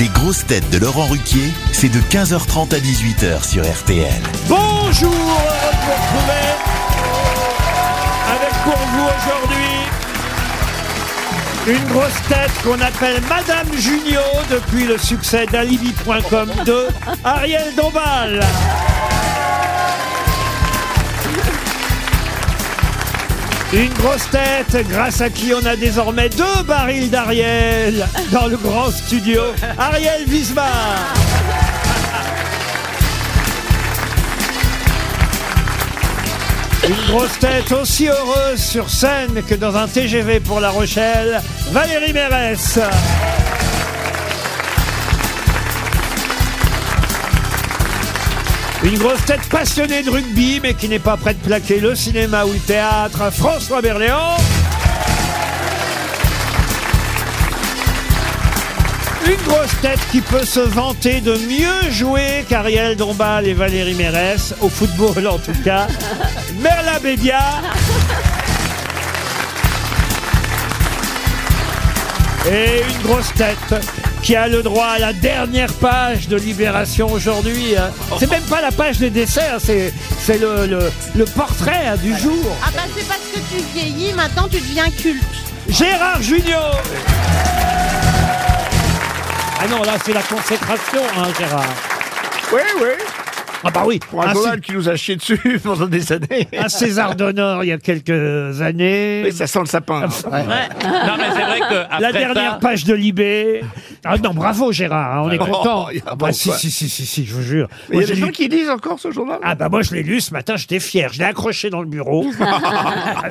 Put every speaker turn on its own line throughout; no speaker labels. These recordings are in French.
Les grosses têtes de Laurent Ruquier, c'est de 15h30 à 18h sur RTL.
Bonjour, heureux de vous retrouver avec pour vous aujourd'hui une grosse tête qu'on appelle Madame Junio depuis le succès d'Alibi.com 2, Ariel Dombal. Une grosse tête grâce à qui on a désormais deux barils d'Ariel dans le grand studio, Ariel Wiesbach. Une grosse tête aussi heureuse sur scène que dans un TGV pour La Rochelle, Valérie Mérès. Une grosse tête passionnée de rugby mais qui n'est pas prête de plaquer le cinéma ou le théâtre, François Berléand. Une grosse tête qui peut se vanter de mieux jouer qu'Ariel Dombal et Valérie Mérès, au football en tout cas, Merla Bédia. Et une grosse tête qui a le droit à la dernière page de Libération aujourd'hui. hein. C'est même pas la page des desserts, c'est c'est le, le- le portrait hein, du jour.
Ah bah c'est parce que tu vieillis, maintenant tu deviens culte.
Gérard Junior Ah non, là c'est la consécration, hein, Gérard.
Oui, oui.
Ah bah oui,
Pour un
un,
Donald qui nous a chié dessus pendant des années.
Cé- un César d'honneur il y a quelques années.
Mais ça sent le sapin. hein.
Non, mais c'est vrai que après
La dernière
ça,
page de Libé. Ah non, bravo Gérard, hein, on est
Oh,
content.
y a pas
Ah bah, si,
quoi.
si, si, si, si, je vous jure.
Il y
Moi,
a des
j'ai
gens
lu-
qui lisent encore ce journal
Ah bah moi je l'ai lu ce matin, j'étais fier, je l'ai accroché dans le bureau.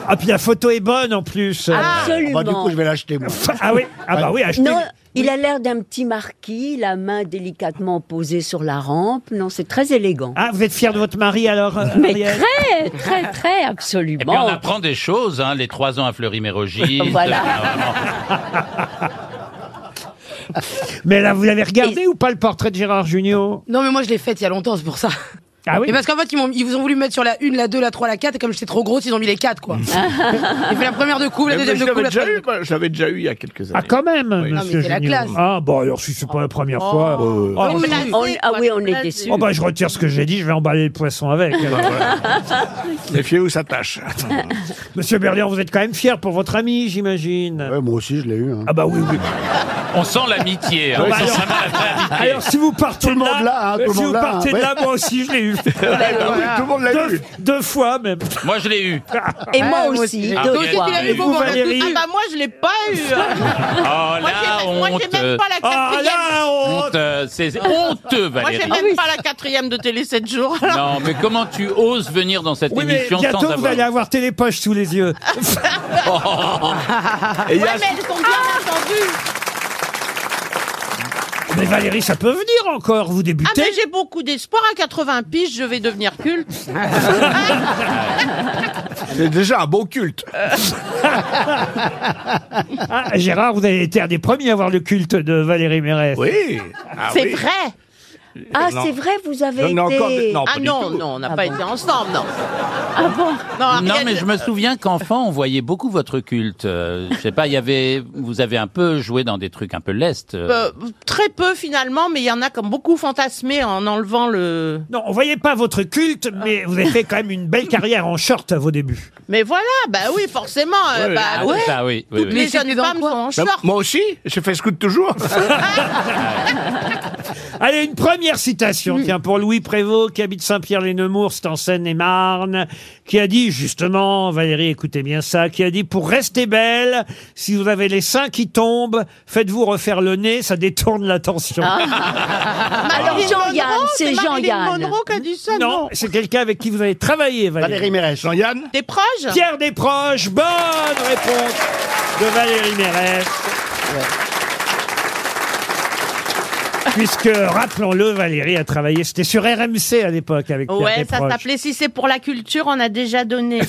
ah puis la photo est bonne en plus.
Absolument.
vais l'acheter, moi.
Ah oui, ah bah oui, achetez.
Non, il a l'air d'un petit marquis, la main délicatement posée sur la rampe. Non, c'est très élégant.
Ah, vous êtes fier de votre mari alors euh,
Mais
Ariel
très, très, très,
Et puis on
absolument.
apprend des choses, hein, les trois ans à Fleury-Mérogis. Euh,
Voilà.
Mais là, vous l'avez regardé ou pas le portrait de Gérard Junior
Non, mais moi je l'ai faite il y a longtemps, c'est pour ça.
Ah oui
Et parce qu'en fait, ils, m'ont- ils vous ont voulu mettre sur la 1, la 2, la 3, la 4, et comme j'étais trop grosse, ils ont mis les 4, quoi. J'ai fait la première de couple, la
Mais
deuxième
je
de couple,
l'avais
la troisième.
déjà eu, moi. Je l'avais déjà eu il y a quelques
Ah
années.
quand même, monsieur
mais c'est la
Junio.
classe.
Ah bah alors si c'est pas la première fois.
Oh.
Ah,
Oui,
je-
oui.
On- ah oui, on est déçus.
oh, bah je retire ce que j'ai dit, je vais emballer le poisson avec.
Méfiez-vous, ça tâche.
monsieur Berlian, vous êtes quand même fier pour votre ami, j'imagine.
moi aussi, je l'ai eu. hein.
Ah bah oui, oui.
On sent l'amitié. hein, on
bah
sent
alors-
vraiment la vraie amitié.
Alors si vous partez
le
de
monde l'a, hein, tout le
si
monde
vous
l'a, hein,
partez de
ouais. bah
là, moi aussi je l'ai eu.
Tout le monde l'a eu.
deux, deux fois même.
Moi, je l'ai eu.
Et moi
Ah, moi
aussi,
aussi.
Ah,
deux
ok.
fois.
Il a
Et
eu beau
vous,
moment.
Valérie
Ah bah moi je l'ai pas eu.
Oh,
Moi
la
j'ai même- moi, j'ai
honte.
même pas la
Ah
quatrième.
là, on...
honte. euh, C'est honteux,
moi j'ai
Valérie.
même pas la quatrième de télé 7 jours. alors.
Non, mais comment tu oses venir dans cette
Oui, mais
émission
bientôt
sans
vous allez
avoir...
avoir Télépoche sous les yeux.
Et il y
Ouais,
a-
mais elles sont bien entendues. Ah,
Mais Valérie, ça peut venir encore, vous
Ah
débutez.
mais j'ai beaucoup d'espoir à 80 piges, je vais devenir culte.
C'est déjà un beau culte.
Ah, Gérard, vous avez été un des premiers à avoir le culte de Valérie Mérès.
Oui. Ah
c'est
oui.
vrai.
Ah,
Non.
c'est vrai, vous avez
Non, non, encore
été...
de- non.
Ah
pas du
non,
tout.
non, on n'a
Ah
pas
bon.
été ensemble, non.
Ah bon
Non,
Non,
Ariel- euh,
mais je me souviens qu'enfant, on voyait beaucoup votre culte. Euh, je sais pas, il y avait, vous avez un peu joué dans des trucs un peu lest. euh.
Euh, très peu finalement, mais il y en a comme beaucoup fantasmé en enlevant le.
Non, on voyait pas votre culte, mais vous avez fait quand même une belle carrière en short à vos débuts.
Mais voilà, bah oui, forcément. euh,
Ouais,
bah
Ah,
ouais.
ça, oui, oui, oui.
Les
Mais
jeunes
c'était dans
femmes sont
quoi
Bah,
en
Ben,
short.
moi aussi, j'ai fait scout toujours.
Allez, une première citation,
Mm.
tiens, pour Louis Prévost, qui habite Saint-Pierre-les-Nemours, c'est en Seine-et-Marne, qui a dit, justement, Valérie, écoutez bien ça, qui a dit, pour rester belle, si vous avez les seins qui tombent, faites-vous refaire le nez, ça détourne l'attention.
Alors
Marilyn
Jean-Yann,
Ah. Monroe,
c'est
Marilyn
Jean-Yann.
Monroe qui a dit ça, non,
non, c'est quelqu'un avec qui vous avez travaillé, Valérie.
Mérès. Jean-Yann
T'es proche
Pierre Desproges, bonne réponse de Valérie Mérès. Puisque, rappelons-le, Valérie a travaillé, c'était sur RMC à l'époque avec Pierre
Ouais, ça
Desproges.
s'appelait Si c'est pour la culture, on a déjà donné.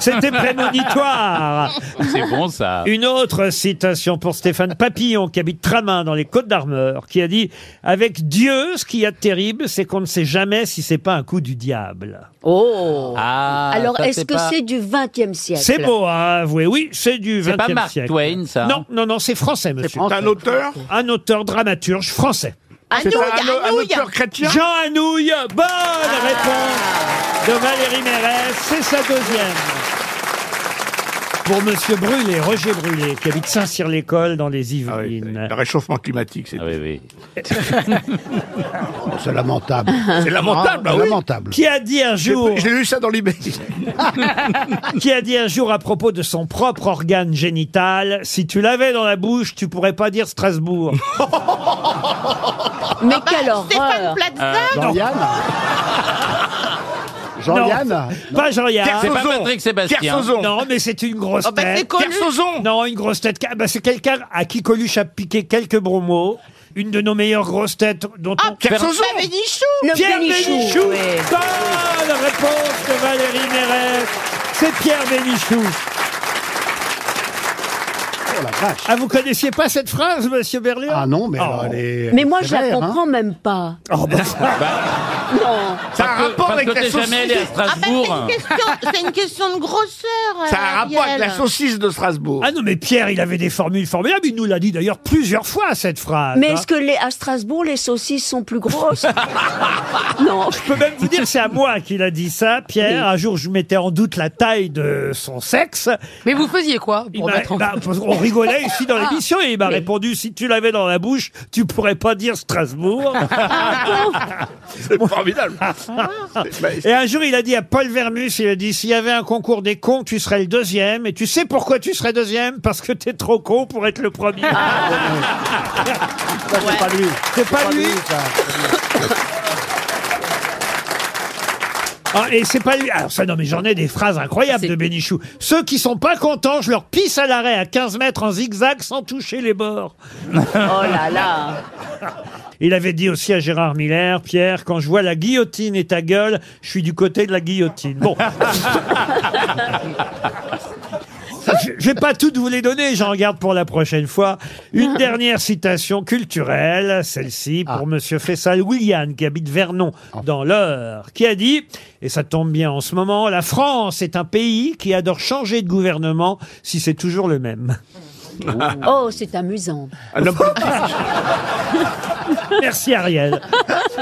C'était prémonitoire.
C'est bon, ça.
Une autre citation pour Stéphane Papillon, qui habite Tramin, dans les Côtes d'Armor, qui a dit « Avec Dieu, ce qu'il y a de terrible, c'est qu'on ne sait jamais si c'est pas un coup du diable.
Oh
Ah,
Alors,
ça,
est-ce que
pas-
c'est du XXe siècle
C'est beau à avouer, oui, c'est du 20e
C'est pas Mark
siècle.
Twain, ça hein
Non, non, non, c'est français, monsieur.
C'est un auteur
Un auteur dramaturge français.
C'est un, un
Anouilh,
auteur chrétien
Jean Anouilh, bonne réponse de Valérie Mérès, c'est sa deuxième. Pour Monsieur Brûlé, Roger Brûlé, qui habite Saint-Cyr-l'École dans les
Ah oui,
Yvelines.
Le réchauffement climatique, c'est
Ah oui, oui.
C'est lamentable.
c'est lamentable. ah oui.
lamentable.
Qui a dit un
J'ai-
jour,
J'ai lu ça dans l'Ibérie.
qui a dit un jour à propos de son propre organe génital, si tu l'avais dans la bouche, tu pourrais pas dire Strasbourg.
Mais quelle
Stéphane
horreur
Ah,
Euh,
Plaza
Jean-Yann Jean-Yann
Pas Jean-Yann.
C'est pas Patrick Sébastien.
Kersozon.
Non, mais c'est une grosse
Oh, bah, c'est
tête.
Coluche.
Kersozon.
Non, une grosse tête. Ah, bah, c'est quelqu'un à qui Coluche a piqué quelques bons mots. Une de nos meilleures grosses têtes dont
Ah,
on...
Kersozon.
Bah, Bénichou
Le
Pierre
Bénichou,
Bénichou.
ouais.
Bonne réponse de Valérie Mérès. C'est Pierre Bénichou.
Oh la vache
Ah, vous connaissiez pas cette phrase, monsieur Berlion
Ah non, mais
Oh.
alors, elle est.
Mais moi, je
sévère,
la
hein. Ah,
comprends même pas.
Oh, bah,
Non.
Ça a un
Parce que-
rapport
parce
avec
que
la
t'es jamais allé à
saucisse.
Ah, bah,
Strasbourg.
c'est une question- C'est une question de grosseur.
Ça a un rapport avec
Ariel.
la saucisse de Strasbourg.
Ah non, mais Pierre, il avait des formules formidables. Il nous l'a dit d'ailleurs plusieurs fois, cette
Ah,
phrase.
Mais
hein.
est-ce que les, à Strasbourg, les saucisses sont plus grosses Non.
Je peux même vous dire, c'est à moi qu'il a dit ça, Pierre. Un jour, je mettais en doute la taille de son sexe.
Mais vous faisiez quoi
Il
pour
m'a-
mettre en... Ah.
bah, on rigolait ici dans l'émission et il m'a
Oui.
répondu si tu l'avais dans la bouche, tu pourrais pas dire Strasbourg.
Ah,
C'est formidable. C'est- bah,
et un jour, il a dit à Paul Vermus, il a dit s'il y avait un concours des cons, tu serais le deuxième. Et tu sais pourquoi tu serais deuxième Parce que t'es trop con pour être le premier.
Ah.
Bah.
Ça, c'est pas lui.
C'est pas lui.
ça.
Ah, et c'est pas lui. Alors ça, non, mais j'en ai des phrases incroyables de Bénichou. Ceux qui sont pas contents, je leur pisse à l'arrêt à 15 mètres en zigzag sans toucher les bords.
Oh là là.
Il avait dit aussi à Gérard Miller, Pierre, quand je vois la guillotine et ta gueule, je suis du côté de la guillotine. Bon. Je- Je vais pas toutes vous les donner, j'en garde pour la prochaine fois. Une dernière citation culturelle, celle-ci pour Monsieur Fessal William, qui habite Vernon, dans l'Eure, qui a dit, et ça tombe bien en ce moment, la France est un pays qui adore changer de gouvernement si c'est toujours le même.
Oh, c'est amusant.
un homme politique.
Merci Ariel.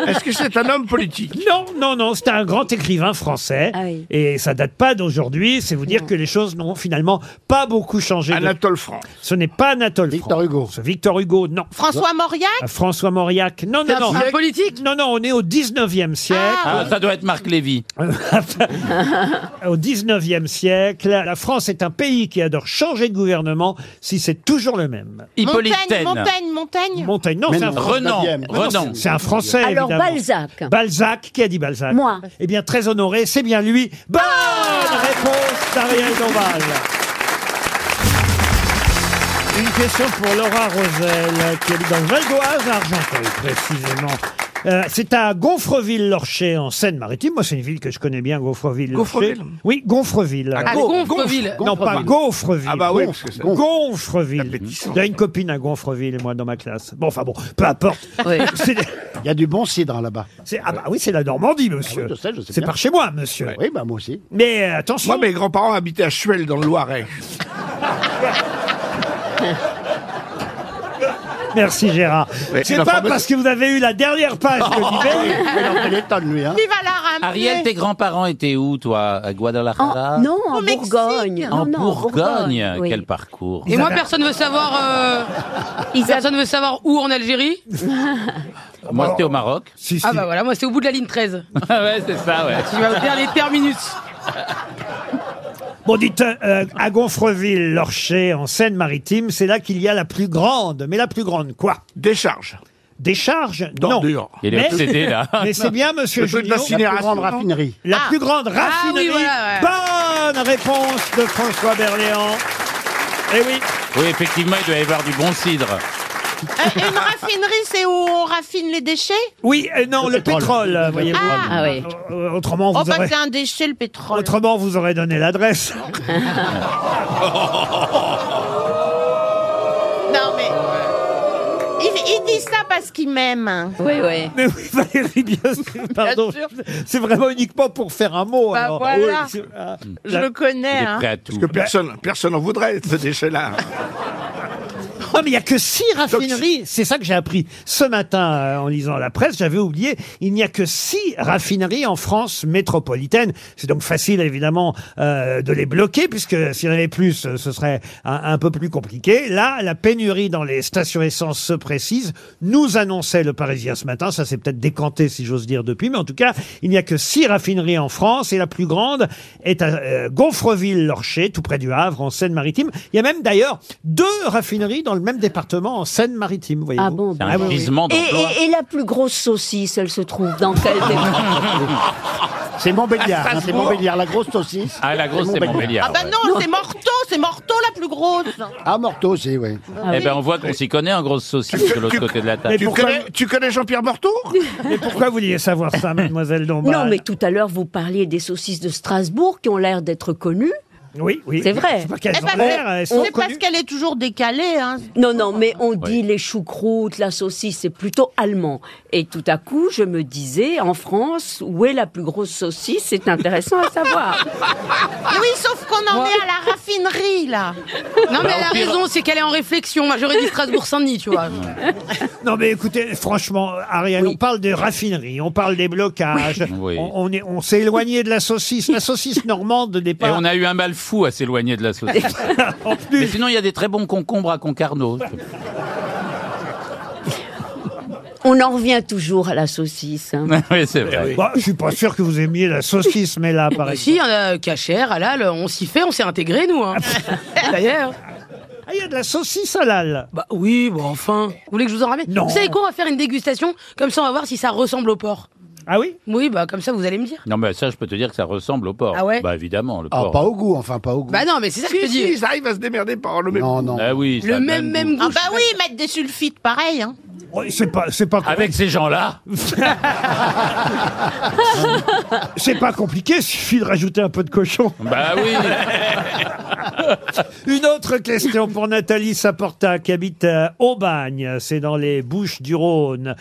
Est-ce que c'est un homme politique
Non, non, non, c'était un grand écrivain français.
Ah oui.
Et ça date pas d'aujourd'hui. C'est vous dire que les choses n'ont finalement pas beaucoup changé. de-
Anatole France.
Ce n'est pas Anatole
Victor
France.
Hugo.
Ce Victor Hugo, non.
François Mauriac
Ah, François Mauriac, non, non, non.
Un politique
Non, non, on est au 19e siècle.
Ah, ça doit être Marc Lévy.
Au 19e siècle, la France est un pays qui adore changer de gouvernement si c'est toujours le même.
Hippolyte
Montaigne,
Taine.
Montagne, Montagne.
Montaigne, non,
Mais
c'est un,
non.
Fran-
Renan.
Neuvième.
Renan.
c'est un Français.
Alors,
évidemment.
Balzac.
Balzac, qui a dit Balzac
Moi.
Eh bien, très honoré, c'est bien lui. Bonne réponse d'Ariel Dombal. Une question pour Laura Rosel, qui habite dans le Val d'Oise, à Argenteuil, précisément. Euh, c'est à Gonfreville-Lorcher, en Seine-Maritime. Moi, c'est une ville que je connais bien, Gonfreville-Lorcher.
Gonfreville
Oui, Gonfreville.
Ah,
À
Gonf-
Gonfreville.
non, pas Gonfreville.
Ah bah oui, parce que ça-
Gonfreville.
Appétissant.
J'ai une copine à Gonfreville, moi, dans ma classe. Bon, enfin bon, peu importe. C'est-
Il y a du bon cidre hein, là-bas.
c'est- ah bah oui, c'est la Normandie, monsieur.
Ah oui, je sais, je sais
c'est
bien.
par chez moi, monsieur.
Oui, bah moi aussi.
Mais euh, attention,
Moi, mes grands-parents habitaient à Chuel, dans le Loiret.
merci Gérard.
Oui,
c'est
la
pas
formation-
parce que vous avez eu la dernière page de l'idée.
Il en télétonne, lui. Hein.
Qui va la ramener
Ariel, tes grands-parents étaient où, toi À Guadalajara
En- non, en
Oh,
Au Mexique.
Bourgogne.
Ah,
En
Non, non, en
Bourgogne,
oui.
quel parcours
Et moi, personne veut savoir. euh,
Ils avaient-
Personne veut savoir où en Algérie
Moi, c'était au Maroc.
Si, si.
Ah bah voilà, moi c'est au bout de la ligne 13.
Ah ouais, c'est ça, ouais.
Tu vas me faire les terminus.
Bon, dites, euh, à Gonfreville, Lorcher, en Seine-Maritime, c'est là qu'il y a la plus grande. Mais la plus grande, quoi
Décharge.
Des charges Non.
D'ordures.
Il est
Mais-
obsédé, là.
Mais c'est bien, monsieur
Le truc de
Junior.
La plus
Incinération,
grande
non
raffinerie.
La
Ah.
plus grande
Ah
raffinerie.
oui, voilà,
Bonne réponse de François Berléand. Eh oui.
Oui, effectivement, il doit y avoir du bon cidre.
Euh, Une raffinerie, c'est où on raffine les déchets
Oui, euh, non, le,
Le pétrole.
pétrole,
Le
voyez-vous.
pétrole.
Ah oui.
Euh, Autrement,
Oh
vous
bah
aurez...
c'est un déchet le pétrole.
Autrement, vous aurez donné l'adresse.
Non mais... Ils, ils disent ça parce qu'ils m'aiment.
Oui, oui.
Mais oui, Valérie, bien sûr, pardon.
sûr.
C'est vraiment Ah, uniquement pour faire un mot.
Bah
alors.
voilà.
Oui, c'est- ah,
Je
la-
le connais.
Il est
hein.
prêt à tout.
que personne, personne en voudrait de ce déchet-là.
Oh, mais il n'y a que six raffineries. C'est ça que j'ai appris ce matin euh, en lisant la presse. J'avais oublié, il n'y a que six raffineries en France métropolitaine. C'est donc facile, évidemment, euh, de les bloquer, puisque s'il y en avait plus, euh, ce serait un, un peu plus compliqué. Là, la pénurie dans les stations essence se précise. Nous annonçait le Parisien ce matin. Ça s'est peut-être décanté, si j'ose dire, depuis. Mais en tout cas, il n'y a que six raffineries en France. Et la plus grande est à euh, Gonfreville-Lorcher, tout près du Havre, en Seine-Maritime. Il y a même d'ailleurs deux raffineries dans le même département, en Seine-Maritime, voyez-vous.
Ah bon
C'est
bon.
un gisement
et,
d'emploi.
et- et la plus grosse saucisse, elle se trouve dans quel département
C'est Montbéliard, hein, c'est
Strasbourg.
Montbéliard, la grosse saucisse.
Ah, la grosse, c'est Montbéliard.
Ah bah
ouais.
non, c'est Morteau, c'est Morteau la plus grosse.
Ah, Morteau, c'est, ouais.
Eh ben, on voit qu'on s'y connaît en grosse saucisse de l'autre côté de la table.
Tu
pourquoi-
connais, tu connais Jean-Pierre Morteau
Mais pourquoi vous vouliez savoir ça, mademoiselle Dombal
Non, mais tout à l'heure, vous parliez des saucisses de Strasbourg qui ont l'air d'être connues.
Oui, oui.
C'est vrai.
Je sais pas qu'elles
Eh
ont
ben,
l'air, elles sont
c'est parce
connues.
qu'elle est toujours décalée. Hein.
Non, non, mais on dit les choucroutes, la saucisse, c'est plutôt allemand. Et tout à coup, je me disais, en France, où est la plus grosse saucisse C'est intéressant à savoir.
Oui, sauf qu'on en est à la raffinerie là.
Non, mais elle a
Bah, au pire-
raison, c'est qu'elle est en réflexion. Moi, j'aurais dit Strasbourg-Saint-Denis, tu vois.
Non, mais écoutez, franchement, Ariel, on parle des raffineries, on parle des blocages,
Oui.
on, on est- on s'est éloigné de la saucisse. La saucisse normande de
Et
départ.
on a eu un mal fou à s'éloigner de la saucisse.
En
Mais
plus,
sinon, il y a des très bons concombres à Concarneau.
On en revient toujours à la saucisse. hein.
oui, c'est vrai.
bah, je suis pas sûr que vous aimiez la saucisse, mais là, par exemple.
Si, on a euh, cachère, halal, on s'y fait, on s'est intégrés, nous. hein. D'ailleurs.
Ah, il y a de la saucisse halal.
hein. Bah oui, bon, enfin. Vous voulez que je vous en ramène
Non.
Vous savez quoi On va faire une dégustation, comme ça, on va voir si ça ressemble au porc.
Ah oui
Oui, bah comme ça, vous allez me dire.
Non, mais ça, je peux te dire que ça ressemble au porc.
Ah ouais
Bah, évidemment, le
Ah,
porc.
pas au goût, enfin, pas au goût.
Bah non, mais c'est ça que je te
Si, si,
dis.
ils arrivent à se démerder par le même.
Non, non.
Ah oui, ça a
Le même,
goût.
même
Ah
goût.
bah oui, mettre des sulfites, pareil. Hein.
Oh, C'est pas, c'est pas,
Avec ces gens-là,
c'est pas compliqué, il suffit de rajouter un peu de cochon.
bah oui.
Une autre question pour Nathalie Saporta qui habite à Aubagne, c'est dans les Bouches du Rhône.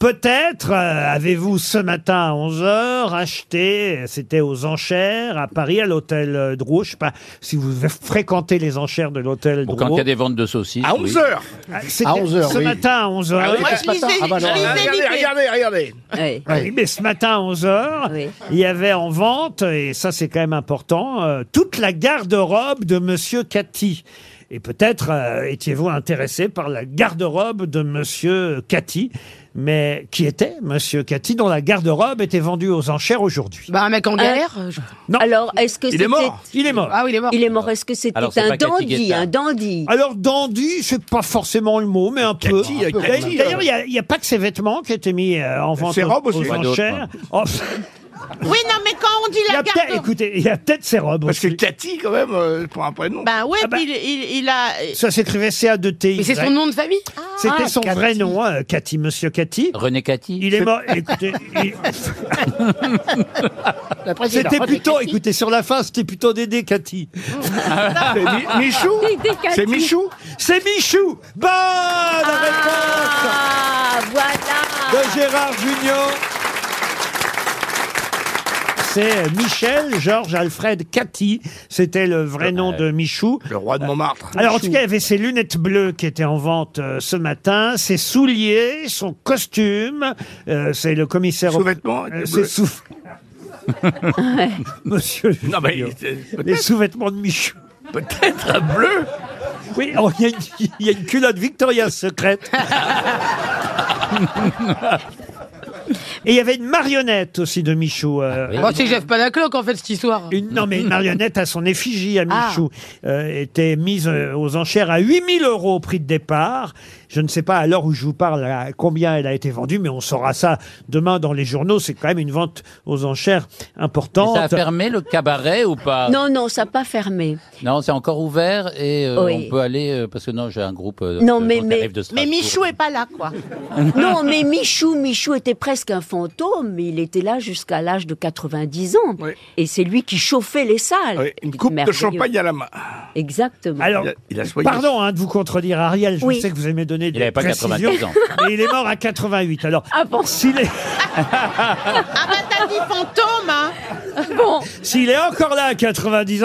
Peut-être euh, avez-vous ce matin à 11h acheté, c'était aux enchères à Paris à l'hôtel euh, Drouot, je sais pas si vous fréquentez les enchères de l'hôtel
Bon,
Drouot.
quand
Oh.
il y a des ventes de saucisses.
À
oui.
11 heures.
Ah, c'était
À 11 heures,
ce
oui.
matin à 11h.
Ah oui,
Moi,
c'est
je
pas
lisais,
ça. Ah bah
je
non.
lisais
Regardez,
Libé.
regardez, regardez.
Ouais.
Oui, mais ce matin à 11h,
Oui.
il y avait en vente, et ça c'est quand même important, euh, toute la garde-robe de Monsieur Cathy. Et peut-être euh, étiez-vous intéressé par la garde-robe de Monsieur Cathy, mais qui était Monsieur Cathy, dont la garde-robe était vendue aux enchères aujourd'hui.
Bah un mec en galère. je-
Alors, est-ce que
Il est
c'était...
mort.
Il est mort.
Ah oui, il est mort.
Il est mort. Est-ce que c'était
Alors, c'est
un
pas Cathy
dandy,
Guetta.
un dandy
Alors, dandy, c'est pas forcément le mot, mais un peu.
Cathy, euh,
D'ailleurs,
Cathy,
D'ailleurs, il n'y a, pas que ses vêtements qui étaient mis euh, en vente
Ses
aux,
robes aussi.
aux
Pas
d'autres, hein.
enchères. Oh,
Oui, non, mais quand on dit
il y
la
a peut-être-
garde
écoutez, il y a peut-être ses robes
Parce que
aussi.
Cathy, quand même, euh, pour un prénom.
Ben ouais,
Ah bah.
puis il, il- il a.
Ça s'écrivait CA2TY.
Mais c'est son nom de famille
C'était
Ah,
son vrai nom, hein, Cathy, monsieur Cathy.
René Cathy.
Il est mort. Écoutez, il-
La présidente.
c'était plutôt, écoutez, sur la fin, c'était plutôt Dédé Cathy.
C'est Mi- Michou C'est Michou
C'est Michou. Bonne
Ah,
réponse
voilà
de Gérard Junior. C'est Michel Georges Alfred Cathy. C'était le vrai nom de Michou.
Le roi de Montmartre.
Alors en tout cas, il y avait ses lunettes bleues qui étaient en vente euh, ce matin, ses souliers, son costume. Euh, c'est le commissaire.
Sous-vêtements
Euh,
étaient
ses
bleus.
sous- Monsieur.
Non, mais c'est
Les sous-vêtements de Michou.
peut-être bleu.
Oui, oh, il y, a une- il y a une culotte Victoria's Secret. Et il y avait une marionnette aussi de Michou. euh,
oui.
Bon, Oh, c'est Jeff Panacloc en fait cette histoire.
une, non, mais une marionnette à son effigie à Michou euh, était mise euh, aux enchères à 8000 euros au prix de départ. Je ne sais pas à l'heure où je vous parle à combien elle a été vendue, mais on saura ça demain dans les journaux. C'est quand même une vente aux enchères importante.
Ça a fermé le cabaret ou pas
Non, non, ça n'a pas fermé.
Non, c'est encore ouvert et euh,
Oui.
on peut aller euh, parce que non, j'ai un groupe. euh,
Non,
de
mais-
gens qui
mais-
arrivent de
Mais
Strasbourg.
Michou est pas là, quoi.
Non, mais Michou, Michou était presque un fantôme, mais il était là jusqu'à l'âge de 90 ans.
Oui.
Et c'est lui qui chauffait les salles.
Oui, Une coupe de
Merveilleux.
champagne à la main.
Exactement.
Alors,
Il a- il a soigné.
pardon hein, de vous contredire, Ariel. Je
Oui.
sais que vous aimez donner donné des
avait pas
précisions.
90 ans.
Mais il est mort à 88. Alors,
Ah bon
s'il est,
Ah bah t'as dit fantôme, hein
Bon,
s'il est encore là à 90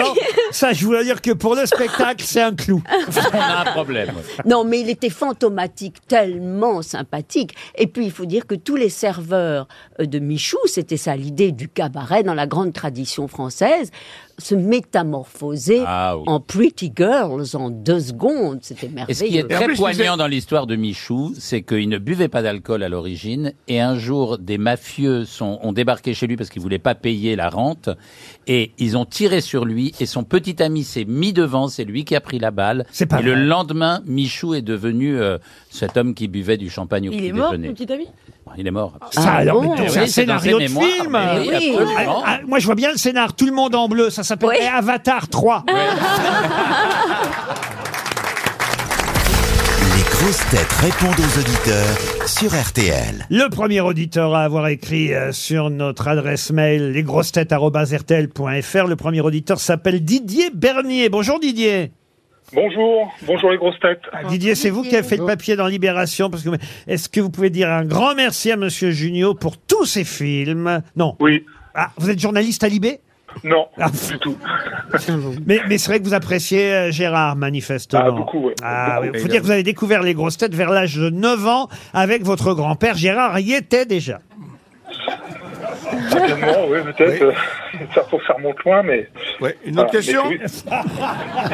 ans, ça, je voulais dire que pour le spectacle, c'est un clou.
On a un problème.
non, mais il était fantomatique, tellement sympathique. Et puis, il faut dire que tous les serveurs euh, de Michou, c'était ça l'idée du cabaret dans la grande tradition française, se métamorphosaient
Ah oui.
en pretty girls en deux secondes. C'était
Et ce qui est
merveilleux.
très
plus, je
poignant
disais-
dans l'histoire de Michou, c'est qu'il ne buvait pas d'alcool à l'origine, et un jour, des mafieux sont, ont débarqué chez lui parce qu'ils voulaient pas payer la rente, et ils ont tiré sur lui, et son petit ami s'est mis devant, c'est lui qui a pris la balle.
C'est pas
et le
vrai.
lendemain, Michou est devenu euh, cet homme qui buvait du champagne au
Il
petit
est mort,
déjeuner.
mon petit ami
Il est mort. absolument.
Ça,
Ah
alors,
bon
mais
Eh
c'est un
oui, c'est dans ses
scénario de
mémoires,
film.
mais oui,
Oui.
absolument.
Ah, ah, moi, je vois bien le scénar. Tout le monde en bleu. Ça s'appelle
Oui.
Avatar 3.
Les grosses têtes répondent aux auditeurs sur RTL.
Le premier auditeur à avoir écrit euh, sur notre adresse mail lesgrossetêtes.rtl.fr, le premier auditeur s'appelle Didier Bernier. Bonjour Didier. Ah,
Bonjour, bonjour les grosses têtes.
Didier, c'est vous qui avez fait le papier dans Libération. Parce que est-ce que vous pouvez dire un grand merci à Monsieur Junio pour tous ses films Non.
Oui,
Ah, vous êtes journaliste à Libé
non,
Ah.
du tout.
Mais, mais c'est vrai que vous appréciez euh, Gérard, manifestement.
Ah, beaucoup, ouais.
Ah,
Beaucoup.
oui. Faut dire que vous avez découvert les grosses têtes vers l'âge de 9 ans avec votre grand-père. Gérard y était déjà.
Certainement, oui, peut-être. euh, Ça, faut que ça remonte loin, mais.
Ouais, Une autre
voilà, mais
question
oui.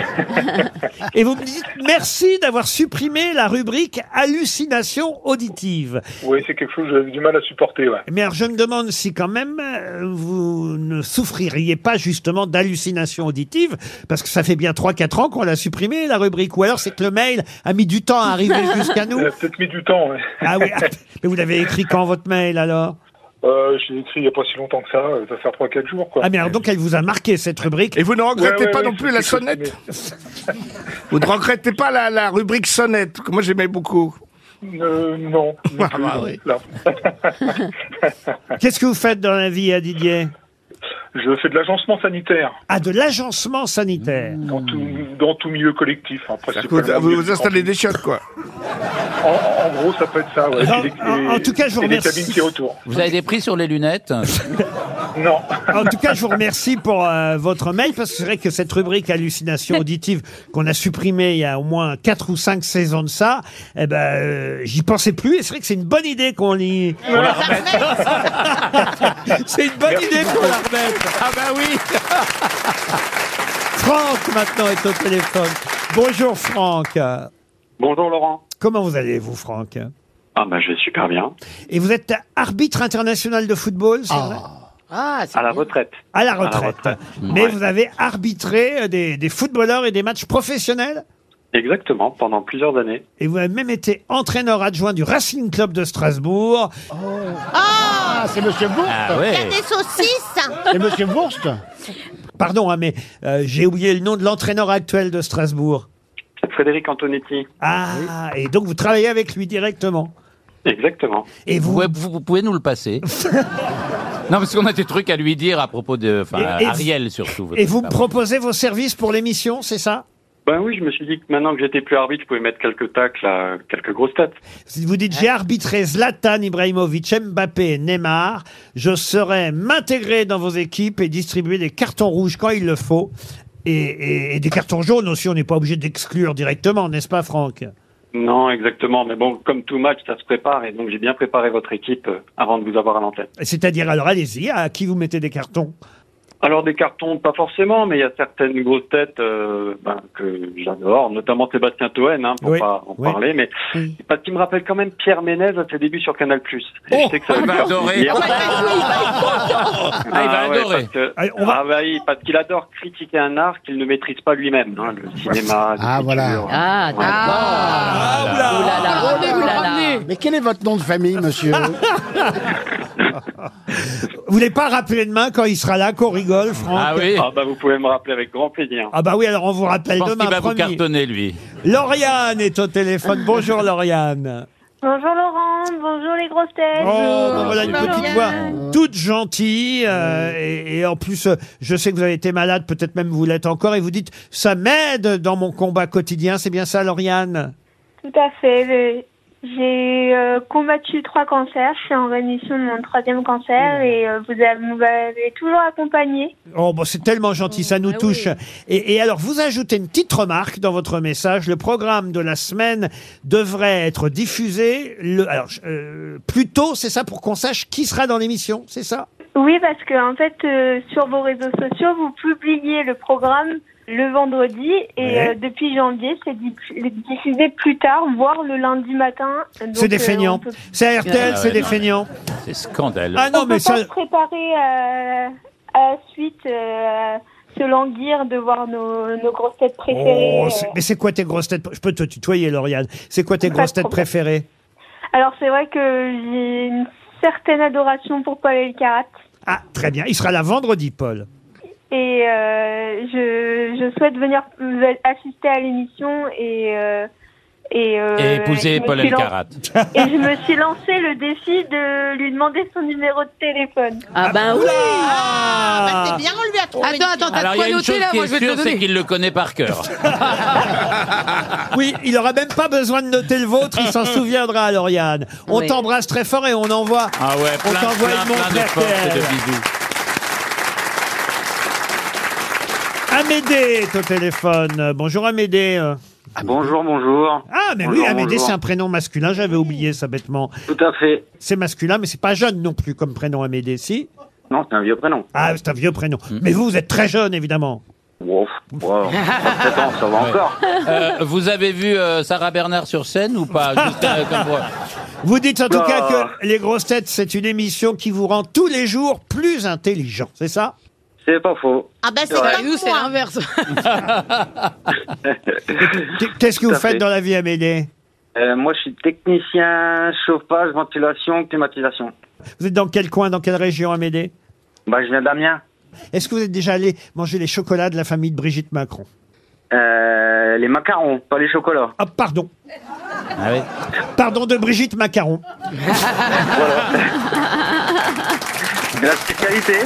Et vous me dites merci d'avoir supprimé la rubrique hallucination auditive.
Oui, c'est quelque chose que j'avais du mal à supporter, ouais.
Mais alors, je me demande si quand même euh, vous ne souffririez pas justement d'hallucination auditive parce que ça fait bien 3-4 ans qu'on l'a supprimée la rubrique. Ou alors c'est que le mail a mis du temps à arriver jusqu'à nous.
Ça a peut-être mis du temps, ouais.
Ah oui, ah, mais vous l'avez écrit quand votre mail alors
Euh, je l'ai écrit il n'y a pas si longtemps que ça, euh, ça fait 3-4 jours, quoi.
Ah mais alors donc elle vous a marqué cette rubrique.
Et vous ne regrettez
Ouais, ouais,
pas
ouais,
non
c'est
plus la
quelque chose qui
sonnette Vous ne regrettez pas la, la rubrique sonnette, que moi j'aimais beaucoup.
Euh, non.
Ah,
non plus,
bah oui.
là.
Qu'est-ce que vous faites dans la vie, à Didier
Je fais de l'agencement sanitaire
Ah, de l'agencement sanitaire.
dans, Mmh. tout, dans tout milieu collectif. hein,
Vous,
principalement
vous-
milieu
vous
de
installez des chiottes, quoi.
campagne. En, en gros, ça peut être ça, ouais.
Non,
Et les-
en- en tout cas, je vous
et les
remercie.
cabines qui retournent.
Vous avez des prix sur les lunettes
Non.
En tout cas, je vous remercie pour euh, votre mail parce que c'est vrai que cette rubrique hallucination auditive qu'on a supprimée il y a au moins quatre ou cinq saisons de ça, eh ben, euh, j'y pensais plus et c'est vrai que c'est une bonne idée qu'on l'y... c'est une bonne idée qu'on la remette.
Ah bah oui
Franck maintenant est au téléphone. Bonjour Franck.
Bonjour Laurent.
Comment vous allez-vous Franck
Ah bah je vais super bien.
Et vous êtes arbitre international de football, c'est vrai
Ah, c'est
À la retraite.
À la retraite.
retraite.
Mais
Ouais.
vous avez arbitré euh, des, des footballeurs et des matchs professionnels
Exactement, pendant plusieurs années.
et vous avez même été entraîneur adjoint du Racing Club de Strasbourg.
Oh
Ah, c'est Monsieur Bourst
Ah ouais.
des saucisses
C'est Monsieur Bourst
Pardon, hein, mais euh, j'ai oublié le nom de l'entraîneur actuel de Strasbourg.
Frédéric Antonetti.
Ah, et donc vous travaillez avec lui directement.
Exactement.
Et
vous,
vous,
pouvez- vous- vous pouvez nous le passer Non, parce qu'on a des trucs à lui dire à propos de... Enfin,
Et- et-
Ariel, surtout.
et vous me proposez vos services pour l'émission, c'est ça
Ben oui, je me suis dit que maintenant que j'étais plus arbitre, je pouvais mettre quelques tacles à quelques grosses têtes.
Si vous dites j'ai arbitré Zlatan Ibrahimovic, Mbappé et Neymar, je serai m'intégrer dans vos équipes et distribuer des cartons rouges quand il le faut. Et, et- et des cartons jaunes aussi, on n'est pas obligé d'exclure directement, n'est-ce pas Franck
Non, exactement. Mais bon, comme tout match, ça se prépare. Et donc, j'ai bien préparé votre équipe euh, avant de vous avoir à l'antenne.
C'est-à-dire, alors allez-y, à qui vous mettez des cartons
Alors, des cartons, pas forcément, mais il y a certaines grosses têtes euh, ben, que j'adore, notamment Sébastien Toen, hein, pour
Oui,
pas en
oui.
parler. Mais parce qu'il me rappelle quand même Pierre Ménez à ses débuts sur Canal+. Et
Oh,
je sais que ça va
il
lui
va
faire
adorer.
plaisir.
Ah, il va
ouais,
adorer.
parce que-
Allez, on va-
Ah, bah oui, parce qu'il adore critiquer un art qu'il ne maîtrise pas lui-même, hein, le cinéma.
Ah,
l'écriture.
voilà.
Ah, d'accord.
Ah,
oh Oulala,
vous
oulala.
ramenez.
Mais quel est votre nom de famille, monsieur
Vous voulez pas rappeler demain quand il sera là, qu'on rigole, Franck
Ah oui
Ah, bah vous pouvez me rappeler avec grand plaisir.
Ah bah oui, alors on vous
Je
rappelle
pense
demain,
qu'il va vous
promis.
cartonner, lui.
Lauriane est au téléphone. Bonjour Lauriane.
Bonjour Laurent, bonjour les grosses têtes.
Oh, bah voilà une petite voix toute gentille. euh, et, et en plus, euh, je sais que vous avez été malade, peut-être même vous l'êtes encore, et vous dites, ça m'aide dans mon combat quotidien, c'est bien ça, Lauriane
Tout à fait. Euh, J'ai euh, combattu trois cancers. Je suis en rémission de mon troisième cancer et euh, vous avez- vous m'avez toujours accompagnée.
Oh, bon, c'est tellement gentil, ça nous touche. Et, et alors, vous ajoutez une petite remarque dans votre message. Le programme de la semaine devrait être diffusé le, alors, je- euh, plus tôt, c'est ça, pour qu'on sache qui sera dans l'émission, c'est ça
Oui, parce que en fait, euh, sur vos réseaux sociaux, vous publiez le programme le vendredi et
Ouais.
euh, depuis janvier, c'est diff- diffusé plus tard, voire le lundi matin. euh,
C'est des feignants. C'est RTL,
Ah
c'est
ouais,
des
non,
feignants.
C'est scandaleux.
Ah non,
on
mais
peut
ça-
pas se préparer euh, à la suite, euh, se languir de voir nos, nos grosses têtes préférées.
Oh,
euh.
c'est- mais c'est quoi tes grosses têtes Je peux te tutoyer, Lauriane. C'est quoi tes grosses têtes préférées
Alors c'est vrai que j'ai une certaine adoration pour Paul Elkarat
Ah, très bien. Il sera là vendredi, Paul.
et euh, je, je souhaite venir euh, assister à l'émission et euh, et, euh,
Et épouser
je me
Paul
suis lan-
Elkarat.
Et je me suis lancé le défi de lui demander son numéro de téléphone.
Ah ben oui
bah,
Ah, c'est bien, on lui a trouvé.
Attends, attends, t'as
Alors,
de
il y
quoi
a une
noter
chose
là
qui
Moi,
est
je vais te le
sûre, c'est
donner.
qu'il le connaît par cœur.
Oui, il aura même pas besoin de noter le vôtre, il s'en souviendra, Lauriane. On
Oui.
t'embrasse très fort et on envoie.
Ah ouais,
on
plein,
t'envoie
plein,
une montre
plein de force et
RTL.
de bisous.
Amédée est au téléphone. Euh, Bonjour Amédée. Euh,
Bonjour, bonjour.
Ah, mais oui,
Bonjour,
Amédée,
bonjour.
c'est un prénom masculin. J'avais oublié ça bêtement.
Tout à fait.
C'est masculin, mais c'est pas jeune non plus comme prénom, Amédée, si
Non, c'est un vieux prénom.
Ah, c'est un vieux prénom.
Hmm.
Mais vous, vous êtes très jeune, évidemment.
Wow, wow. 37 ans, ça va encore.
Euh, vous avez vu euh, Sarah Bernard sur scène ou pas Juste, euh, comme pour-
Vous dites en tout
Bah.
cas que Les Grosses Têtes, c'est une émission qui vous rend tous les jours plus intelligent, c'est ça
C'est pas faux.
Ah bah c'est
Ouais.
Et nous,
comme
c'est
moi.
l'inverse.
Qu- Qu'est-ce que
Tout
vous
à fait.
faites dans la vie, Amédée
Euh, moi, je suis technicien chauffage, ventilation, climatisation.
Vous êtes dans quel coin, dans quelle région, Amédée
Bah, je viens d'Amiens.
Est-ce que vous êtes déjà allé manger les chocolats de la famille de Brigitte Macron
Euh, les macarons, pas les chocolats.
Ah, pardon.
Ah ouais.
Pardon de Brigitte Macaron.
Ah,
De la spécialité.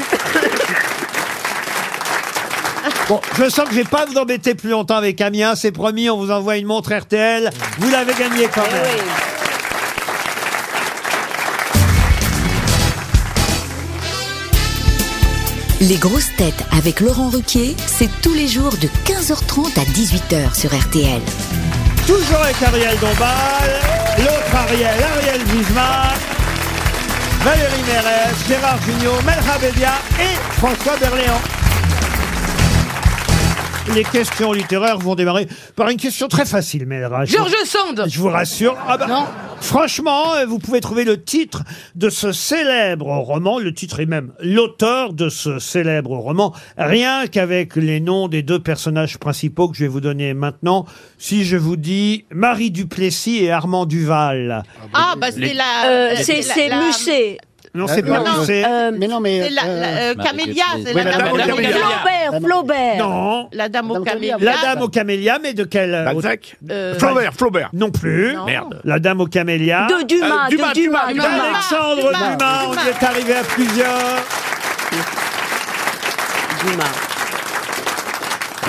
Bon, je sens que je vais pas vous embêter plus longtemps avec Amiens, c'est promis, on vous envoie une montre RTL. Vous l'avez gagné quand
Eh
même.
oui.
Les grosses têtes avec Laurent Ruquier, c'est tous les jours de 15h30 à 18h sur RTL.
Toujours avec Ariel Dombal, l'autre Ariel, Ariel Wiesmann, Valérie Mérès, Gérard Junior, Melra Bédia et François Berléand. Les questions littéraires vont démarrer par une question très facile, Melra. Je-
George Sand
Je vous rassure. Ah bah,
Non.
Franchement, euh, vous pouvez trouver le titre de ce célèbre roman, le titre et même l'auteur de ce célèbre roman, rien qu'avec les noms des deux personnages principaux que je vais vous donner maintenant. Si je vous dis Marie Duplessis et Armand Duval.
Ah bah c'est la...
Euh,
la-
C'est
la-
c'est
la-
Musset.
Non, c'est
Euh,
pas
non.
Musset.
Euh,
Mais non, mais.
C'est la,
euh,
la- euh,
Madame
Camélia, c'est la,
Camélia.
dame
Oui,
aux
madame
camélias.
Camélia.
Flaubert,
Madame-
Flaubert.
Non.
La dame aux
Madame Camélia.
camélias.
La Dame aux camélias, mais de quel euh,
Balzac
Euh,
Flaubert, Flaubert.
Non plus.
Non.
Merde.
La Dame aux camélias.
De Dumas,
Euh,
de Dumas,
Dumas, Dumas,
Dumas.
Dumas.
Alexandre
Dumas,
Dumas, on y
Dumas.
est arrivé à plusieurs.
Dumas.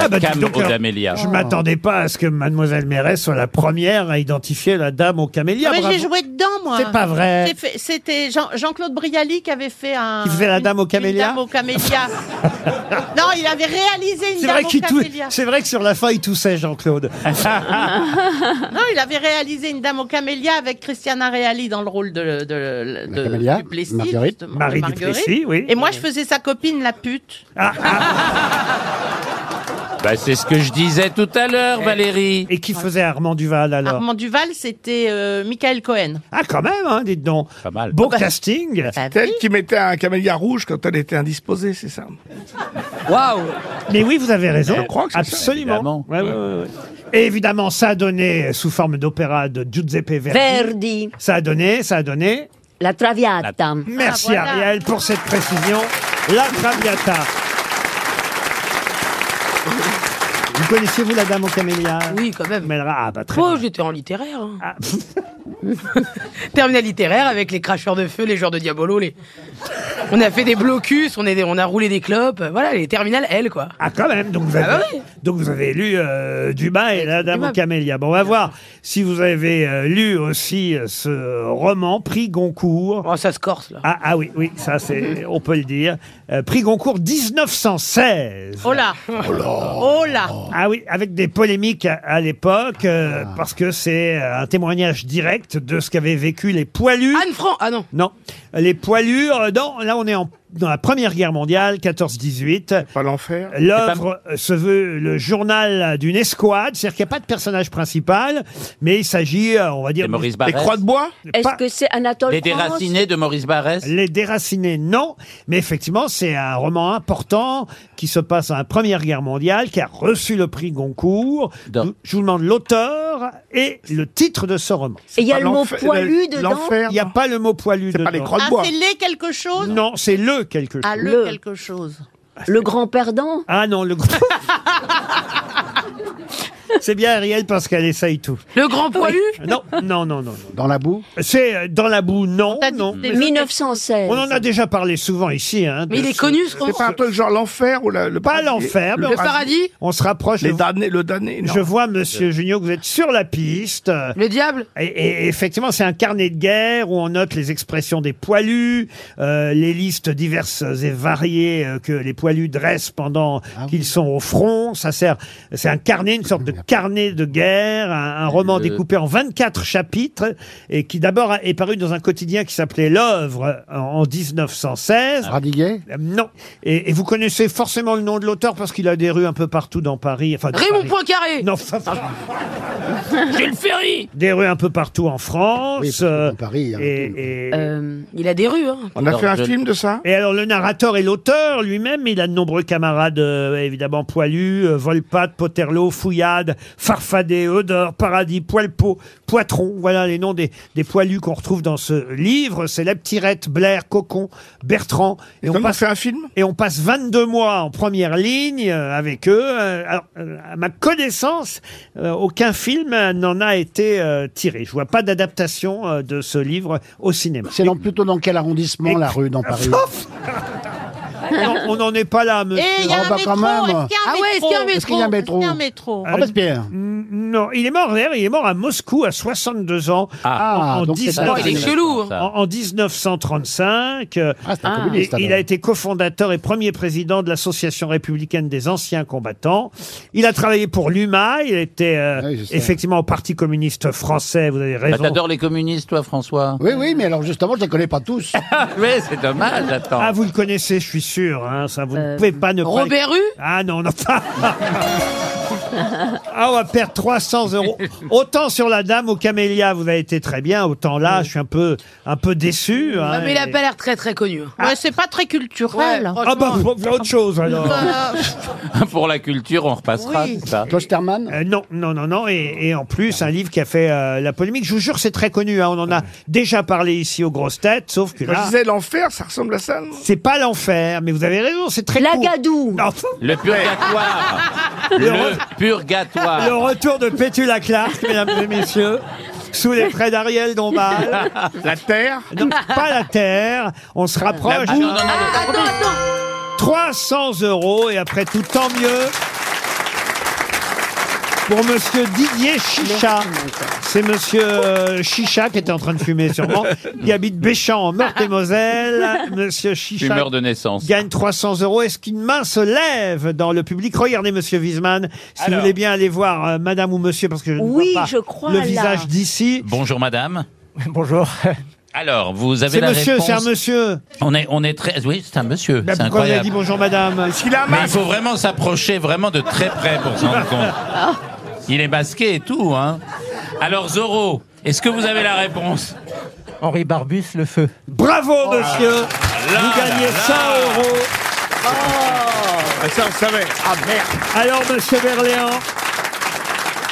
Ah bah, dis
Cam
donc,
au
alors,
d'Amélia.
Je m'attendais pas à ce que Mademoiselle Mérès soit la première à identifier la dame aux camélias.
Mais
Bravo.
j'ai joué dedans, moi.
C'est pas vrai.
J'ai fait- C'était Jean- Jean-Claude Brialy qui avait fait un.
Qui faisait la dame aux
une- une
camélias
dame aux camélias. non, il avait réalisé une
C'est
dame
vrai,
aux
qu'il tou-
camélias.
c'est vrai que sur la fin, il toussait, Jean-Claude. Ah.
Non, il avait réalisé une dame aux camélias avec Christiana Reali dans le rôle de, de, de, de
camélia,
Duplessis,
Marguerite.
justement, de
Marie
Marguerite.
Duplessis, oui.
Et moi, je faisais sa copine, la pute.
Ah, ah,
Bah, c'est ce que je disais tout à l'heure, Valérie.
et qui faisait Armand Duval, alors
Armand Duval, c'était euh, Michael Cohen.
Ah, quand même, hein, dites donc.
Pas mal.
Beau casting.
Celle qui mettait un camélia rouge quand elle était indisposée, c'est ça
Waouh
Mais oui, vous avez raison.
Je crois que c'est ça,
Absolument. Ouais, ouais. Et évidemment, ça a donné, sous forme d'opéra de Giuseppe Verdi.
Verdi,
Ça a donné, ça a donné.
la Traviata.
Merci
Ah, voilà.
Ariel pour cette précision. La Traviata. Vous connaissiez-vous la dame au camélia
Oui, quand même.
Melra, ah, bah, très
Oh,
bien.
j'étais en littéraire. hein.
Ah,
Terminal littéraire avec les cracheurs de feu, les joueurs de Diabolo, les. On a fait des blocus, on, est, on a roulé des clopes. Voilà, les terminales, elles, quoi.
Ah, quand même, donc vous
Ah
avez,
bah oui.
donc vous avez lu euh, Dumas et la dame aux camélias. Bon, on va voir si vous avez euh, lu aussi euh, ce roman, Prix Goncourt.
Oh, ça se corse, là.
Ah, ah oui, oui, ça, c'est, on peut le dire. Euh, Prix Goncourt 1916.
Oh là Oh là
Ah oui, avec des polémiques à, à l'époque, euh, parce que c'est euh, un témoignage direct de ce qu'avaient vécu les poilus. Anne
Franc, ah non.
Non, les poilus, euh, non, là on est en- dans la Première Guerre mondiale, 14-18.
Pas l'enfer.
L'œuvre euh, se veut le journal d'une escouade, c'est-à-dire qu'il n'y a pas de personnage principal, mais il s'agit, euh, on va dire,
Des Maurice Barrès. Des Croix de
bois
Est-ce que c'est Anatole
Les
France
déracinés de Maurice Barrès
les déracinés, non. Mais effectivement, c'est un roman important qui se passe en la Première Guerre mondiale, qui a reçu le prix Goncourt. Je vous demande l'auteur et le titre de ce roman.
Et il y a C'est le pas mot l'enfer- poilu le- dedans l'enfer,
Il n'y a pas le mot poilu dedans.
Ah, c'est les quelque chose
Non, c'est le quelque chose.
Ah, le quelque chose.
Le grand perdant
Ah non, le grand... C'est bien Ariel parce qu'elle essaye tout.
Le grand poilu
Non, non, non, non.
Dans la boue
C'est euh, dans la boue, non, non.
c'est 1916.
On en a déjà parlé souvent ici. hein, de ce-
C'est pas un truc genre l'enfer ou la- le
Pas l'enfer. mais on- On se rapproche.
Les
je-
damnés, le damné. non.
Je vois, monsieur Junio, que vous êtes sur la piste.
Le diable
Et, et effectivement, c'est un carnet de guerre où on note les expressions des poilus, euh, les listes diverses et variées euh, que les poilus dressent pendant qu'ils sont au front. Ça sert, c'est un carnet, une sorte de carnet de guerre, un, un roman
Le-
découpé en 24 chapitres et qui d'abord est paru dans un quotidien qui s'appelait L'œuvre en en 1916.
Radiguet
Euh, Non. Et, et vous connaissez forcément le nom de l'auteur parce qu'il a des rues un peu partout dans Paris. Enfin, dans
Raymond
Paris.
Poincaré
Non, enfin, enfin,
Jules Ferry
des rues un peu partout en France. euh, et, et-
Il a des rues, hein.
On a fait un film de ça
et alors le narrateur et l'auteur lui-même, il a de nombreux camarades, euh, évidemment poilus, euh, Volpatte, Poterlo, Fouillade, Farfadet, Odeur, Paradis, Poilpot, Poitron. Voilà les noms des, des poilus qu'on retrouve dans ce livre. C'est la Tirette, Blair, Cocon, Bertrand. Et, on passe
un film
Et on passe 22 mois en première ligne euh, avec eux. Euh, alors, euh, à ma connaissance, euh, aucun film euh, n'en a été euh, tiré. Je vois pas d'adaptation euh, de ce livre au cinéma.
C'est dans- plutôt dans quel arrondissement, la rue, dans Paris
Non, on n'en est pas là, monsieur.
Et il y a
Ah,
un
bah,
métro
quand même.
Est-ce qu'il y a un
Ah ouais, est-ce qu'il y a un
métro
Est-ce qu'il y a un métro
Est-ce qu'il y a un Oh, métro Ah,
Euh, n- Non, il est mort d'ailleurs, il est mort à Moscou à 62 ans.
Ah.
en, en
Ah, donc c'est
19
pas- Oh, il est
chelou, hein.
En, en 1935. euh,
Ah, c'est un
et-
communiste, alors.
il a été cofondateur et premier président de l'Association républicaine des anciens combattants. Il a travaillé pour l'UMA, il était euh,
Ah oui, je sais.
effectivement au Parti communiste français, vous avez
Bah,
raison.
T'adores les communistes, toi, François Ah,
Oui, oui, mais alors justement, je les connais pas tous.
Mais c'est dommage, attends.
ah, vous le connaissez, je suis sûr. hein, ça, vous ne pouvez pas ne pas.
Euh, Robert Rue
Ah non, non pas. ah, on va perdre 300 euros. Autant sur la dame au camélia, vous avez été très bien. Autant là, je suis un peu, un peu déçu. hein,
Ah, mais il a
et-
pas l'air très très connu. hein.
Ouais, c'est pas très culturel.
Ouais,
Ah bah, faut faire autre chose alors.
Pour la culture, on repassera,
Oui.
c'est ça.
Klosterman
Euh, non, non, non, non. Et, et en plus, un livre qui a fait euh, la polémique. Je vous jure, c'est très connu. hein, On en a déjà parlé ici aux grosses têtes, sauf que
Quand je
là,
disais l'enfer, ça ressemble à ça, non
c'est pas l'enfer. Mais vous avez raison, c'est très
La
court.
gadoue
Non,
Le purgatoire Le
le
purgatoire
retour de Pétula Clark, mesdames et messieurs, sous les traits d'Ariel Dombal.
La terre
Non, pas la terre. On se rapproche.
Ah, non, non, non, non.
300 euros et après tout, tant mieux. Pour monsieur Didier Chicha. C'est monsieur euh, Chicha qui était en train de fumer sûrement, qui habite Béchamp en Meurthe-et-Moselle. Monsieur Chicha
Humeur de naissance.
gagne 300 euros. Est-ce qu'une main se lève dans le public Regardez monsieur Wiesmann, si vous
Alors.
voulez bien aller voir euh, madame ou monsieur parce que je ne
Oui,
vois pas
je crois,
le
là.
visage d'ici.
Bonjour, madame.
Bonjour.
Alors, vous avez
C'est
la
monsieur, c'est un
réponse.
monsieur.
On est, on est très. Oui, c'est un monsieur.
Bah,
c'est
pourquoi vous avez
incroyable.
dit bonjour madame
S'il a un
Mais il
masque
faut vraiment s'approcher vraiment de très près pour s'en rendre compte.
Ah.
Il est masqué et tout, hein. Alors Zorro, est-ce que vous avez la réponse
Henri Barbus, le feu.
Bravo, monsieur
Là,
Vous gagnez
là,
100
là.
euros.
Ah, Ça, on savait. Ah merde
Alors, monsieur Berléand,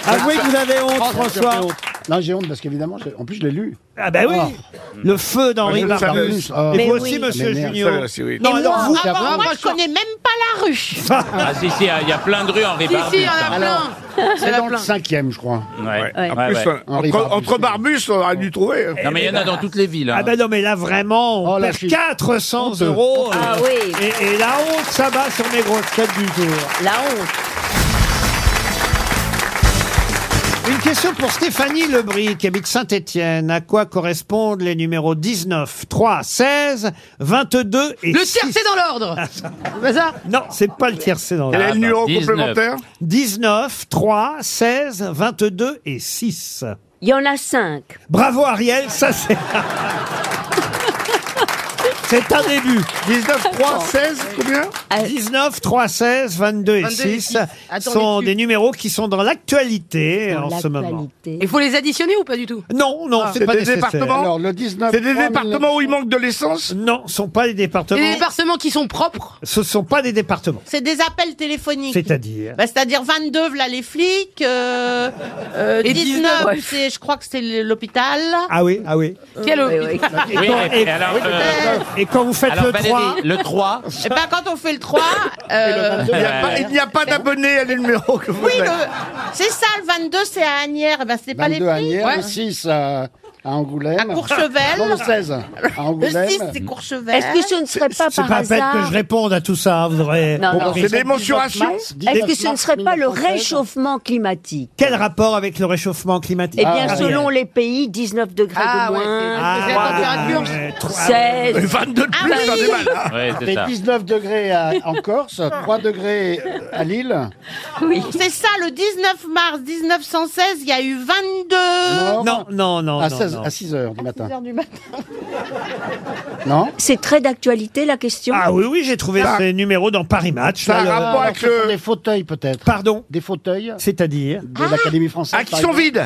avouez que vous avez honte, François.
Non, j'ai honte parce qu'évidemment, j'ai- en plus, je l'ai lu.
Ah ben oui Le feu d'Henri
Je le
Barbu.
savais.
Ah.
Et
Mais
vous
oui.
aussi,
Ça
monsieur
m'énerve.
Junio.
Ça, c'est oui.
Non, alors vous...
Ah,
d'abord,
moi,
moi,
je connais même pas la rue.
Ah si, si, il y a plein de rues Henri
Si,
Barbus.
si, il y en a
hein.
plein.
C'est dans le cinquième, je crois.
En plus, euh,
Henri
entre,
Barbus.
entre Barbus, on aurait dû trouver.
Non, mais il y en a dans hein. toutes les villes.
Ah ben non, mais là, vraiment,
Oh,
on perd 400 euros.
Ah
oui. Et, et la honte s'abat sur mes grosses têtes du jour.
La honte.
Une question pour Stéphanie Lebris, qui habite Saint-Étienne. À quoi correspondent les numéros 19, 3, 16, 22 et
Le
6
tiercé dans l'ordre
Ah,
Bazar
Non, c'est pas le tiercé dans
Quel est le numéro complémentaire
19, 3, 16, 22 et 6.
Il y en a cinq.
Bravo Ariel, ça c'est... C'est un début.
19, 3, 16, combien
Euh,
19, 3, 16, 22 et
22 et
6
six. Attends,
sont
les
des numéros qui sont dans l'actualité
Dans
en ce moment.
Il faut les additionner ou pas du tout Ah.
Non, non, c'est
Ah, C'est
pas
des
nécessaire.
départements Alors,
le 19,
C'est des départements où il manque de l'essence
Non, ce sont pas les départements.
Les départements qui sont propres
Ce sont pas des départements.
C'est des appels téléphoniques.
C'est-à-dire
Bah, C'est-à-dire 22, là, les flics. euh, euh,
Et
19,
19,
c'est, je crois que c'est l'hôpital.
Ah oui, ah oui.
Quel
Et quand, et-
euh,
oui, et quand vous faites le 3,
le 3.
Et ben, quand on fait le 3. euh,
Il n'y a pas, il n'y a pas d'abonnés à les numéros que vous
oui,
avez.
le- c'est ça, le 22, c'est à Agnières. Eh Ben, c'est pas les
22 à
flics.
Nières,
Ouais.
le 6 à, à Angoulême.
À Courchevel.
Non, le 16 à
Le
Angoulême.
6, c'est Courchevel.
Est-ce que ce ne serait pas
c'est
par
pas la peine
hasard
que je réponde à tout ça, hein, vous aurez
Non, non.
compris.
C'est des mensurations
Est-ce que ce ne serait pas le réchauffement climatique
Quel rapport avec le réchauffement climatique
Eh bien,
Ah,
selon les pays, 19 degrés
Ah
de
ouais,
moins,
c'est- c'est la température.
ouais, trois-
16. Ah
22 de plus, j'en ai mal. hein.
Ouais, c'est
Fait
ça.
19 degrés à- en Corse, 3 degrés à Lille.
C'est ça, le 19 mars 1916, il y a eu 22.
Mort
Non, non, non.
à,
non,
16
non.
à 6 heures du matin.
du matin.
Non
C'est très d'actualité la question.
Ah oui, oui, j'ai trouvé ces numéros dans Paris Match.
Ça a
là, le-
rapport avec
Ce sont
le.
des fauteuils peut-être.
Pardon
Des fauteuils
C'est-à-dire
de l'Académie française.
Ah, qui
par
sont
exemple.
vides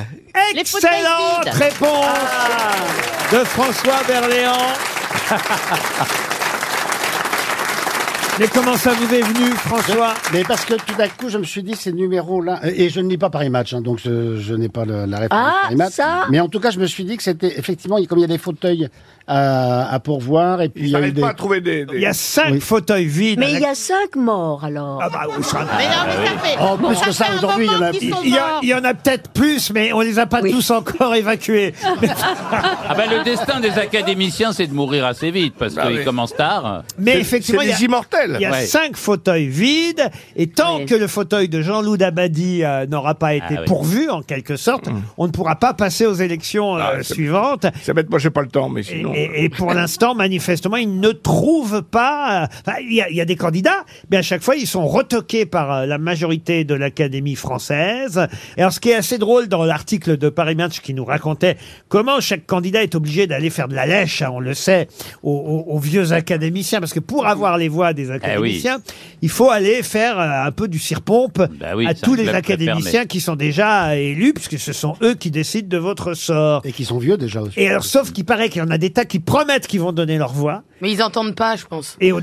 Les fauteuils
Excellente
vides.
réponse
Ah.
de François Berléand. Mais comment ça vous est venu, François
Mais parce que tout d'un coup, je me suis dit ces numéros-là, et je ne lis pas Paris Match, hein, donc je, je n'ai pas le- la réponse
Ah,
Paris Match.
ça
Mais en tout cas, je me suis dit que c'était effectivement, il- comme il y a des fauteuils à, à pourvoir, et puis il
Ils
y a eu
n'arrivent
des.
pas à trouver des. des-
Il y a cinq fauteuils vides.
Mais
à
il y a cinq morts alors.
Ah bah oui, ça-
Mais non,
Ah
mais ça fait.
Oh, plus que ça,
fait un
aujourd'hui, il y en
moment
a-
qu'ils sont
Il y, a-
morts.
il y en a peut-être plus, mais on les a pas
Oui.
tous encore évacués.
Ah ben, le destin des académiciens, c'est de mourir assez vite, parce
Bah
qu'ils
oui.
commencent tard.
Mais
C'est-
effectivement,
c'est
il y a,
des immortels.
il y a
Ouais.
cinq fauteuils vides, et tant
Oui.
que le fauteuil de Jean-Loup Dabadi euh, n'aura pas été
oui.
pourvu, en quelque sorte, on ne pourra pas passer aux élections euh,
Mm. Ah, c'est-
suivantes.
Ça bête, moi j'ai pas le temps, mais
Et,
sinon. euh,
et- et pour l'instant, manifestement, ils ne trouvent pas. euh, enfin, Il y, a- il y a des candidats, mais à chaque fois, ils sont retoqués par euh, la majorité de l'Académie française. Et alors, ce qui est assez drôle dans l'article de Paris Match qui nous racontait comment chaque candidat est obligé d'aller faire de la lèche, hein, on le sait, aux, aux- aux vieux académiciens, parce que pour avoir les voix des
Eh
académiciens, il faut aller faire euh, un peu du cirpompe
Bah oui,
à
c'est un
tous les
club très fermé.
académiciens qui sont déjà élus, puisque ce sont eux qui décident de votre sort.
Et qui sont vieux déjà aussi.
Et alors, sauf qu'il paraît qu'il y en a des tas qui promettent qu'ils vont donner leur voix.
Mais ils entendent pas, je pense.
Et au,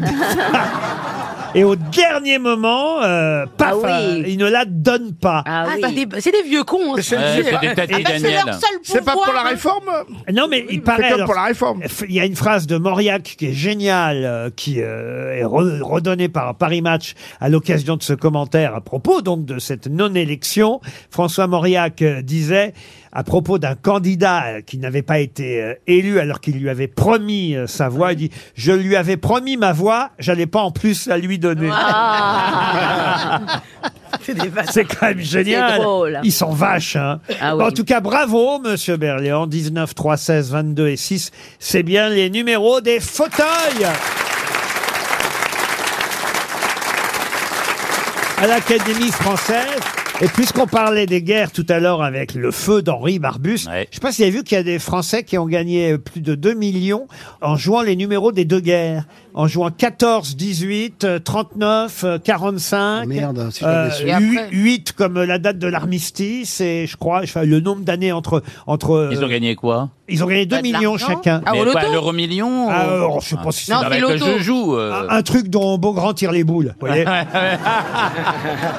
et au dernier moment, euh, paf,
Ah oui.
euh, ils ne la donnent pas.
Ah,
Ah, oui.
c'est des- c'est des vieux cons. hein.
Mais c'est-
Ouais, c'est des
Ah
tâtis,
bah, c'est
Daniel.
leur seul pouvoir.
C'est pas pour la
hein.
réforme
Non, mais il
C'est
paraît.
comme
alors,
pour la réforme.
il y a une phrase de Mauriac qui est géniale, euh, qui euh, est re- redonnée par Paris Match à l'occasion de ce commentaire à propos donc de cette non-élection. François Mauriac euh, disait à propos d'un candidat euh, qui n'avait pas été euh, élu alors qu'il lui avait promis euh, sa voix, il dit je lui avais promis ma voix, j'allais pas en plus la lui donner.
Ah.
C'est quand même génial.
drôle.
Ils sont vaches. hein.
Ah
Bon,
oui.
En tout cas, bravo, monsieur Berléand. 19, 3, 16, 22 et 6. C'est bien les numéros des fauteuils. À l'Académie française. Et puisqu'on parlait des guerres tout à l'heure avec le feu d'Henri Barbus,
Ouais.
je sais pas si vous avez vu qu'il y a des Français qui ont gagné plus de 2 millions en jouant les numéros des deux guerres. En jouant 14, 18, euh, 39, euh, 45.
Ah, merde, si j'avais su.
Et après
8 euh, comme la date de l'armistice et je crois enfin, le nombre d'années entre entre euh,
Ils ont gagné quoi
ils ont gagné 2
Pas de
millions
l'argent.
chacun.
Ah,
Mais
au
quoi,
loto
l'euro million
Ah,
euh,
alors, je sais pas si c'est
Non,
Non,
c'est
mais
l'auto.
que je joue. euh,
un, un truc dont Beaugrand tire les boules, Ah,
Ah.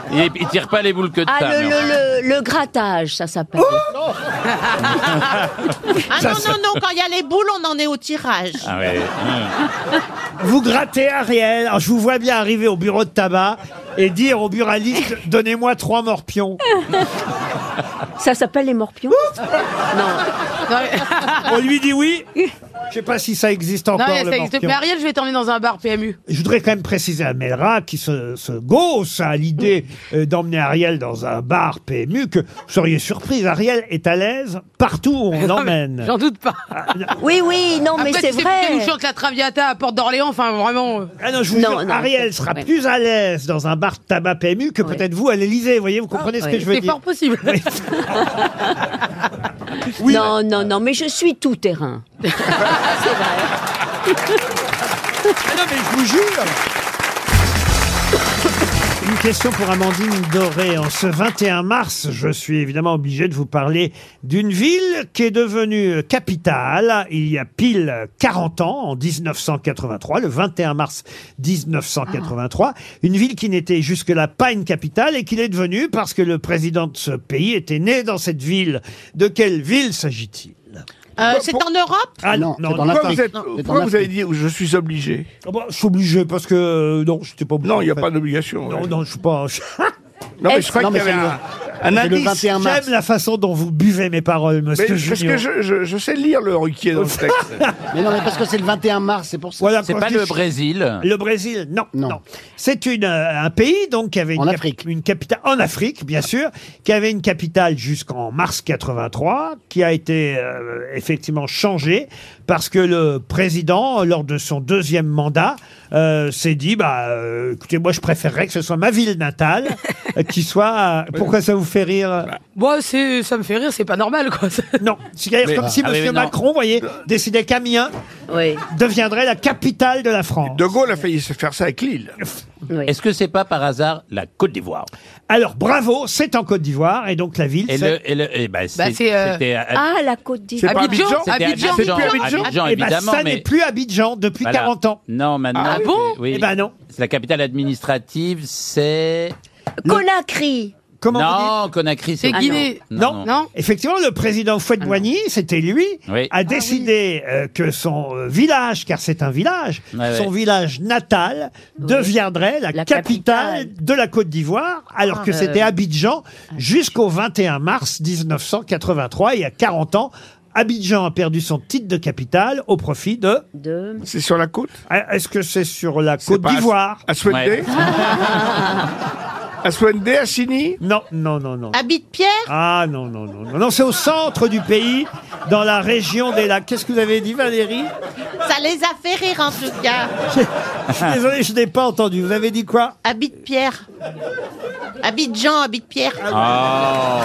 vous voyez.
il, il tire pas les boules que de
Ah,
ça.
le,
mais enfin.
le, le, le grattage, ça s'appelle.
Ah non, non, non, quand il y a les boules, on en est au tirage.
Ah ouais.
vous grattez Ariel. Alors, je vous vois bien arriver au bureau de tabac et dire au buraliste Donnez-moi trois morpions.
Ça s'appelle les morpions
On lui dit oui. Je sais pas si ça existe encore.
non, mais
le
ça existe.
morpion.
Mais Ariel, je vais t'emmener dans un bar PMU.
Je voudrais quand même préciser à Melra, qui se, se gausse à l'idée euh, d'emmener Ariel dans un bar PMU, que vous seriez surprise, Ariel est à l'aise partout où on l'emmène.
J'en doute pas.
Oui, oui, non, mais c'est vrai.
nous chante la Traviata à Porte d'Orléans, enfin vraiment.
Ah non, je vous jure, Ariel sera plus à l'aise dans un bar de tabac PMU que peut-être vous à l'Elysée, vous voyez, vous comprenez ce que je veux
Ah, C'est
dire
fort possible.
Non, non, non, mais je suis tout terrain.
Ah
non, mais je vous jure Une question pour Amandine Doré. En ce 21 mars, je suis évidemment obligé de vous parler d'une ville qui est devenue capitale il y a pile 40 ans, en 1983, le 21 mars 1983. Une ville qui n'était jusque-là pas une capitale et qui l'est devenue parce que le président de ce pays était né dans cette ville. De quelle ville s'agit-il
Euh, c'est en Europe
Ah non, non, non.
pourquoi vous, êtes-
Non.
pourquoi vous avez dit je suis obligé
Ah bah, Je suis obligé parce que euh, non, je n'étais pas obligé.
Non, il n'y a
en fait.
pas d'obligation.
Non, non, je suis pas.
Non, mais je crois qu'il y avait un, un indice.
J'aime la façon dont vous buvez mes paroles,
Mais
monsieur
parce que
Junior.
je, je- je sais lire le ruquier dans le texte.
Mais non, mais parce que c'est le 21 mars, c'est pour ça.
Voilà, quand je dis-
Brésil.
Le Brésil, non, non. C'est une euh, un pays donc qui avait une, cap- une capitale en Afrique, bien sûr, qui avait une capitale jusqu'en mars 83, qui a été euh, effectivement changée parce que le président, lors de son deuxième mandat, euh, s'est dit bah euh, écoutez moi je préférerais que ce soit ma ville natale euh, qui soit. euh, pourquoi ça vous fait
Bah,
rire
Moi, Ah, c'est, ça me fait rire, c'est pas normal, quoi.
Non, c'est-à-dire
Mais-
comme si
Ah, mais-
Monsieur
mais non.
Macron, vous voyez, décidait qu'Amiens deviendrait la capitale de la France.
De Gaulle a failli se faire ça avec Lille.
Est-ce que c'est pas par hasard la Côte d'Ivoire
Alors bravo, c'est en Côte d'Ivoire et donc la ville.
Et
c'est-
le, et le- et bah, c'est-
Bah, c'est, euh,
c'était à-
Ah, la Côte d'Ivoire.
C'était Abidjan, Abidjan,
Eh ben,
évidemment.
ça
mais...
n'est plus Abidjan depuis
Voilà.
40 ans.
Non, maintenant.
Ah
c'est-
bon
oui.
Eh ben non.
C'est La capitale administrative, c'est.
Conakry.
Comment
Non, Conakry, c'est.
Ah, Non. Ah, Non. Effectivement, le président Fouet Boigny, c'était lui,
Oui.
a décidé euh, que son euh, village, car c'est un village,
Ouais,
son
ouais.
village natal deviendrait la, capitale, de la Côte d'Ivoire, alors
Ah,
que
euh,
c'était Abidjan jusqu'au 21 mars 1983, il y a 40 ans. Abidjan a perdu son titre de capitale au profit de... Ah,
C'est sur la côte
Est-ce que c'est sur la Côte
pas à-
d'Ivoire
à Souendé Ah. Aswende, Assini
Non, non, non, non.
Habite Pierre
Ah non, non, non, non, non, c'est au centre du pays, dans la région des lacs. Qu'est-ce que vous avez dit, Valérie
Ça les a fait rire en tout cas.
Je suis désolé, je n'ai pas entendu. Vous avez dit quoi
Habite Pierre. Habite Jean, habite Pierre.
Ah.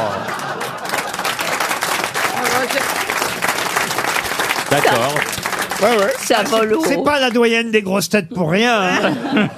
D'accord.
Ça vole haut.
Ah, C'est pas la doyenne des grosses têtes pour rien. hein.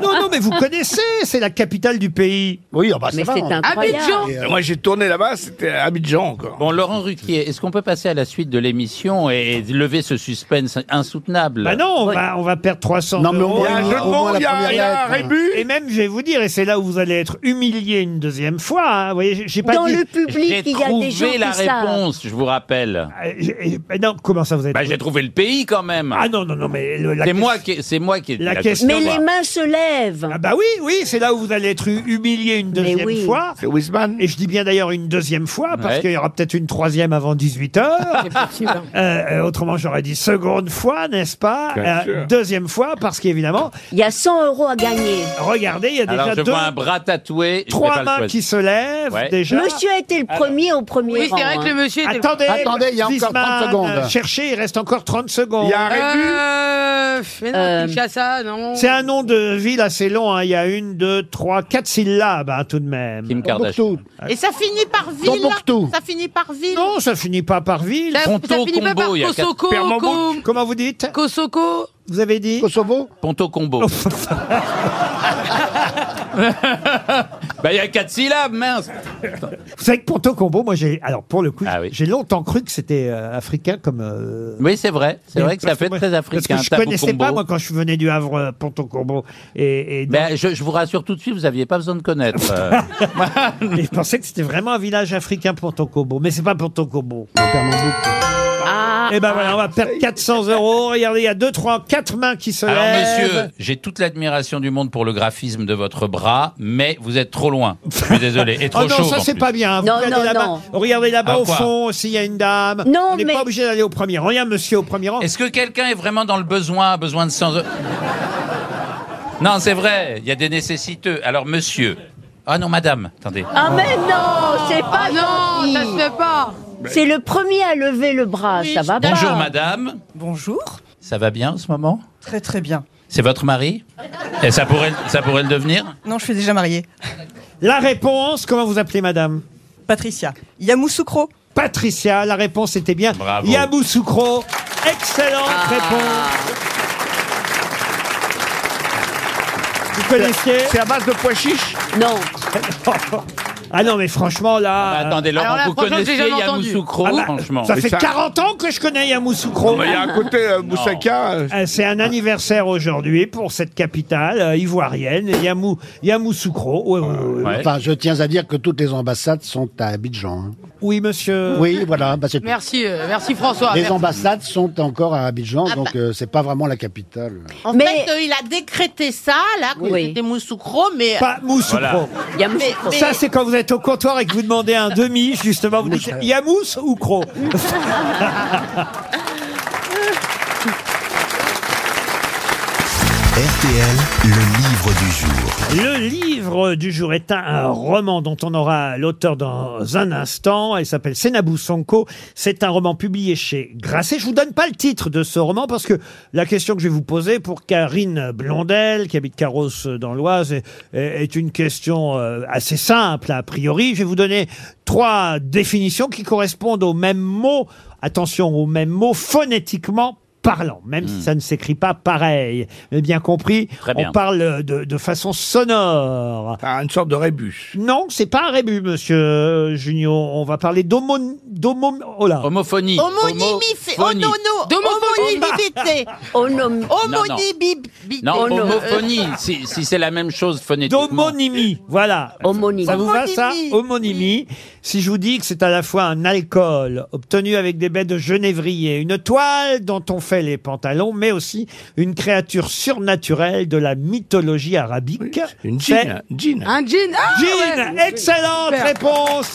non, non, mais vous connaissez, c'est la capitale du pays. ah
Oui, bah,
Mais c'est
hein.
incroyable.
euh,
Euh, Moi, j'ai tourné là-bas, c'était à Abidjan encore.
Bon, Laurent Ruquier, est-ce qu'on peut passer à la suite de l'émission et lever ce suspense insoutenable
Bah non, on, va, on va perdre 300
Non, mais au
euros.
moins- Il y a un jeu de au moins mots, la il y a- première il y a un lettre.
Et même, je vais vous dire, et c'est là où vous allez être humilié une deuxième fois. hein, vous voyez, j'ai- j'ai pas
Dans
dit-
le public, il y a des gens
J'ai la
qui savent.
réponse, je vous rappelle.
Euh, j'ai- euh, bah non, comment ça vous êtes
Bah, j'ai trouvé le pays quand même.
Ah non, non, non, mais le- la
c'est
question-
moi qui, c'est moi qui. ai dit
la question-
Mais les mains se lèvent.
Ah bah oui, oui, c'est là où vous allez être humilié une deuxième
oui.
fois. Et je dis bien d'ailleurs une deuxième fois, parce
Ouais.
qu'il y aura peut-être une troisième avant 18h.
possible.
euh, autrement, j'aurais dit seconde fois, n'est-ce pas
Bien
Euh,
sûr.
Deuxième fois, parce qu'évidemment,
Il y a 100 euros à gagner.
regardez, il y a
Alors,
déjà
je
deux,
vois un bras tatoué. je vais pas
trois
le
mains
choisir.
qui se lèvent
Ouais.
déjà.
Monsieur a été le premier au premier
Oui, c'est
rang,
vrai que
hein.
le monsieur était-
Attendez,
Attendez, il y a encore 30
Wiesmann,
secondes.
euh, Cherchez, il reste encore 30 secondes.
Euh, mais non,
Euh,
Kinshasa, non.
C'est un nom de ville assez long, hein. il y a une, deux, trois, quatre syllabes hein, tout de même. Kim
Kardashian.
Et ça finit par ville.
Tombouctou.
Ça finit par ville.
Non, ça finit pas par ville.
Ça- ça Ponto, finit pas par Combo, il y a quatre- Kosoko, Permambo. Com-
Comment vous dites
Kosoko.
Vous avez dit
Kosovo
Ponto combo. bah, il y a quatre syllabes, mince.
Vous savez que Ponto Combo, moi j'ai. Alors pour le coup, j'ai longtemps cru que c'était euh, africain comme. euh,
Ah Oui, c'est vrai. C'est
mais
vrai que ça
parce
fait
moi-
très africain.
Parce que je
Tabou
connaissais
combo.
pas, moi, quand je venais du Havre, euh, Ponto Combo. Et, et
Ben, je, je vous rassure tout de suite, vous aviez pas besoin de connaître. euh.
Et je pensais que c'était vraiment un village africain, Ponto Combo. Mais c'est pas Ponto Combo.
Ah,
Et ben voilà, on va perdre 400 euros. Regardez, il y a deux, trois, quatre mains qui se
Alors
lèvent.
monsieur, j'ai toute l'admiration du monde pour le graphisme de votre bras, mais vous êtes trop loin. Je suis désolé. Et trop
oh non,
chauve,
ça
en
c'est
plus.
pas bien.
Non,
regardez
non,
là-bas,
non.
Regardez là-bas
Ah,
au
quoi
fond s'il y a une dame.
Non,
on n'est
mais-
pas obligé d'aller au premier rang. Regarde monsieur au premier rang.
Est-ce que quelqu'un est vraiment dans le besoin, a besoin de 100 euros Non, c'est vrai, il y a des nécessiteux. Alors monsieur. Ah non, madame, attendez.
Ah mais non, c'est
Ah
pas
non,
gentil.
ça se fait pas.
C'est le premier à lever le bras, ça va pas.
Bonjour madame.
Bonjour.
Ça va bien en ce moment
Très très bien.
C'est votre mari Et ça pourrait, ça pourrait le devenir
Non, je suis déjà mariée.
La réponse, comment vous appelez madame
Patricia. Yamoussoukro.
Patricia, la réponse était bien.
Bravo.
Yamoussoukro. Excellente réponse. Vous connaissiez
C'est à base de pois chiches
Non.
Ah non, mais franchement, là. euh,
Ah bah, attendez, Laurent,
Alors là,
vous
franchement, j'ai
connaissez
jamais entendu.
Yamoussoukro,
Ah bah,
franchement.
Ça fait
ça-
40 ans que je connais Yamoussoukro.
Il y a un côté euh, moussaka. euh,
Euh, C'est un anniversaire aujourd'hui pour cette capitale euh, ivoirienne, Yamou, Yamoussoukro. Oui, oui, oui, oui.
Ouais.
Euh, Enfin, je tiens à dire que toutes les ambassades sont à Abidjan. hein.
Oui, monsieur.
Oui, voilà, bah, c'est tout.
Merci, euh, merci François.
Les
merci.
ambassades sont encore à Abidjan,
Ah
donc
bah.
euh, c'est pas vraiment la capitale.
En
Mais-
fait, euh, il a décrété ça, là, quand
Oui.
c'était Moussoukro, mais... euh,
Pas Moussoukro.
Voilà.
Yamoussoukro.
Ça, c'est quand vous êtes au comptoir et que vous demandez un demi, justement, vous dites Yamous ou Cro
RTL, le livre du jour.
Le livre du jour est un, un roman dont on aura l'auteur dans un instant. Il s'appelle Senabou Sonko. C'est un roman publié chez Grasset. Je vous donne pas le titre de ce roman parce que la question que je vais vous poser pour Karine Blondel, qui habite Carrosse dans l'Oise, est, est- est une question euh, assez simple a priori. Je vais vous donner trois définitions qui correspondent aux mêmes mots. Attention, aux mêmes mots phonétiquement parlant, même si ça ne s'écrit pas pareil. Mais bien
Hmm.
compris,
Très bien.
on parle de, de façon sonore.
ah, une sorte de rébus.
Non, c'est pas un rébus, monsieur euh, Junio. On va parler d'homo... d'homo- oh là.
Homophonie.
Homonymif... Oh
Homophonie.
non, non
D'homophobie.
Homonymité
On nomme.
Homonymité
Non,
Oh non.
homophonie, si, si c'est la même chose phonétiquement.
D'homonymie, voilà.
Homonymie.
Ça vous va ça
Homonymie.
Homonymie. Si je vous dis que c'est à la fois un alcool obtenu avec des baies de genévrier, une toile dont on fait les pantalons, mais aussi une créature surnaturelle de la mythologie arabique.
Une
C'est
jean. jean.
Un jean. Ah,
Jean,
ouais.
excellente
Super.
réponse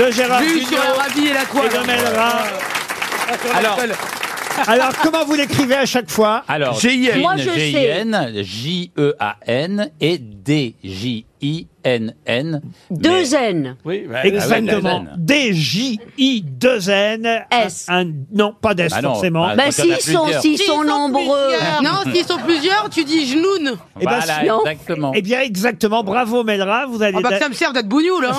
de Gérard
J'ai eu sur
Jugnot
la ravie et la
et
toile.
de Melra.
Alors,
Alors, comment vous l'écrivez à chaque fois
alors
G-I-N.
Moi, je sais.
G-I-N, J-E-A-N E et D-J-I-N-N.
Deux N.
Oui, bah,
Exactement.
ah ouais,
D-J-I-2-N.
S.
Un- non, pas d'S
Bah non,
forcément.
bah-
Ben
Quand il y en a
s'ils sont,
plusieurs.
s'ils sont nombreux.
Non, s'ils sont plusieurs, tu dis genoune.
Eh ben,
Voilà,
sinon-
exactement.
Eh bien, exactement. Bravo, Melra. Vous allez
Ah bah que
d'a-
ça me serve d'être bougnoule, hein.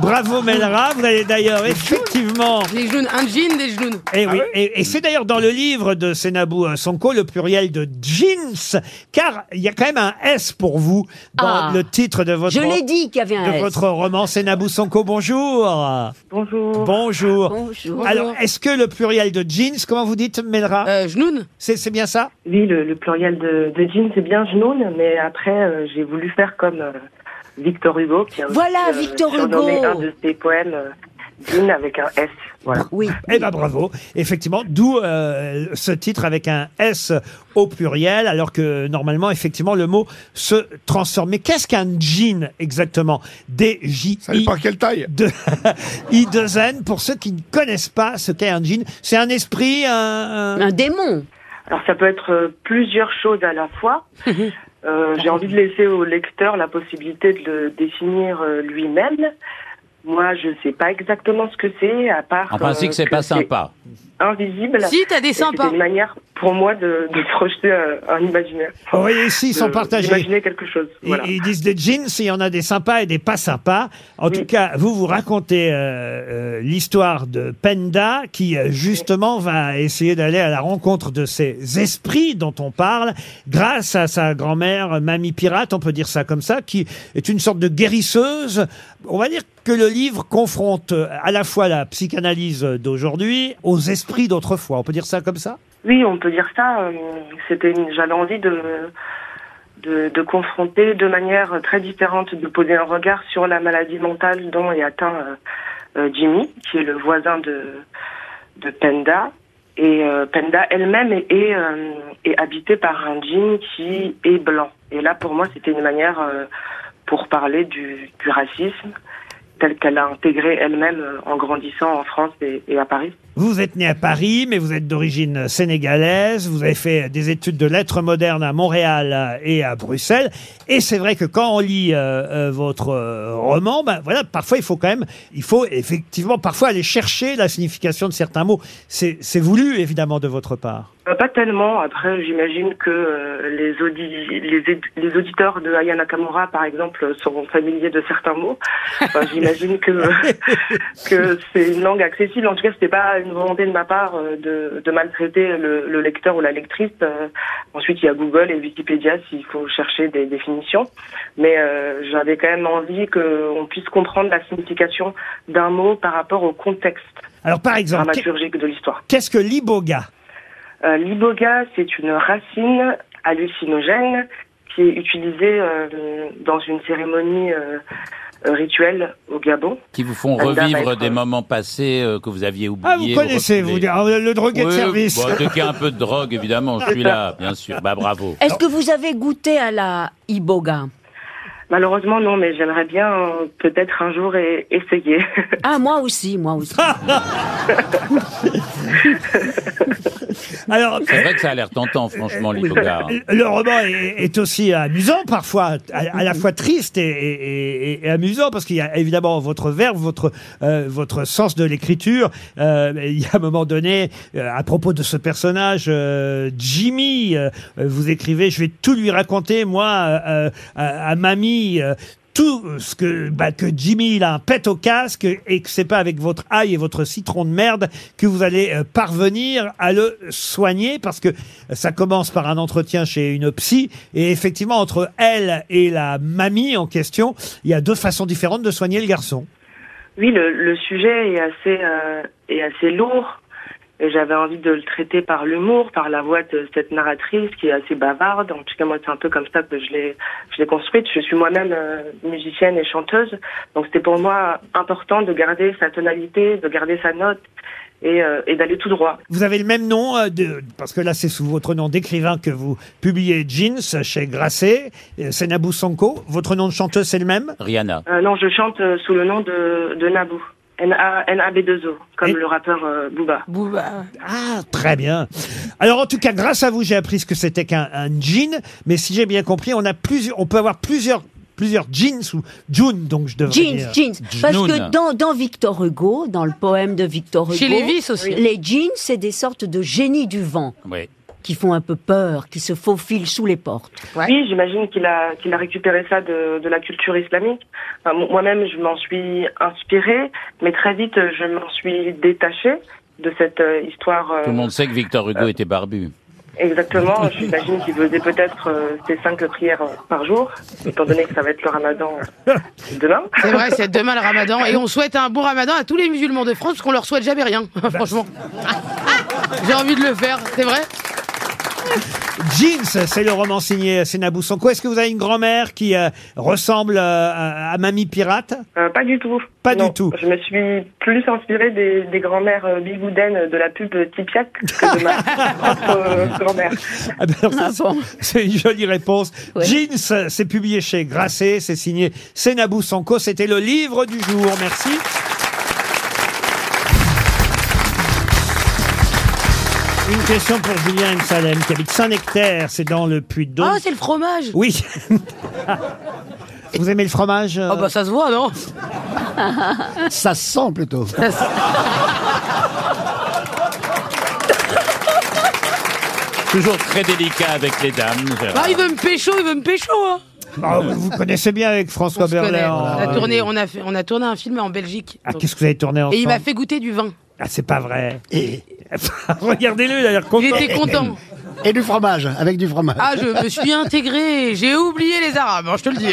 Bravo, Melra. Vous allez d'ailleurs effectivement.
Des genoux, un jean, des genoux.
Ah
Et, oui. et, et c'est d'ailleurs dans le livre de Senabou euh, Sonko, le pluriel de jeans, car il y a quand même un S pour vous dans
Ah.
le titre de votre
Je l'ai dit qu'il y avait un
de
S.
votre roman Senabou Sonko. Bonjour. Bonjour. Bonjour.
Bonjour.
Alors, est-ce que le pluriel de jeans, comment vous dites, Melra
Euh, genoune.
C'est c'est bien ça
Oui, le, le pluriel de, de jean, c'est bien genoune, mais après, euh, j'ai voulu faire comme euh, Victor Hugo, qui a aussi,
Voilà,
euh,
Victor
surnommé
Hugo.
un de ses poèmes euh, jean avec un S. Voilà.
Ah Oui.
Eh ben bravo, effectivement, d'où euh, ce titre avec un S au pluriel, alors que normalement, effectivement, le mot se transforme. Mais qu'est-ce qu'un jean exactement d j
Ça dépend quelle taille.
de I2N, pour ceux qui ne connaissent pas ce qu'est un jean, c'est un esprit, un- un-
Un démon.
Alors, ça peut être euh, plusieurs choses à la fois.
Mmh.
Euh, j'ai envie de laisser au lecteur la possibilité de le définir euh, lui-même. Moi, je ne sais pas exactement ce que c'est, à part.
En principe,
euh,
c'est
que
pas sympa.
Invisible.
Si, t'as des
Et C'était
sympas.
une manière pour moi de, de projeter euh, un imaginaire.
Vous voyez, ici, ils sont
De-
partagés.
d'imaginer quelque chose.
Ils-
Voilà.
Ils disent des jeans, il y en a des sympas et des pas sympas. En tout cas, vous vous racontez euh, euh, l'histoire de Penda qui euh, justement va essayer d'aller à la rencontre de ces esprits dont on parle grâce à sa grand-mère, euh, Mamie Pirate, on peut dire ça comme ça, qui est une sorte de guérisseuse. On va dire que le livre confronte euh, à la fois la psychanalyse d'aujourd'hui aux esprits d'autrefois. On peut dire ça comme ça
Oui, on peut dire ça. euh, C'était, une- j'avais envie de, de de confronter de manière très différente, de poser un regard sur la maladie mentale dont est atteint euh, euh, Jimmy, qui est le voisin de, de Penda. Et euh, Penda elle-même est, est, euh, est habitée par un djinn qui est blanc. Et là, pour moi, c'était une manière euh, pour parler du, du racisme tel qu'elle a intégré elle-même euh, en grandissant en France et- et à Paris.
Vous êtes né à Paris, mais vous êtes d'origine sénégalaise. Vous avez fait des études de lettres modernes à Montréal euh, et à Bruxelles. Et c'est vrai que quand on lit euh, euh, votre euh, roman, ben voilà, parfois il faut quand même, il faut effectivement parfois aller chercher la signification de certains mots. C'est c'est voulu évidemment de votre part.
Euh, Pas tellement. Après, j'imagine que euh, les, audi- les, éd- les auditeurs de Aya Nakamura, par exemple, euh, seront familiers de certains mots. Enfin, j'imagine que, que c'est une langue accessible. En tout cas, c'était pas une volonté de ma part euh, de, de maltraiter le, le lecteur ou la lectrice. Euh, ensuite, il y a Google et Wikipédia s'il faut chercher des définitions. Mais euh, j'avais quand même envie qu'on puisse comprendre la signification d'un mot par rapport au contexte
Alors par exemple, qu'est-
dramaturgique de l'histoire.
qu'est-ce que l'iboga
Euh, L'iboga, c'est une racine hallucinogène qui est utilisée euh, dans une cérémonie euh, euh, rituelle au Gabon.
Qui vous font
Ah,
Panda va
revivre
être-
des moments passés euh, que vous bah, aviez oubliés.
Ah, vous connaissez, vous, dire, ah, le drogué de service.
y a un peu de drogue, évidemment, je suis là, bien sûr. Bah bravo.
Est-ce que vous avez goûté à la iboga
Malheureusement, non, mais j'aimerais bien euh, peut-être un jour e- essayer.
Ah, moi aussi, moi aussi.
Alors,
C'est vrai que ça a l'air tentant, franchement, l'hypogare.
Le roman est, est aussi amusant parfois, à, à la fois triste et, et- et- et amusant, parce qu'il y a évidemment votre verbe, votre, euh, votre sens de l'écriture. Euh, il y a un moment donné, euh, à propos de ce personnage, euh, Jimmy, euh, vous écrivez, je vais tout lui raconter, moi, euh, à, à mamie. euh, tout ce que, bah, que Jimmy il a un pet au casque et que c'est pas avec votre ail et votre citron de merde que vous allez euh, parvenir à le soigner parce que ça commence par un entretien chez une psy et effectivement entre elle et la mamie en question, il y a deux façons différentes de soigner le garçon.
Oui, le, le sujet est assez, euh, est assez lourd. Et j'avais envie de le traiter par l'humour, par la voix de cette narratrice qui est assez bavarde. En tout cas, moi, c'est un peu comme ça que je l'ai, je l'ai construite. Je suis moi-même euh, musicienne et chanteuse. Donc, c'était pour moi important de garder sa tonalité, de garder sa note et, euh, et d'aller tout droit.
Vous avez le même nom, euh, de, parce que là c'est sous votre nom d'écrivain que vous publiez Jeans chez Grasset, euh, c'est Nabou Sanko. Votre nom de chanteuse c'est le même
Rihanna.
Euh, non, je chante euh, sous le nom de, de Naboo. N-A-B-2-O, comme le rappeur euh, Booba.
Ah, Très bien. Alors en tout cas, grâce à vous, j'ai appris ce que c'était qu'un un jean. Mais si j'ai bien compris, on a plusieurs, on peut avoir plusieurs, plusieurs jeans ou jeans, donc je devrais
Jeans,
dire.
jeans. Parce que dans, dans Victor Hugo, dans le poème de Victor Hugo,
Chez Lévis aussi.
les jeans, c'est des sortes de génies du vent
Oui.
qui font un peu peur, qui se faufilent sous les portes.
Oui, j'imagine qu'il a, qu'il a récupéré ça de, de la culture islamique. Enfin, mo- Moi-même, je m'en suis inspirée, mais très vite, euh, je m'en suis détachée de cette euh, histoire. euh,
Tout le monde sait que Victor Hugo était barbu.
Exactement, j'imagine qu'il faisait peut-être euh, ses cinq prières euh, par jour, étant donné que ça va être le ramadan euh, demain.
C'est vrai, c'est demain le ramadan. Et on souhaite un bon ramadan à tous les musulmans de France, parce qu'on leur souhaite jamais rien, hein,
Bah,
franchement. J'ai envie de le faire, c'est vrai
Jeans, c'est le roman signé Sénabou Sonko. Est-ce que vous avez une grand-mère qui euh, ressemble euh, à, à Mamie Pirate
Euh, pas du tout.
Pas
Non,
du tout.
Je me suis plus inspirée des, des grand-mères euh, bigoudaines de la pub euh, Tipiak que de ma propre euh, grand-mère.
Ah ben alors ça, C'est une jolie réponse. Jeans, c'est publié chez Grasset, c'est signé Sénabou Sanko. C'était le livre du jour. Merci. Une question pour Julien Salem qui habite Saint-Nectaire, c'est dans le Puy-de-Dôme.
Ah, c'est le fromage
Oui. Vous aimez le fromage euh
Ah bah ça se voit, non
Ça sent plutôt.
Toujours très délicat avec les dames.
Bah, il veut me pécho, il veut me pécho, hein
Ah, vous vous connaissez bien avec François
On
Berler.
est- on,
hein.
Ah,
a tourné, on, a fait- on a tourné un film en Belgique.
Ah, qu'est-ce que vous avez tourné ensemble
Et il m'a fait goûter du vin.
Ah, c'est pas vrai. Regardez-le, il a l'air content.
Il était content.
Et du fromage, avec du fromage.
Ah, je me suis intégré, j'ai oublié les Arabes, hein, je te le dis.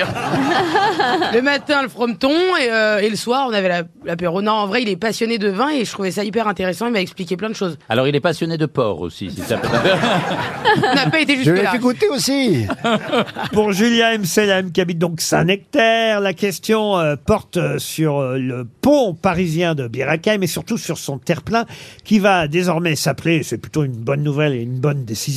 le matin, le frometon, et, euh, et le soir, on avait la- l'apéro. Non, en vrai, il est passionné de vin et je trouvais ça hyper intéressant, il m'a expliqué plein de choses.
Alors, il est passionné de porc aussi, si ça peut.
On n'a pas été
Je
jusque-là.
l'ai fait goûter aussi.
Pour Julia M. Selam, qui habite donc Saint-Nectaire, la question euh, porte euh, sur euh, le pont parisien de Biracaï, mais surtout sur son terre-plein, qui va désormais s'appeler, c'est plutôt une bonne nouvelle et une bonne décision,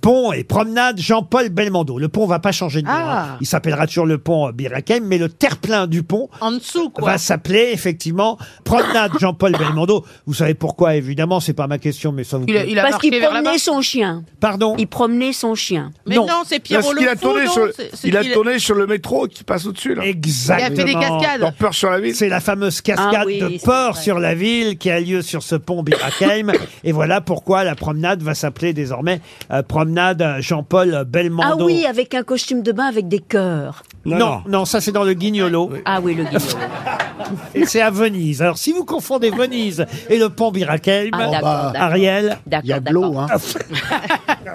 pont et promenade Jean-Paul Belmondo. Le pont va pas changer de nom.
Ah.
hein. Il s'appellera toujours le pont euh, Biracaï, mais le terre-plein du pont
En dessous, quoi.
va s'appeler effectivement promenade Jean-Paul Belmondo. Vous savez pourquoi, évidemment, c'est pas ma question, mais ça vous...
Il a- il a
Parce
marqué
qu'il
vers là-bas
promenait son chien.
Pardon
Il promenait son chien.
Mais non, c'est Pierrot
Parce qu'il
le
a
Fou,
tourné
non
sur,
C'est- c'est
il a
qu'il-
tourné sur le métro qui passe au-dessus. là.
Exactement.
Il a fait des cascades.
Dans peur sur la ville.
C'est la fameuse cascade
Ah oui,
de
c'est
Port
vrai.
sur la ville qui a lieu sur ce pont Birakeim. et voilà pourquoi la promenade va s'appeler désormais euh, promenade Jean-Paul
Ah
Belmondo.
oui, avec un costume de bain avec des cœurs.
non, non, ça c'est dans le Guignolo.
Ah oui, le guignol.
Et c'est à Venise. Alors si vous confondez Venise et le pont Birakeim,
Ah, d'accord, d'accord.
Ariel. Ah,
D'accord,
Il y a de l'eau, hein.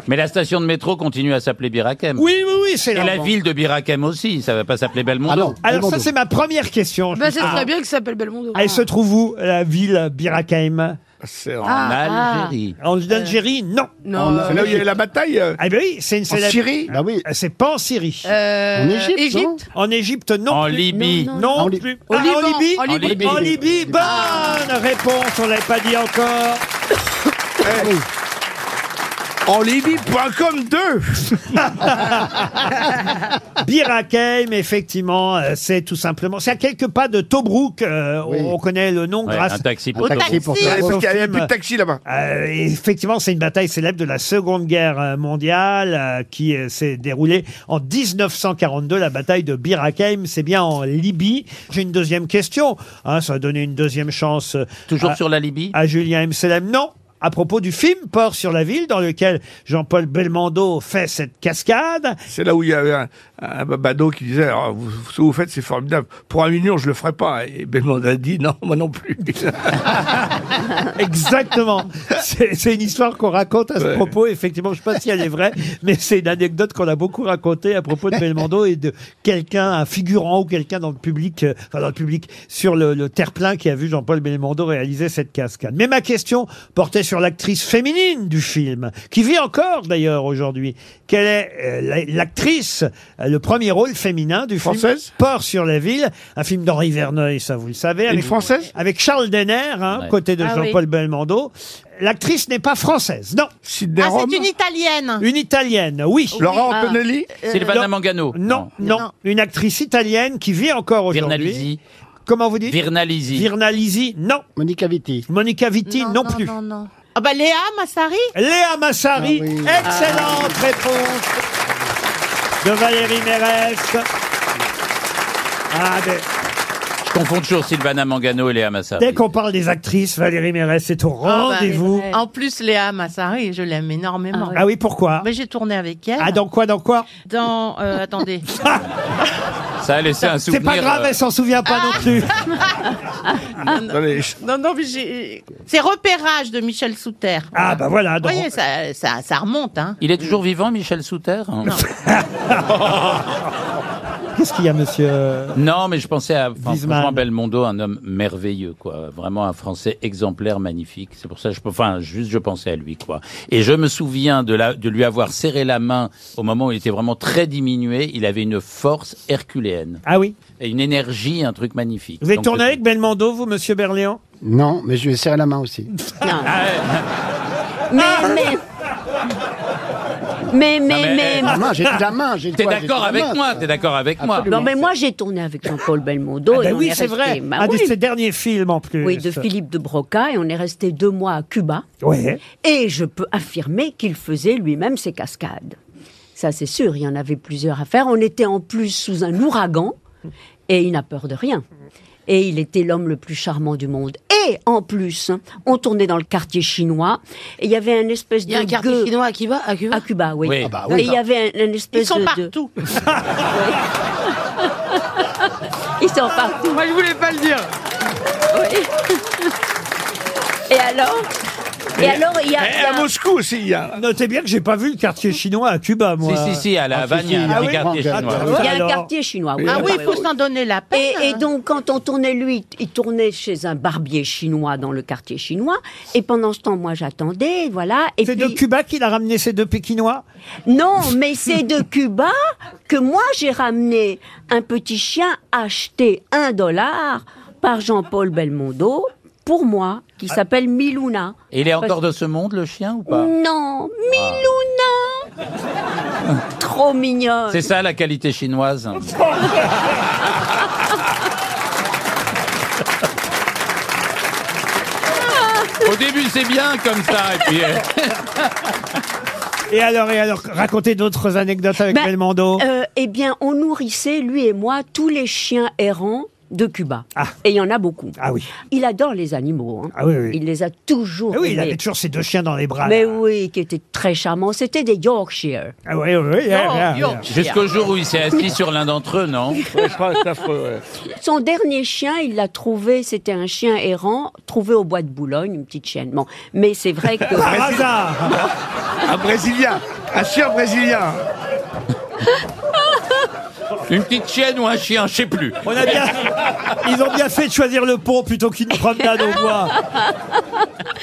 Mais la station de métro continue à s'appeler Birakem.
Oui, oui, oui, c'est
Et
là.
la ville de Birakem aussi, ça va pas s'appeler Belmondo.
Ah non.
Alors ça c'est ma première question.
Bah, c'est
Ah.
très bien qu'il s'appelle Belmondo.
Ah,
Elle se trouve où la ville Birakeim
C'est en-
En
Ah,
Algérie.
En Algérie, non.
Non,
C'est là où il y a eu la bataille. euh,
Ah ben oui, c'est une
En
célèbre.
Syrie.
Bah oui.
Ah, C'est pas en Syrie.
euh,
En Égypte, non
En Égypte, non.
En
plus.
Libye.
Non,
En
plus.
Li-
Ah,
Liban,
en Libye.
en Libye.
En Libye. Bonne réponse. On l'avait pas dit encore.
En Libye.com 2.
Birakeim, effectivement, euh, c'est tout simplement. C'est à quelques pas de Tobrouk. euh,
Oui.
On on connaît le nom
Ouais,
grâce.
un taxi
Un
pour toi.
taxi pour
taxi.
ça.
Parce qu'il n'y avait
film.
plus de taxi là-bas.
Euh, et effectivement, c'est une bataille célèbre de la Seconde Guerre euh, mondiale euh, qui euh, s'est déroulée en 1942. La bataille de Bir Hakeim, c'est bien en Libye. J'ai une deuxième question. hein, ça va donner une deuxième chance euh,
Toujours
à,
sur la Libye
à Julien M. Selem. Non à propos du film Port sur la ville, dans lequel Jean-Paul Belmondo fait cette cascade.
C'est là où il y avait un, un babado qui disait Ah, vous, Ce que vous faites, c'est formidable. Pour un million, je le ferai pas. Et Belmondo a dit Non, moi non plus.
Exactement. C'est c'est une histoire qu'on raconte à ce
Ouais.
propos. Effectivement, je ne sais pas si elle est vraie, mais c'est une anecdote qu'on a beaucoup racontée à propos de Belmondo et de quelqu'un, un figurant ou quelqu'un dans le public, euh, enfin dans le public, sur le, le terre-plein qui a vu Jean-Paul Belmondo réaliser cette cascade. Mais ma question portait sur l'actrice féminine du film, qui vit encore d'ailleurs aujourd'hui. Quelle est euh, la- l'actrice, euh, le premier rôle féminin du
Française
film Port sur la ville, un film d'Henri Verneuil, ça vous le savez.
Une
avec-
française
avec Charles Denner, hein,
Ouais.
côté de
Ah
Jean-Paul Belmondo. L'actrice n'est pas française, non.
Sidney
Ah,
Rome
c'est une italienne.
Une italienne, oui.
Laurent
Ah.
Antonelli
Silvana
non.
Mangano.
Non, non,
Non.
Une actrice italienne qui vit encore aujourd'hui.
Virnalisi.
Comment vous dites
Virnalisi.
Virnalisi, non.
Monica Vitti.
Monica Vitti, non, plus.
Non, non. Ah bah Léa Massari
Léa Massari,
Ah oui.
excellente réponse de Valérie Mérès. Ah, ben,
Je confonds toujours Silvana Mangano et Léa Massari.
dès qu'on parle des actrices, Valérie Mérès est au
Ah bah,
rendez-vous.
En plus, Léa Massari, je l'aime énormément.
Ah oui, pourquoi
Mais j'ai tourné avec elle.
Ah, dans quoi, dans quoi
Dans. euh, attendez.
Ça a laissé un
C'est
souvenir.
pas grave,
euh,
elle s'en souvient pas non plus.
Dans les-
Ah. non, non, mais j'ai. C'est Repérage de Michel Souter.
Ah, bah voilà.
Vous
dans-
voyez, ça, ça, ça remonte, hein.
Il est toujours vivant, Michel Souter Non.
Qu'est-ce qu'il y a, monsieur
Non, mais je pensais à enfin,
Wiesmann.
franchement Belmondo, un homme merveilleux, quoi. Vraiment un Français exemplaire, magnifique. C'est pour ça, que je, peux- enfin, juste, je pensais à lui, quoi. Et je me souviens de, la, de lui avoir serré la main au moment où il était vraiment très diminué. Il avait une force herculéenne
Ah oui
et une énergie, un truc magnifique.
Vous avez
Donc,
tourné avec Belmondo, vous, monsieur Berléand
Non, mais je lui ai serré la main aussi.
Mais, mais. Mais, mais, mais.
mais-
La main, j'ai dit la main. j'ai dit
T'es
quoi, j'ai
d'accord
dit la
avec
main.
moi T'es d'accord avec moi
Absolument.
Non, mais moi, j'ai tourné avec Jean-Paul Belmondo.
Ah
et
bah
on
Oui,
est
c'est
resté-
vrai.
Bah
un de
oui.
ses derniers films, en plus.
Oui, de Philippe de Broca, et on est resté deux mois à Cuba.
Ouais.
Et je peux affirmer qu'il faisait lui-même ses cascades. Ça, c'est sûr, il y en avait plusieurs à faire. On était en plus sous un ouragan, et il n'a peur de rien. Et il était l'homme le plus charmant du monde. Et en plus, on tournait dans le quartier chinois, et il y avait un espèce
Il y a un
de
quartier
gueux-
chinois à Cuba, à Cuba.
à Cuba, oui.
Oui. Ah
bah oui.
Et il y avait un, un
Ils
espèce
sont
de- de...
partout.
Ils sont partout.
Moi, je voulais pas le dire.
Et alors, Et Eh, alors, il y a. il y a-
Moscou aussi, il y a. Notez bien que j'ai pas vu le quartier chinois à Cuba, moi. Ah,
si, si, à la Havane, il y a un petit quartier chinois.
Il y a un
Alors-
quartier chinois.
Ah oui,
il faut s'en donner la
peine. Et, et donc, quand on tournait, lui, il tournait chez un barbier chinois dans le quartier chinois. Et pendant ce temps, moi, j'attendais, voilà. C'est de
Cuba qu'il a ramené ces deux Pékinois
Non, mais c'est de Cuba que moi, j'ai ramené un petit chien acheté un dollar par Jean-Paul Belmondo pour moi, qui
Ah.
s'appelle Miluna.
Et il est encore de ce monde, le chien, ou pas
Non, Miluna
Ah.
Trop mignonne
C'est ça la qualité chinoise. Au début, c'est bien comme ça. Et puis, euh,
Et alors, et alors, racontez d'autres anecdotes avec
Ben,
Belmondo.
euh, Eh bien, on nourrissait, lui et moi, tous les chiens errants de Cuba. Et il y en a beaucoup.
Ah oui.
Il adore les animaux. hein.
Ah oui, oui.
Il les a toujours
Ah oui, il
aimés.
avait toujours ses deux chiens dans les bras.
Mais
là.
oui, qui étaient très charmants. C'était des Yorkshire.
Ah oui, oui, oui, yeah, yeah, yeah.
Jusqu'au jour où il s'est assis sur l'un d'entre eux, non
Son dernier chien, il l'a trouvé, c'était un chien errant, trouvé au bois de Boulogne, une petite chienne. Bon, mais c'est vrai que...
Par hasard. Un Brésilien, un chien brésilien.
Une petite chienne ou un chien, je sais plus.
On a bien- Ils ont bien fait de choisir le pont plutôt qu'une promenade au bois.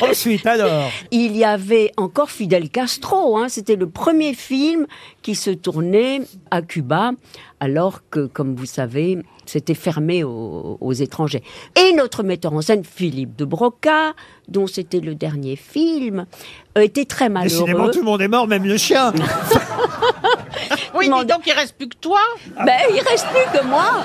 Ensuite, alors
Il y avait encore Fidel Castro. hein. C'était le premier film qui se tournait à Cuba, alors que, comme vous savez, c'était fermé aux, aux étrangers. Et notre metteur en scène, Philippe de Broca, dont c'était le dernier film, euh, était très
Décidément,
malheureux.
tout le monde est mort, même le chien.
Oui, donc
il reste plus que toi
Ben, il reste plus que moi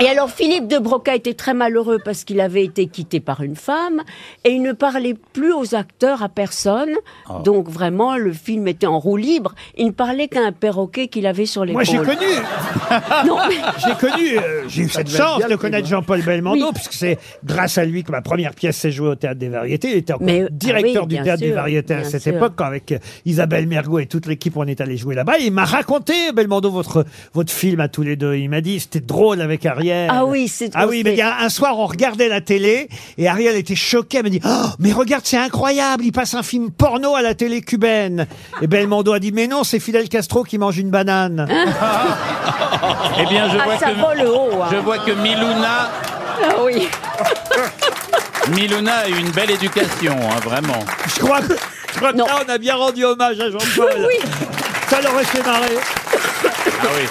et alors Philippe de Broca était très malheureux parce qu'il avait été quitté par une femme et il ne parlait plus aux acteurs, à personne.
Ah.
Donc vraiment, le film était en roue libre. Il ne parlait qu'à un perroquet qu'il avait sur les
Moi, j'ai connu.
non, mais-
J'ai connu, euh, j'ai eu
Ça
cette
devait être
chance
bien
de
le
connaître Jean-Paul Belmondo, puisque c'est grâce à lui que ma première pièce s'est jouée au Théâtre des Variétés. Il était encore
Mais, euh,
directeur
ah oui,
du
bien
Théâtre des
sûr,
Variétés à
bien
cette
sûr.
époque, quand avec euh, Isabelle Mergot et toute l'équipe, on est allé jouer là-bas. Et Il m'a raconté, Belmondo, votre, votre film à tous les deux. Il m'a dit, c'était drôle avec Ariel.
Ah oui, c'est
Ah oui,
drôle,
mais
c'est-
il y a un soir, on regardait la télé, et Ariel était choquée. Elle m'a dit, Oh, mais regarde, c'est incroyable, il passe un film porno à la télé cubaine. Et Belmondo a dit, mais non, c'est Fidel Castro qui mange une banane.
Eh bien, je
Ah,
vois
ça
que
vole haut, hein.
je vois que Miluna,
Ah oui.
Miluna a eu une belle éducation, hein, vraiment.
Je crois que, je crois que là, on a bien rendu hommage à Jean-Paul. Ça l'aurait fait marrer.
Ah oui.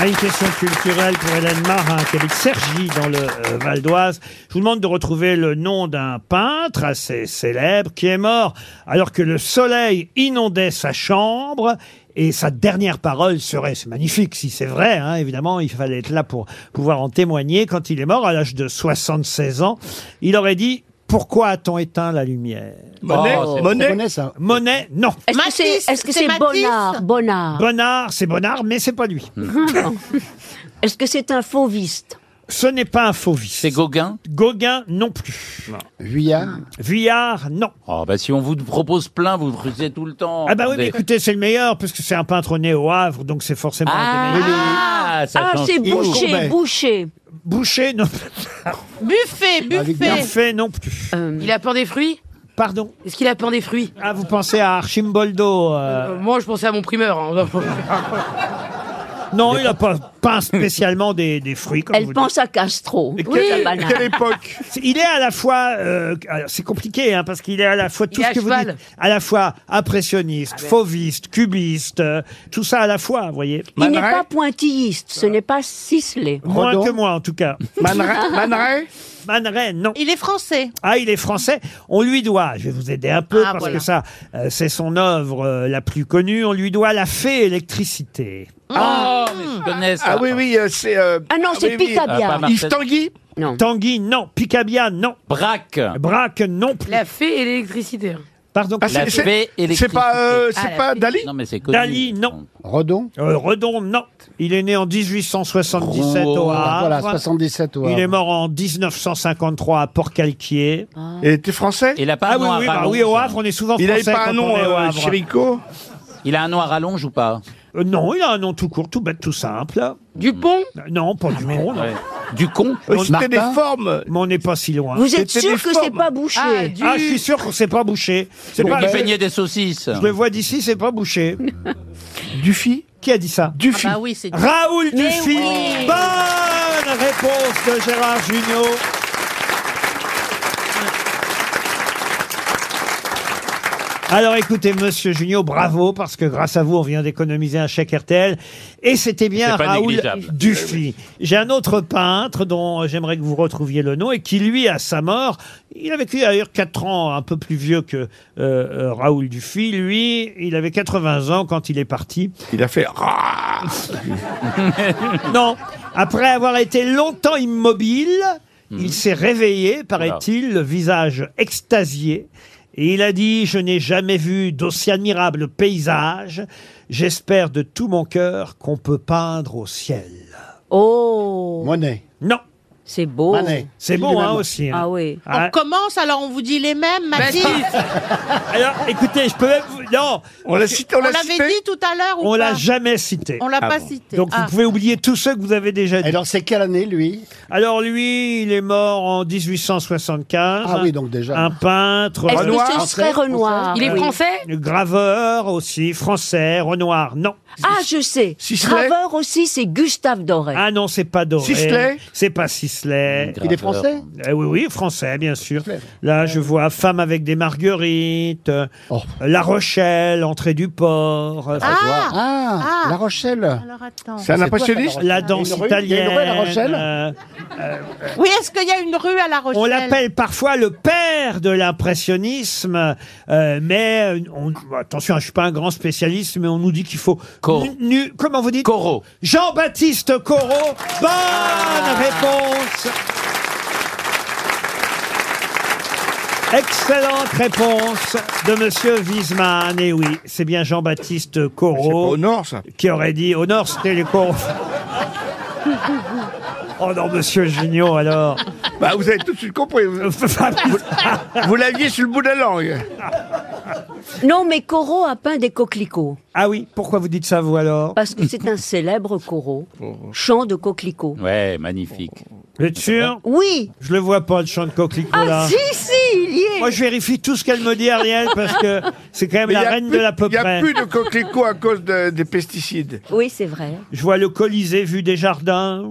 Ah, une question culturelle pour Hélène Marin, qui habite Cergy, dans le euh, Val d'Oise. Je vous demande de retrouver le nom d'un peintre assez célèbre qui est mort alors que le soleil inondait sa chambre. Et sa dernière parole serait, c'est magnifique si c'est vrai, hein, évidemment, il fallait être là pour pouvoir en témoigner. Quand il est mort, à l'âge de 76 ans, il aurait dit « Pourquoi a-t-on éteint la lumière ?»
Monet, Oh, c'est Monet. Monet,
ça. Monet, non.
Est-ce que c'est est-ce que c'est Bonnard Bonnard.
Bonnard, c'est Bonnard, mais c'est pas lui.
Ah, Est-ce que c'est un fauviste
Ce n'est pas un fauviste. C'est
Gauguin
Gauguin non plus.
Vuillard
Vuillard, non.
Oh, bah, si on vous propose plein, vous refusez tout le temps.
Ah bah oui,
Attendez.
mais écoutez, c'est le meilleur, parce que c'est un peintre né au Havre, donc c'est forcément un des meilleurs.
Ah, ça
Ah,
change
c'est
tout.
Boucher, Boucher.
Boucher, non.
Buffet, buffet.
Buffet, non plus.
Il a peur des fruits
Pardon
Est-ce qu'il a peur des fruits
Ah, vous pensez à Archimboldo euh, Ah,
Moi, je pensais à mon primeur. hein.
Non, il n'a pas peint spécialement des, des fruits, comme
Elle
vous
pense à Castro.
dites.
Oui, la banane.
C'est- Il est à la fois, euh, alors, c'est compliqué, hein, parce qu'il est à la fois tout
Il est
ce
à
que vous
cheval.
dites, à la fois impressionniste,
Ah
fauviste, cubiste, euh, tout ça à la fois, vous voyez.
Il n'est pas pointilliste,
Ah.
ce n'est pas ciselé.
Moins que moi, en tout cas.
Manerai-
Maneray Maneray, non.
Il est français.
Ah, il est français. On lui doit, je vais vous aider un peu,
Ah,
parce
voilà.
que ça, euh, c'est son œuvre euh, la plus connue. On lui doit La Fée électricité.
Ah, mais je connais ça.
Ah oui, oui, euh, c'est. euh,
Ah non, c'est
oui, oui.
Picabia. Ah, pas
Yves
Marcel.
Tanguy
Non.
Tanguy, non. Picabia, non.
Braque.
Braque, non plus.
La fée et l'électricité. hein.
Pardon,
Ah, c'est- c'est- C'est pas, euh, c'est
Ah, la
pas
fée.
Dali
Non, mais c'est connu.
Dali, non. Redon Redon, non. Il est né en 1877 au Havre.
Voilà, 77 au
Il est
Havre.
mort en 1953 à Port-Calquier.
Ah.
Il était français
Il a pas
Ah
un
oui,
nom à
oui, bah
rallonge.
oui, au Havre, on est souvent
Il
français.
avait pas
quand
un nom,
on est au
euh,
Havre.
Chirico
Il a un nom à rallonge ou pas
Euh, Non, il a un nom tout court, tout bête, tout simple.
Dupont
Non, pas Dupont, non.
Du con
C'était des formes. Mais on n'est pas si loin.
Vous êtes
C'était
sûr
des
que
formes.
c'est pas bouché
Ah, je suis sûr que c'est pas bouché. C'est
Pour
pas
qui peignait des saucisses.
Je le vois d'ici, c'est pas bouché. Dufy Qui a dit ça Dufy.
Ah bah oui, c'est
Raoul
Mais
Dufy.
oui.
Bonne réponse de Gérard Junior. Alors écoutez, monsieur Junio, bravo, parce que grâce à vous, on vient d'économiser un chèque RTL. Et c'était bien
C'est pas
Raoul
négligeable.
Dufy. J'ai un autre peintre dont j'aimerais que vous retrouviez le nom et qui, lui, à sa mort, il a vécu d'ailleurs 4 ans, un peu plus vieux que euh, euh, Raoul Dufy. Lui, il avait 80 ans quand il est parti. Il a fait... non, après avoir été longtemps immobile, il s'est réveillé, paraît-il, le visage extasié. Et il a dit, je n'ai jamais vu d'aussi admirable paysage. J'espère de tout mon cœur qu'on peut peindre au ciel.
Oh
Monet.
Non.
C'est beau.
Manet. C'est bon, hein, aussi, hein.
Ah oui.
Ah.
On commence, alors on vous dit les mêmes, Mathilde.
Alors, écoutez, je peux même... vous- Non On l'a cité,
on l'avait dit tout à l'heure ou
On
pas
l'a jamais cité.
On l'a Ah pas bon. cité.
Donc
Ah.
vous pouvez oublier tous ceux que vous avez déjà dit.
Alors c'est quelle année lui
Alors lui, il est mort en 1875.
Ah oui, donc déjà.
Un peintre.
Est-ce que Renoir ce serait Français Renoir Il est
Oui.
français
Graveur aussi, français, Renoir, non.
Ah, je sais.
Sisley
Graveur aussi, c'est Gustave Doré.
Ah non, c'est pas Doré.
Sisley
C'est pas Sisley.
Il est français
Eh Oui, oui, français, bien sûr. Là, je vois Femme avec des marguerites, euh, La Rochelle, Entrée du port. euh,
Ah, La Rochelle. Alors
attends.
C'est un impressionniste La danse
Il y a une rue à La
italienne,
Rochelle
euh,
Oui, est-ce qu'il y a une rue à La Rochelle
On l'appelle parfois le père de l'impressionnisme, euh, mais on- attention, hein, je suis pas un grand spécialiste, mais on nous dit qu'il faut nu, nu- comment vous dites Corot. Jean-Baptiste Corot. Bonne réponse. Excellente réponse de Monsieur Wiesmann. Et oui, c'est bien Jean-Baptiste Corot. au nord, ça. Qui aurait dit au nord, c'était les Corot. Oh non, monsieur Gignot, alors.
Bah, vous avez tout de suite compris. Vous, vous l'aviez sur le bout de la langue.
Non, mais Corot a peint des coquelicots.
Ah oui, pourquoi vous dites ça, vous, alors
Parce que c'est un célèbre Corot. Chant de coquelicots.
Ouais, magnifique.
Vous êtes sûr
Oui.
Je le vois pas, le chant de coquelicot, là.
Ah, si, si, il y est
Moi, je vérifie tout ce qu'elle me dit, Ariel, parce que c'est quand même
Mais y
la
a
reine
plus-
de la peu
Il n'y a
près.
plus de coquelicots à cause de- des pesticides.
Oui, c'est vrai.
Je vois le Colisée vu des jardins.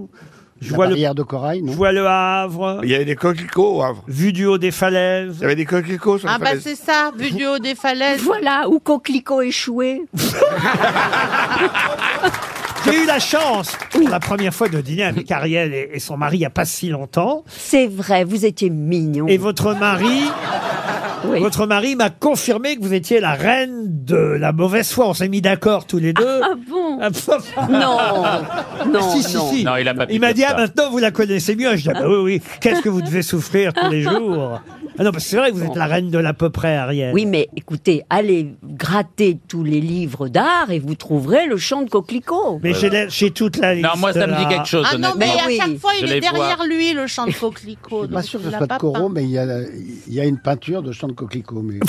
Je
La
vois le...
barrière de corail, non
Je vois le Havre.
Il y avait des coquelicots au Havre.
Vu du haut des falaises.
Il y avait des coquelicots sur les
Ah bah
falaises.
c'est ça, vue du haut des falaises.
Voilà, ou coquelicot échoué.
J'ai eu la chance, pour la première fois, de dîner avec Ariel et, et son mari il n'y a pas si longtemps.
C'est vrai, vous étiez mignon.
Et votre mari... Votre mari m'a confirmé que vous étiez la reine de la mauvaise foi. On s'est mis d'accord tous les deux.
Ah bon
non,
non,
Si, si,
non.
si.
Non, il a pas pu
m'a
dire
dit, ah,
ça.
maintenant, vous la connaissez mieux. Je dis, ah, bah oui, oui. Qu'est-ce que vous devez souffrir tous les jours Ah non, parce que c'est vrai que vous êtes la reine de l'à peu près, Ariel.
Oui, mais écoutez, allez gratter tous les livres d'art et vous trouverez le chant de coquelicot.
Mais j'ai la- j'ai toute la liste.
Non, moi, ça me dit
là.
quelque chose,
Ah non, mais à
honnêtement.
chaque fois,
Je
il est
les vois.
derrière lui, le champ de coquelicot.
Je suis pas sûr que ce soit de Corot, mais il y a, il y a une peinture de chant de coquelicot. Mais...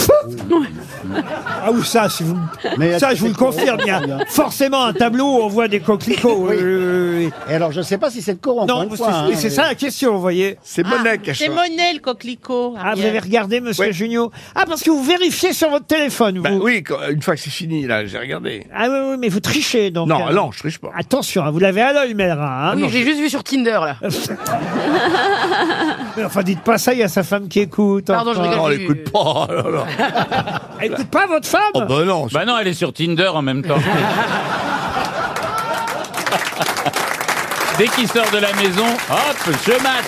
Ah, ou ça, si vous.
Mais
ça, je vous le
c'est Corot,
confirme. Il y
c'est bien.
a forcément un tableau où on voit des coquelicots. Euh, oui, oui,
Et alors, je ne sais pas si c'est de Corot.
oui.
encore
Non,
une
c'est
fois, hein,
c'est
mais- Ah,
ça la question, vous voyez. C'est
Ah, C'est Monet, le coquelicot.
Ah, vous avez regardé, monsieur
Ouais.
Junio Ah, parce que vous vérifiez sur votre téléphone, vous.
Bah oui, quand- une fois que c'est fini, là, j'ai regardé.
Ah oui, oui, mais vous trichez, donc.
Non,
euh,
non, je triche pas.
Attention, hein, vous l'avez à l'œil, Melra. hein.
Oui, j'ai juste vu sur Tinder, là.
Mais Enfin, dites pas ça, il y a sa femme qui écoute. hein.
Pardon, je
enfin.
rigole,
On l'écoute pas. oh là là.
Elle écoute pas votre femme
Oh bah non.
Bah non, elle est sur Tinder en même temps. Dès qu'il sort de la maison, hop, je match.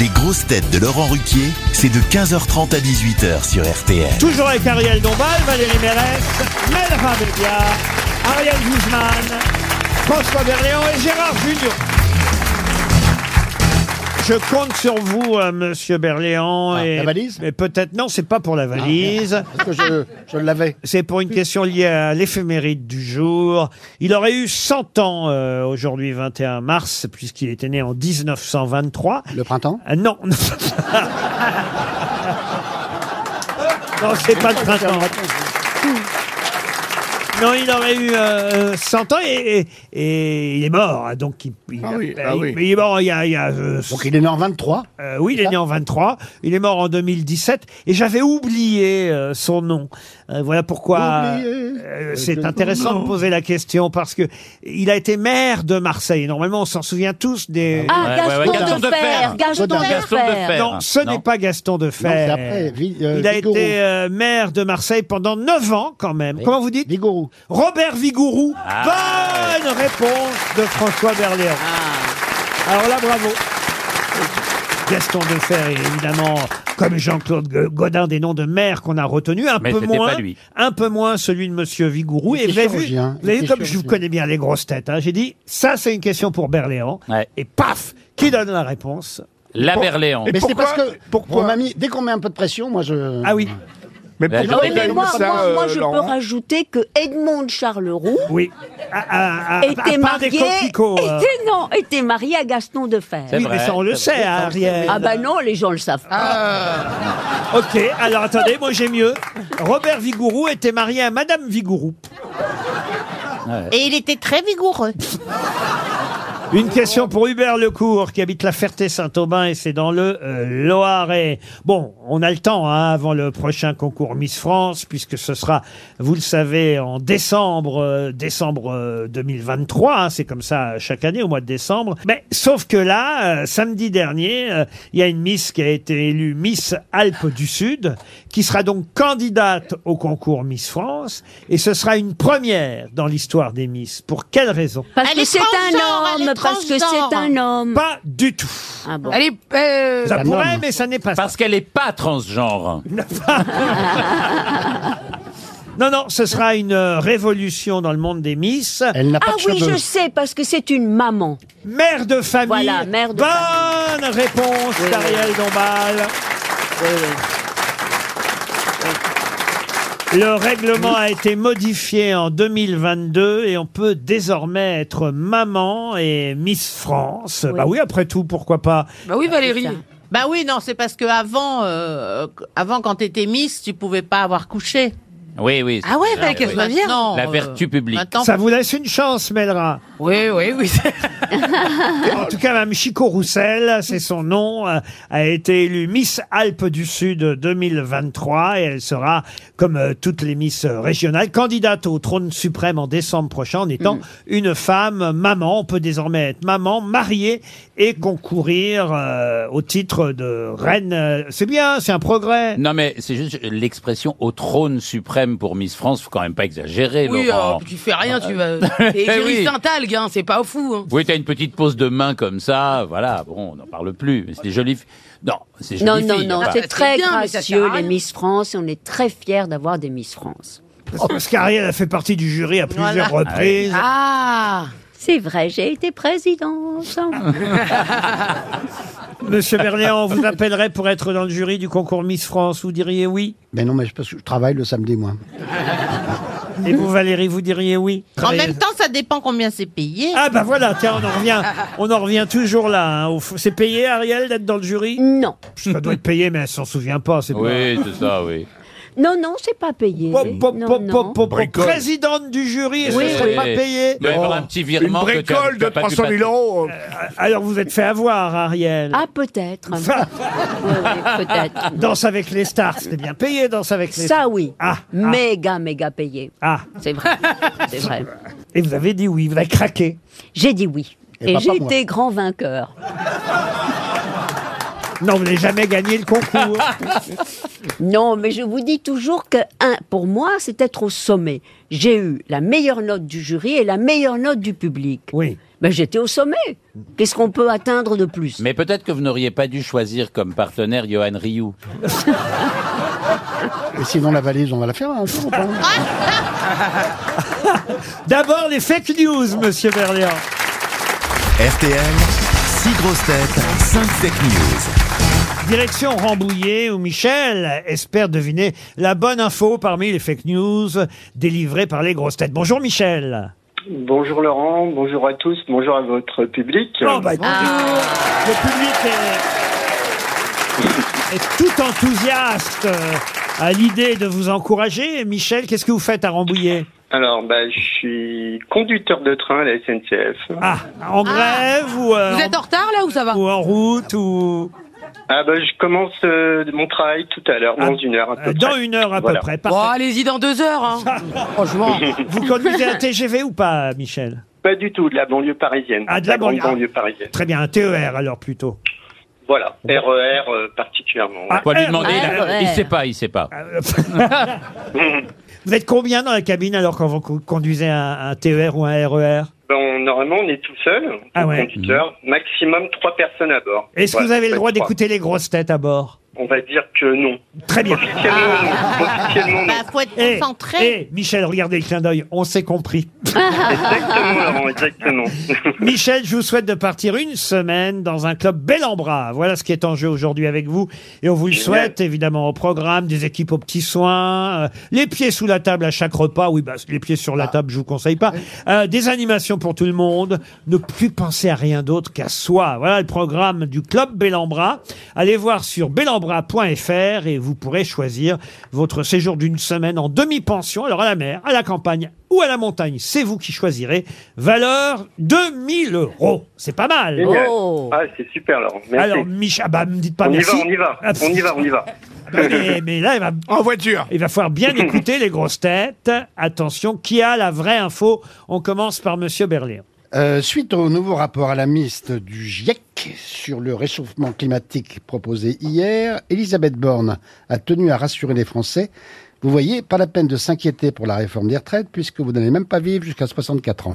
Les grosses têtes de Laurent Ruquier, c'est de 15h30 à 18h sur RTL.
Toujours avec Ariel Dombal, Valérie Mérès, Melra Béliard, Ariel Guzman, François Berléand et Gérard Junior. Je compte sur vous, euh, monsieur Berléand. et,
Ah, la valise Ah,
Mais peut-être, non, c'est pas pour la valise.
Parce que je, je l'avais.
C'est pour une question liée à l'éphéméride du jour. Il aurait eu 100 ans euh, aujourd'hui, 21 mars, puisqu'il était né en 1923.
Le printemps
Ah, non. non, c'est pas le printemps. Non, il aurait eu euh, 100 ans et, et- et il est mort. hein, Donc il, il-
Ah oui,
il-
ah oui.
mais il est mort il y a. donc il est né en 23 Oui, il est né en 23. Il est mort en 2017. Et j'avais oublié euh, son nom. Euh, voilà pourquoi.
Oublié.
euh, C'est intéressant de poser la question parce que il a été maire de Marseille. Normalement, on s'en souvient tous des.
Ah, Ouais, ouais, ouais, Gaston Gaston de Defer. Defer, Gaston Gaudin. Gaston Defer.
Non, ce n'est pas Gaston de
c'est
Fer.
après, Vi- euh,
il a
Vigoureux.
été euh, maire de Marseille pendant 9 ans quand même. Comment vous dites Vigourou. Robert Vigourou.
Ah.
Bonne réponse de François Berléand.
Ah.
Alors là, bravo. Gaston Defer est évidemment, comme Jean-Claude G- Godin, des noms de maire qu'on a retenus, un
Mais
peu
c'était
moins,
pas lui.
un peu moins celui de Monsieur Vigourou.
Il était
vous avez vu-
chirurgien, il
vous avez vu
était
comme je vous connais bien les grosses têtes, hein, j'ai dit, ça c'est une question pour Berléand. Et paf, qui donne la réponse
La Berléand.
Mais c'est parce que
pourquoi
pourquoi mamie, dès qu'on met un peu de pression, moi je
Ah oui.
Mais
pourquoi
Ah oui, mais moi, moi- moi, je peux rajouter que Edmond Charleroux
euh, Oui.
était
Ah, à part des
marié,
coquelicots, euh.
était, non, était marié à Gaston Defer.
C'est Oui, vrai, mais ça, on le c'est sait, vrai. hein, Ariel.
Ah bah non, les gens le savent
Ah.
pas.
Ok, alors attendez, moi j'ai mieux. Robert Vigourou était marié à Madame Vigourou.
Et il était très vigoureux.
Une question pour Hubert Lecourt qui habite la Ferté-Saint-Aubin et c'est dans le euh, Loiret. Bon, on a le temps hein, avant le prochain concours Miss France puisque ce sera, vous le savez, en décembre, euh, décembre euh, 2023. hein, c'est comme ça chaque année au mois de décembre. Mais sauf que là, euh, samedi dernier, euh, il y a une Miss qui a été élue Miss Alpes du Sud qui sera donc candidate au concours Miss France et ce sera une première dans l'histoire des Miss. Pour quelle raison
Parce
Elle
que
est
c'est
transgenre,
un
elle
homme,
est
parce que c'est
transgenre.
un homme. Ah
Pas du tout.
Elle est, euh,
Ça pourrait, mais ça n'est pas
Parce qu'elle n'est pas transgenre.
Non, non, ce sera une euh, révolution dans le monde des Miss.
Elle n'a
Ah oui, je sais, parce que c'est une maman.
Mère de famille.
Voilà, mère de
Bonne
famille.
réponse
Oui,
d'Ariel
oui.
Dombal. Le règlement a été modifié en 2022 et on peut désormais être maman et Miss France. Bah oui, après tout, pourquoi pas
Bah oui, Valérie.
Bah oui, non, c'est parce que avant, euh, avant quand t'étais Miss, tu pouvais pas avoir couché.
Oui, oui.
Ah ouais, fallait qu'elle soit vierge.
Non.
Oh,
Non,
La
euh,
vertu publique.
maintenant-
Ça vous laisse une chance, Melra.
Oui, oui, oui.
en tout cas, Mme Chico Roussel, c'est son nom, euh, a été élue Miss Alpes du Sud 2023 et elle sera, comme euh, toutes les Miss euh, régionales, candidate au trône suprême en décembre prochain en étant une femme euh, maman. On peut désormais être maman, mariée et concourir euh, au titre de reine. Euh, C'est bien, c'est un progrès.
Non, mais c'est juste l'expression au trône suprême pour Miss France, faut quand même pas exagérer,
Oui,
ah,
Laurent.
euh, tu fais rien, tu vas. Et
Eh
Jerry
Oui.
Saint-Algue, hein, c'est pas fou. Hein.
Oui, t'as une petite pose de main comme ça, voilà, bon, on n'en parle plus. mais C'est des jolies filles. Non, c'est jolies
Non, non,
filles, hein.
non,
enfin.
c'est très
bien, mais ça
gracieux,
sert à
les
rien.
Miss France, et on est très fiers d'avoir des Miss France.
Parce qu'Ariel a fait partie du jury à plusieurs
Voilà.
reprises.
Ah
C'est vrai, j'ai été présidente.
Ah, Monsieur Berléand, on vous appellerait pour être dans le jury du concours Miss France, vous diriez oui
Mais Ben non, mais je, parce que je travaille le samedi, moi.
Et vous, Valérie, vous diriez oui
En même temps, ça dépend combien c'est payé.
Ah bah voilà, tiens, on en revient, on en revient toujours là. hein, au f- C'est payé, Ariel, d'être dans le jury
Non.
Ça doit être payé, mais elle s'en souvient pas. C'est
Oui, c'est ça, oui.
Non, non, c'est pas payé.
Pop, pop,
Non,
pop,
non.
pop, pop,
Bricole.
présidente du jury, et
Oui.
ce serait pas payé.
Mais pour un petit virement
Une
que tu as-
bricole
tu as
de
pas pu
300 000
passer.
euros.
Euh, Alors vous êtes fait avoir, Ariel.
Ah, peut-être. Oui, oui, peut-être.
Danse avec les stars, c'était bien payé, danse avec les
Ça, oui.
Ah,
Méga, méga payé.
Ah,
C'est vrai. C'est vrai.
et vous avez dit oui, vous avez craqué.
J'ai dit oui.
Et
Et,
pas
j'ai
pas moi.
été grand vainqueur.
Non, vous n'avez jamais gagné le concours.
Non, mais je vous dis toujours que, un, pour moi, c'est être au sommet. J'ai eu la meilleure note du jury et la meilleure note du public.
Oui.
Mais j'étais au sommet. Qu'est-ce qu'on peut atteindre de plus
Mais peut-être que vous n'auriez pas dû choisir comme partenaire Johan Rioux.
Et sinon, la valise, on va la faire un jour. ou pas
D'abord les fake news, monsieur Berléand.
RTL, 6 grosses têtes, 5 fake news.
Direction Rambouillet où Michel espère deviner la bonne info parmi les fake news délivrées par les grosses têtes. Bonjour Michel.
Bonjour Laurent, bonjour à tous, bonjour à votre public. Ah.
Oh, bah, écoutez, Ah. Le public est, est tout enthousiaste. euh, à l'idée de vous encourager. Michel, qu'est-ce que vous faites à Rambouillet
Alors, bah, je suis conducteur de train à la SNCF.
Ah, En grève ou euh,
Vous êtes en retard là ou ça va
Ou en route ou.
Ah bah, je commence euh, mon travail tout à l'heure, dans une heure à peu
euh,
près.
dans une heure à peu
Voilà.
près,
Bon, allez-y dans deux heures. hein. Franchement.
Vous conduisez un TGV ou pas, Michel
Pas du tout, de la banlieue parisienne.
Ah, de la
grande
banlieue.
banlieue parisienne.
Très bien, un TER alors plutôt.
Voilà, RER euh, particulièrement.
Ah,
Faut lui
R-
demander, il a-
R-
il sait pas, il sait pas.
euh, Vous êtes combien dans la cabine alors quand vous co- conduisez un, un TER ou un E RER
Bon, normalement, Ben, on est tout seul,
Ah ouais.
conducteur, maximum trois personnes à bord.
Est-ce que
Voilà,
vous avez le
peut-être
droit
trois.
d'écouter les grosses têtes à bord
On va dire que non.
Très bien.
Officiellement, non.
Ah. Bah, faut être concentré. eh, Michel, regardez le clin d'œil, on s'est compris.
Exactement, Laurent, exactement.
Michel, je vous souhaite de partir une semaine dans un club bel en bras. Voilà ce qui est en jeu aujourd'hui avec vous. Et on vous le
Génial.
souhaite, évidemment, au programme, des équipes aux petits soins, euh, les pieds sous la table à chaque repas. Oui, bah, les pieds sur la table, je vous conseille pas. Euh, des animations pour tout le monde. Ne plus penser à rien d'autre qu'à soi. Voilà le programme du club bel en bras. Allez voir sur belambra.fr et vous pourrez choisir votre séjour d'une semaine en demi-pension. Alors à la mer, à la campagne ou à la montagne, c'est vous qui choisirez. Valeur 2000 euros. C'est pas mal. Oh.
Génial. Ah, c'est super, Laurent. Merci.
Alors, Micha, bah, me dites pas
on y va,
merci.
on y va,
Ah, pff.
on y va, on y va.
Ben, mais, mais là, il va, en voiture. Il va falloir bien écouter les grosses têtes. Attention, qui a la vraie info On commence par Monsieur Berléand.
Euh, suite au nouveau rapport à la mixte du GIEC sur le réchauffement climatique proposé hier, Elisabeth Borne a tenu à rassurer les Français. Vous voyez, pas la peine de s'inquiéter pour la réforme des retraites puisque vous n'allez même pas vivre jusqu'à 64 ans.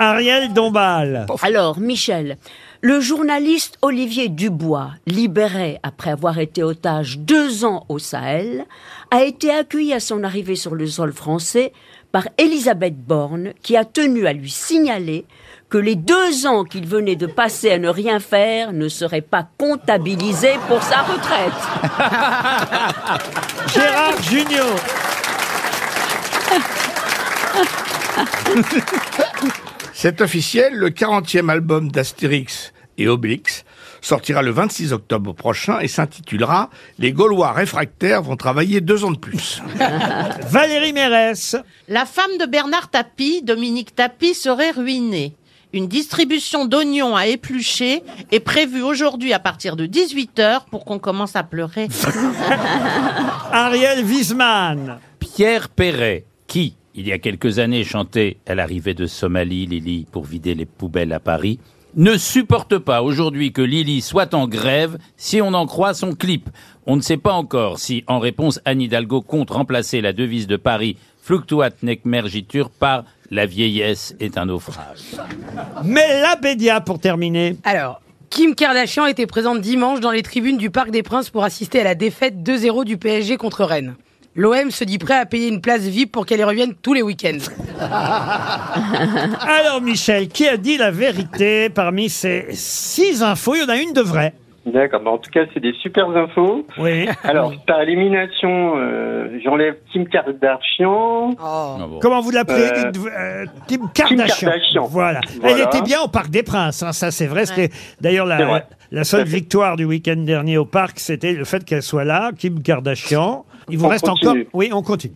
Ariel Dombal.
Alors, Michel, le journaliste Olivier Dubois, libéré après avoir été otage deux ans au Sahel, a été accueilli à son arrivée sur le sol français par Elisabeth Borne, qui a tenu à lui signaler que les deux ans qu'il venait de passer à ne rien faire ne seraient pas comptabilisés pour sa retraite.
Gérard Junior.
C'est officiel, le 40e album d'Astérix et Obélix sortira le 26 octobre prochain et s'intitulera Les Gaulois réfractaires vont travailler deux ans de plus.
Valérie Mérès.
La femme de Bernard Tapie, Dominique Tapie, serait ruinée. Une distribution d'oignons à éplucher est prévue aujourd'hui à partir de 18h pour qu'on commence à pleurer.
Ariel Wiesmann.
Pierre Perret, qui, il y a quelques années, chantait à l'arrivée de Somalie, Lily, pour vider les poubelles à Paris, ne supporte pas aujourd'hui que Lily soit en grève si on en croit son clip. On ne sait pas encore si, en réponse, Anne Hidalgo compte remplacer la devise de Paris Fluctuat nec mergitur par La vieillesse est un naufrage.
Mais la Bédia pour terminer.
Alors, Kim Kardashian était présente dimanche dans les tribunes du Parc des Princes pour assister à la défaite 2-0 du PSG contre Rennes. L'OM se dit prêt à payer une place VIP pour qu'elle y revienne tous les week-ends.
Alors, Michel, qui a dit la vérité parmi ces six infos Il y en a une de vraie.
D'accord, bah, en tout cas, c'est des super infos.
Oui.
Alors, par élimination, euh, j'enlève Kim Kardashian.
Comment vous l'appelez
Euh,
dites-vous, euh, Kim Kardashian.
Kardashian.
Voilà. Elle
Voilà.
était bien au Parc des Princes, hein, ça c'est vrai. C'était d'ailleurs
C'est
la,
vrai.
la seule victoire du week-end dernier au Parc, c'était le fait qu'elle soit là, Kim Kardashian. Il vous
On
reste
continue.
encore. Oui, on continue.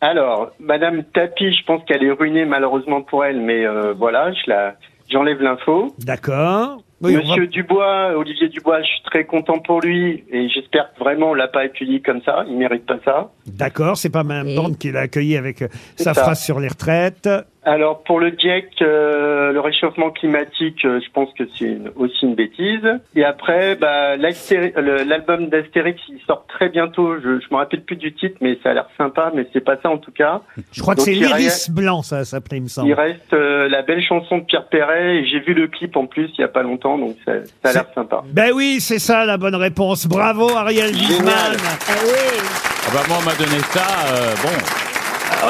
Alors, Madame Tapi, je pense qu'elle est ruinée malheureusement pour elle, mais euh, voilà, je la, j'enlève l'info.
D'accord. Oui, on va-
Monsieur Dubois, Olivier Dubois, je suis très content pour lui et j'espère que vraiment on l'a pas accueilli comme ça. Il mérite pas ça.
D'accord, c'est pas Mme Borne qui l'a accueilli avec euh,
C'est
sa
ça.
phrase sur les retraites.
Alors pour le GIEC, euh, le réchauffement climatique, euh, je pense que c'est une- aussi une bêtise. Et après, bah, l'Astéri- le- l'album d'Astérix, il sort très bientôt. Je, je me rappelle plus du titre, mais ça a l'air sympa, mais c'est pas ça en tout cas.
Je crois que
Donc,
c'est
il reste-
l'iris blanc, ça s'appelait, il me
Il
semble.
reste euh, la belle chanson de Pierre Perret et j'ai vu le clip en plus il y a pas longtemps, donc ça, ça a l'air sympa.
Ben oui, c'est ça la bonne réponse. Bravo Ariel Wiesmann.
Ah bah moi, on m'a donné ça, euh, bon.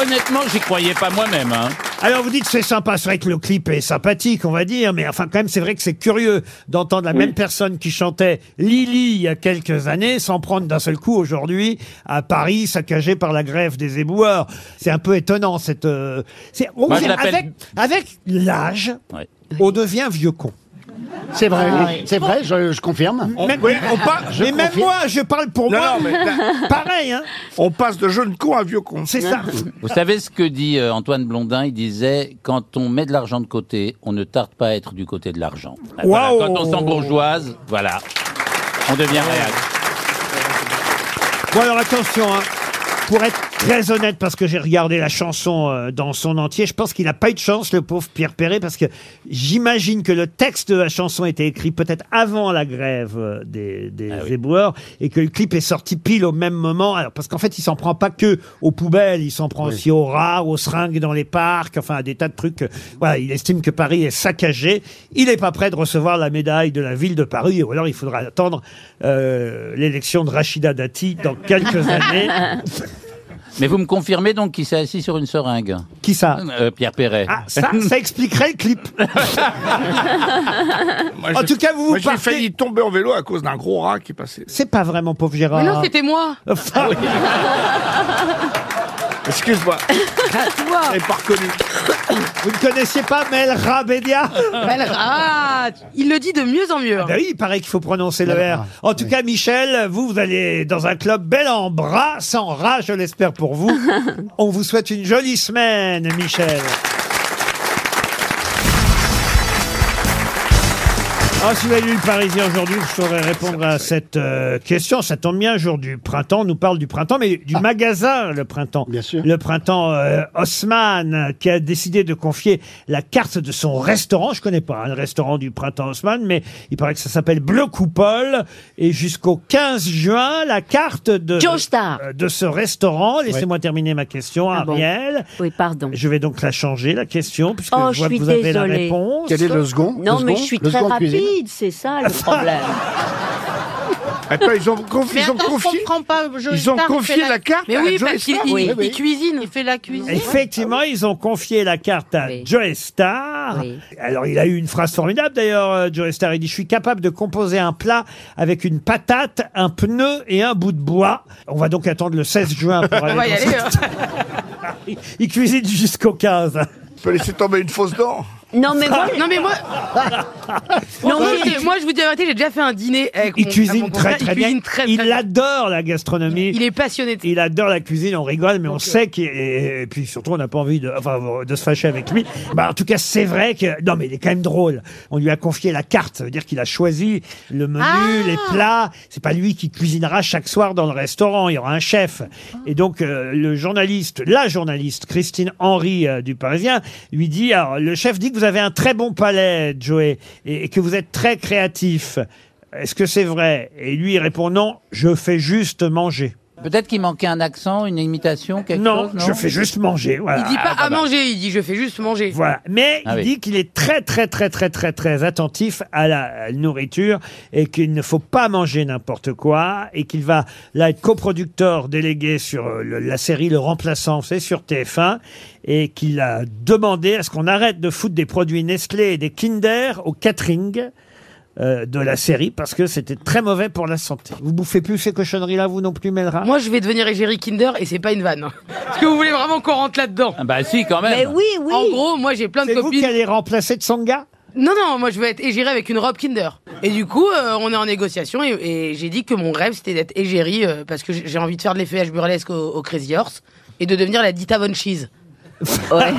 Honnêtement, j'y croyais pas moi-même. Hein.
Alors vous dites c'est sympa, c'est vrai que le clip est sympathique, on va dire, mais enfin quand même c'est vrai que c'est curieux d'entendre la même personne qui chantait Lily il y a quelques années s'en prendre d'un seul coup aujourd'hui à Paris saccagé par la grève des éboueurs. C'est un peu étonnant cette. euh, c'est- on
Moi, je
dirait,
l'appelle-
avec avec l'âge, on devient vieux con.
C'est vrai,
Ah oui.
c'est vrai, je, je confirme.
Même- mais même moi, je parle pour moi. Pareil, hein.
On passe de jeune con à vieux con.
C'est ça.
Vous savez ce que dit euh, Antoine Blondin Il disait quand on met de l'argent de côté, on ne tarde pas à être du côté de l'argent. Voilà,
Waouh
quand on sent bourgeoise, voilà, on devient réel.
Bon alors attention, hein. pour être très honnête, parce que j'ai regardé la chanson euh, dans son entier, je pense qu'il n'a pas eu de chance, le pauvre Pierre Perret, parce que j'imagine que le texte de la chanson était écrit peut-être avant la grève euh, des, des éboueurs, et que le clip est sorti pile au même moment. Alors parce qu'en fait, il s'en prend pas que aux poubelles, il s'en prend aussi aux rats, aux seringues dans les parcs, enfin à des tas de trucs. euh, Voilà, il estime que Paris est saccagé. Il n'est pas prêt de recevoir la médaille de la ville de Paris, ou alors il faudra attendre euh, l'élection de Rachida Dati dans quelques années.
Hein
Mais vous me confirmez donc qu'il s'est assis sur une seringue Euh,
Qui ça
Pierre Perret.
Ah, Ça, ça expliquerait le clip. en tout cas, vous vous
Moi, j'ai
partez-
failli tomber en vélo à cause d'un gros rat qui passait.
C'est pas vraiment pauvre Gérard.
Mais non, c'était moi.
Enfin,
Ah Excuse-moi.
Toi.
Je l'ai pas reconnu.
Vous ne connaissiez pas Mel Rabédia
Belle rate. Il le dit de mieux en mieux. hein.
Ah ben oui, il paraît qu'il faut prononcer le R. En tout cas, Michel, vous, vous allez dans un club bel en bras, sans rat, je l'espère pour vous. On vous souhaite une jolie semaine, Michel. Ah, si vous avez lu le Parisien aujourd'hui, je saurais répondre à cette euh, question. Ça tombe bien, jour du printemps. On nous parle du printemps, mais du magasin, le printemps. Ah. Bien sûr. Le printemps euh, Haussmann, qui a décidé de confier la carte de son restaurant. Je connais pas hein, le restaurant du printemps Haussmann, mais il paraît que ça s'appelle Bleu Coupole. Et jusqu'au 15 juin, la carte de, euh, de ce restaurant. Laissez-moi terminer ma question,
Ah bon.
Ariel.
Oui, pardon.
Je vais donc la changer, la question, puisque
Oh,
je
je
vois
suis
que vous
désolée.
avez la réponse.
Non, mais je suis très rapide, c'est ça le problème.
Attends, Eh ben, ils ont, conf-
Mais
ils ont
attends,
confié.
je comprends pas. Joe
ils ont
Star, il
confié
fait
la... carte
Mais
à
oui,
Joe
parce qu'il
Star
il-
Oui,
il
oui.
cuisine. Il fait la cuisine.
Effectivement, ils ont confié la carte à Joe Star. Alors, il a eu une phrase formidable d'ailleurs, euh, Joe Star. Il dit Je suis capable de composer un plat avec une patate, un pneu et un bout de bois. On va donc attendre le 16 juin pour
On
aller.
va y
dans
aller,
cette- il, il cuisine jusqu'au 15.
On peut laisser tomber une fausse dent.
Non, mais moi-
Non, mais moi.
Non,
Moi,
mais-
j'ai- moi, je vous dis la vérité, j'ai déjà fait un dîner avec
Il
mon- à
cuisine
mon
très
confrère.
très
ah, Il
bien.
cuisine très, très
il
bien.
adore la gastronomie. Il
est passionné.
Il adore la cuisine. On rigole, mais on
euh,
sait qu'il et, et puis surtout on n'a pas envie de, enfin, de se fâcher avec lui. Bah en tout cas c'est vrai que non mais il est quand même drôle. On lui a confié la carte, ça veut dire qu'il a choisi le menu,
Ah
les plats. C'est pas lui qui cuisinera chaque soir dans le restaurant. Il y aura un chef.
Ah.
Et donc euh, le journaliste, la journaliste Christine Henry euh, du Parisien lui dit alors le chef dit que vous avez un très bon palais, Joey, et- et que vous êtes très créatif. Est-ce que c'est vrai Et lui il répond non, je fais juste manger.
Peut-être qu'il manquait un accent, une imitation, quelque
Non,
chose.
je fais juste manger. Voilà. Ah, bah,
Il dit pas à manger, il dit je fais juste manger.
Voilà. Mais
Ah
il
oui.
dit qu'il est très, très, très, très, très, très attentif à la nourriture et qu'il ne faut pas manger n'importe quoi et qu'il va là être coproducteur délégué sur euh, le- la série Le Remplaçant, c'est sur TF1 et qu'il a demandé à ce qu'on arrête de foutre des produits Nestlé et des Kinder au catering. euh, de la série parce que c'était très mauvais pour la santé. Vous bouffez plus ces cochonneries là, vous non plus, Melra
Moi, je vais devenir égérie Kinder et c'est pas une vanne. hein. Est-ce que vous voulez vraiment qu'on rentre là-dedans
Bah si, quand même.
oui. En gros, moi, j'ai plein de
C'est vous
copines.
qui allez remplacer de Sanga
Non, non, moi, je veux être égérie avec une robe Kinder. Et du coup, euh, on est en négociation et, et j'ai dit que mon rêve, c'était d'être égérie euh, parce que j'ai j'ai envie de faire de l'effeuillage burlesque au, au Crazy Horse et de devenir la Dita Von Cheese.
Ouais.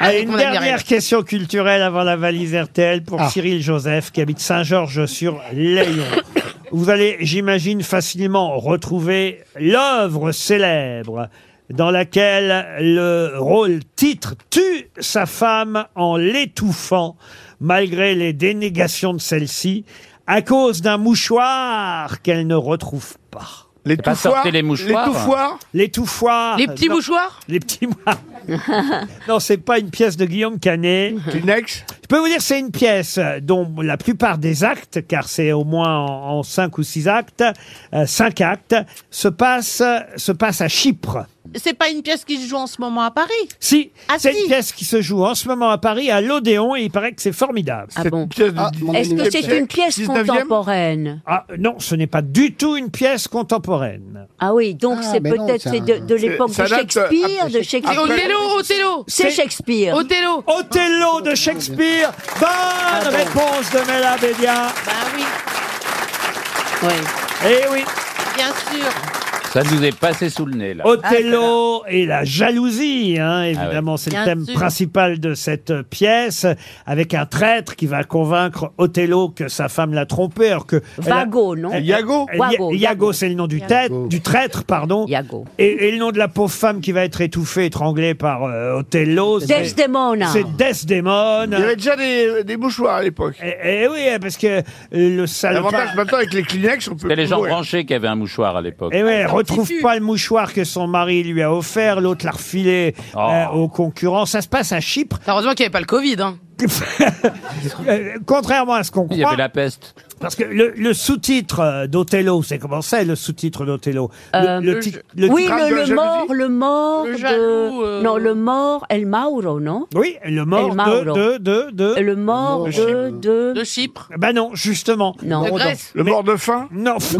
Allez,
mon
Ah, une
ami
dernière
Ariel.
question culturelle avant la valise RTL pour
Ah.
Cyril Joseph qui habite Saint-Georges sur Layon. Vous allez, j'imagine, facilement retrouver l'œuvre célèbre dans laquelle le rôle titre tue sa femme en l'étouffant malgré les dénégations de celle-ci à cause d'un mouchoir qu'elle ne retrouve pas.
Les
pas touffoirs sortez les mouchoirs. Les touffoirs
Les touffoirs.
Les petits
Non.
mouchoirs
Les petits mouchoirs. non, c'est pas une pièce de Guillaume Canet.
Kleenex
Je peux vous dire, c'est une pièce dont la plupart des actes, car c'est au moins en, en cinq ou six actes, euh, cinq actes, se passent se passe à Chypre.
C'est pas une pièce qui se joue en ce moment à Paris.
Si,
Ah,
c'est une pièce qui se joue en ce moment à Paris, à l'Odéon, et il paraît que c'est formidable.
Ah bon Est-ce que c'est une pièce contemporaine
Ah non, ce n'est pas du tout une pièce contemporaine.
Ah oui, donc
Ah,
c'est
mais non,
peut-être
c'est
c'est de, de
un-
l'époque
ça
de
date, euh,
Shakespeare,
après
de
Shakespeare.
Shakespeare.
Othello, Othello
C'est Shakespeare.
Othello
Othello de Shakespeare Bonne réponse de Mela Bédia
Bah oui,
Oui.
Eh oui
bien sûr.
Ça nous est passé sous le nez, là.
Othello et la jalousie, hein, évidemment, c'est le
Ah, Bien
thème
sûr.
principal de cette euh, pièce, avec un traître qui va convaincre Othello que sa femme l'a trompé, alors que... elle a-
Vago, non
Elle-
Iago
elle-
Iago,
Iago, c'est le nom du,
Iago.
tête, du traître, pardon. Et, et le nom de la pauvre femme qui va être étouffée, étranglée par euh, Othello. c'est-
Desdemona.
C'est Desdemona.
Il y avait déjà des, des mouchoirs à l'époque.
Eh eh oui, parce que euh, le salon...
L'avantage maintenant avec les Kleenex, on peut.
C'était les gens
trouver.
branchés qui avaient un mouchoir à l'époque.
Et Eh ouais,
Ah,
elle retrouve pas le mouchoir que son mari lui a offert, l'autre l'a refilé
Oh.
euh, aux concurrents. Ça se passe à Chypre.
Heureusement qu'il n'y avait pas le Covid. Hein.
Euh, Contrairement à ce qu'on croit.
Il y avait la peste.
Parce que le, le sous-titre euh, d'Othello, c'est comment c'est le sous-titre d'Othello Le-
Euh,
le
le
ti-
je-
le
oui,
titre-
le, le mort, le mort de...
euh.
Non, le mort El Mauro, non
Oui, le
El
mort de,
Mauro.
de, de, de-
Le mort
De
de...
Chypre.
de...
De Chypre.
Bah non, justement.
Non. De Grèce.
Le mort de faim Non. Le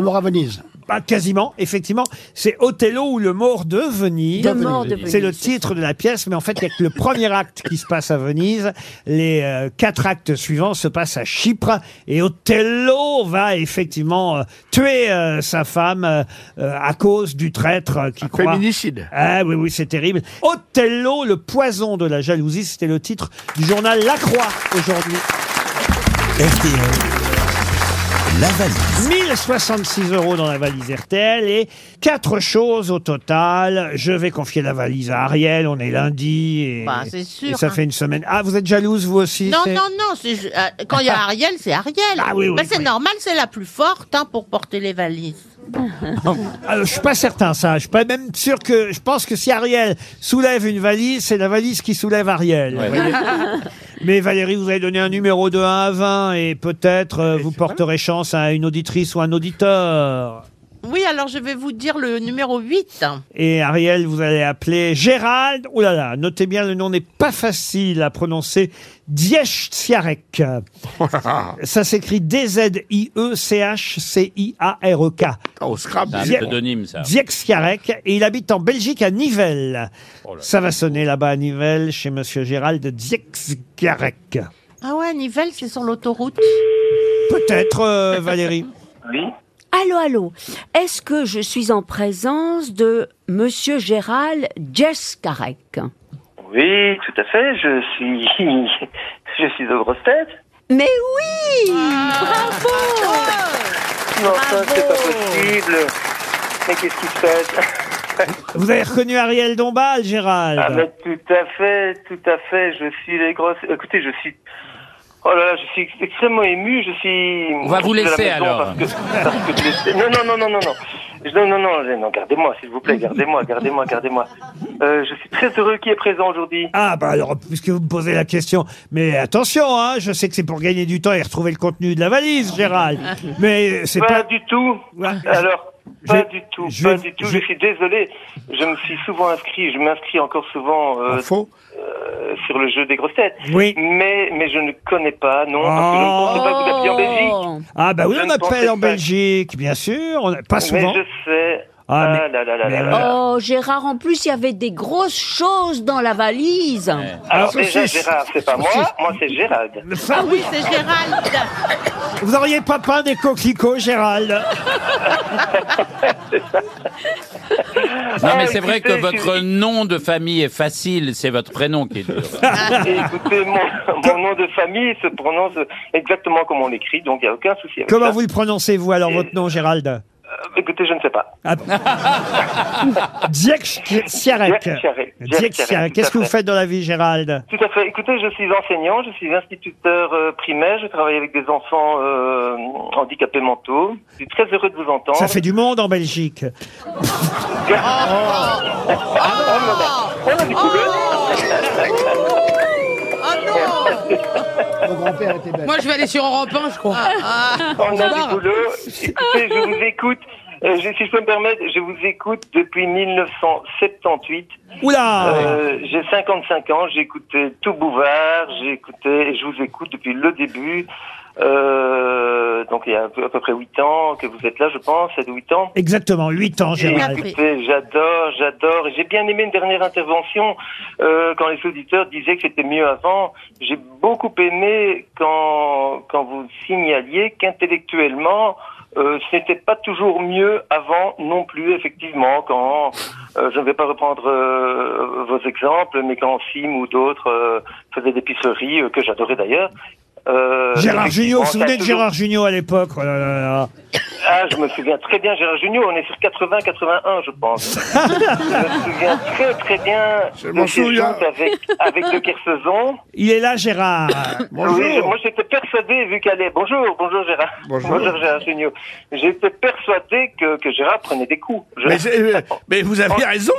mort à, Venise. Bah, quasiment, effectivement. C'est Othello ou le mort de Venise.
De mort de
C'est
Venise.
le titre de la pièce, mais en fait, il y a que le premier acte qui se passe à Venise. Les euh, quatre actes suivants se passent à Chypre. Et Othello va effectivement euh, tuer euh, sa femme euh, euh, à cause du traître euh, qui croit...
féminicide.
Ah oui, oui, c'est terrible. Othello, le poison de la jalousie, c'était le titre du journal La Croix aujourd'hui.
La valise.
1066 euros dans la valise RTL et quatre choses au total. Je vais confier la valise à Ariel, on est lundi et,
Bah, c'est sûr,
et ça
hein.
fait une semaine. Ah, vous êtes jalouse vous aussi
Non,
c'est-
non, non, c'est ju- ah, quand il y a Ariel, c'est Ariel.
Ah oui, oui,
Bah, c'est
oui.
normal, c'est la plus forte hein, pour porter les valises.
Ah, je suis pas certain ça. Je suis pas même sûr que je pense que si Ariel soulève une valise, c'est la valise qui soulève Ariel.
Ouais.
Mais Valérie, vous avez donné un numéro de 1 à 20 et peut-être euh, vous porterez chance à une auditrice ou un auditeur.
Oui, alors je vais vous dire le numéro 8.
Et Ariel, vous allez appeler Gérald. Oh là là, notez bien, le nom n'est pas facile à prononcer. Diech-Siarek. Ça s'écrit E D-Z-I-E-C-H-C-I-A-R-E-K.
au Scrabble.
C'est un
Die-
pseudonyme, ça.
Diech-Siarek. Et il habite en Belgique, à Nivelles.
Oh
Ça va sonner là-bas à Nivelles, chez Monsieur Gérald Diech-Siarek.
Ah ouais, Nivelles, c'est sur l'autoroute.
Peut-être, euh, Valérie.
Allô, allô. Est-ce que je suis en présence de Monsieur Gérald Jeskarek
Oui, tout à fait. Je suis, je suis aux grosses têtes.
Mais oui
Ah.
Bravo
Non, ça c'est pas possible. Mais qu'est-ce qui se passe
Vous avez reconnu Ariel Dombal, Gérald.
Ah, mais tout à fait, tout à fait. Je suis les grosses. Écoutez, je suis. Oh là là, je suis extrêmement ému. Je suis.
On va vous
je suis à la
laisser,
maison
alors.
parce que- parce que je laisse- Non, non, non, non, non, non. Je- Non, non, non, non, gardez-moi, s'il vous plaît, gardez-moi, gardez-moi, gardez-moi. Euh, je suis très heureux qui est présent aujourd'hui.
Ah bah alors, puisque vous me posez la question, mais attention, hein, je sais que c'est pour gagner du temps et retrouver le contenu de la valise, Gérald. Mais c'est
pas,
pas...
Ah. du tout. Alors, pas du tout, pas du tout. Je suis désolé. Je me suis souvent inscrit, je m'inscris encore souvent euh, euh, sur le jeu des grosses têtes.
Oui.
Mais mais je ne connais pas, non, parce que je ne pensais pas que vous aviez en Belgique.
Ah bah oui,
Je
on
ne
appelle
pensais
en
pas.
Belgique, bien sûr, on... pas souvent.
Mais je sais.
Ah,
Ah,
mais-
là là là là là.
Ah.
Oh, Gérard, en plus, il y avait des grosses choses dans la valise.
Alors déjà Gérard, c'est pas moi, moi c'est Gérald.
Ah oui,
c'est Gérald.
Oh, Vous auriez pas peint des coquelicots, Gérald
Non, mais
Ah,
c'est vrai que
écoutez,
votre nom de famille est facile, c'est votre prénom qui est dur.
Écoutez, mon, mon nom de famille se prononce exactement comme on l'écrit, donc il n'y a aucun souci. avec
Comment
ça.
vous le prononcez-vous alors, votre nom, Gérald
Euh, Écoutez, je ne sais pas.
Diek-Siarek.
Diek Siarek.
Diek-Siarek. Qu'est-ce que vous faites dans la vie, Gérald
Tout à fait. Écoutez, je suis enseignant, je suis instituteur euh, primaire, je travaille avec des enfants euh, handicapés mentaux. Je suis très heureux de vous entendre.
Ça fait du monde en Belgique.
Ah. Oh,
Moi, je vais aller sur Europe 1, je crois.
ah. Oh,
Ah.
On a du boulot. Écoutez, je vous écoute. Euh, je- si je peux me permettre, je vous écoute depuis 1978.
Oula
Euh, J'ai 55 ans, j'ai écouté tout Bouvard, j'ai écouté, et je vous écoute depuis le début. Euh, donc il y a un peu- à peu près 8 ans que vous êtes là, je pense, 7 ou 8 ans.
Exactement, 8 ans, Gérald.
Écoutez, j'adore, j'adore. Et J'ai bien aimé une dernière intervention euh, quand les auditeurs disaient que c'était mieux avant. J'ai beaucoup aimé quand, quand vous signaliez qu'intellectuellement, euh, c'était pas toujours mieux avant non plus, effectivement, quand euh, je ne vais pas reprendre euh, vos exemples, mais quand Sim ou d'autres euh, faisaient des pisseries, euh, que j'adorais d'ailleurs. euh,
Gérard Junior,
effectivement,
vous vous souvenez
ça a
de
toujours-
Gérard Junior à l'époque Oh là là là.
ah, je me souviens très bien, Gérard Junior, on est sur 80-81, je pense. je me souviens très très bien je
m'en souviens.
avec, avec De Kersauzon.
Il est là, Gérard.
Oui, je- moi j'étais persuadé, vu qu'elle est... Bonjour, bonjour Gérard.
Bonjour.
Gérard Junior. J'étais persuadé que, que Gérard prenait des coups. Je- Oh.
Mais, c'est- euh, mais vous avez raison.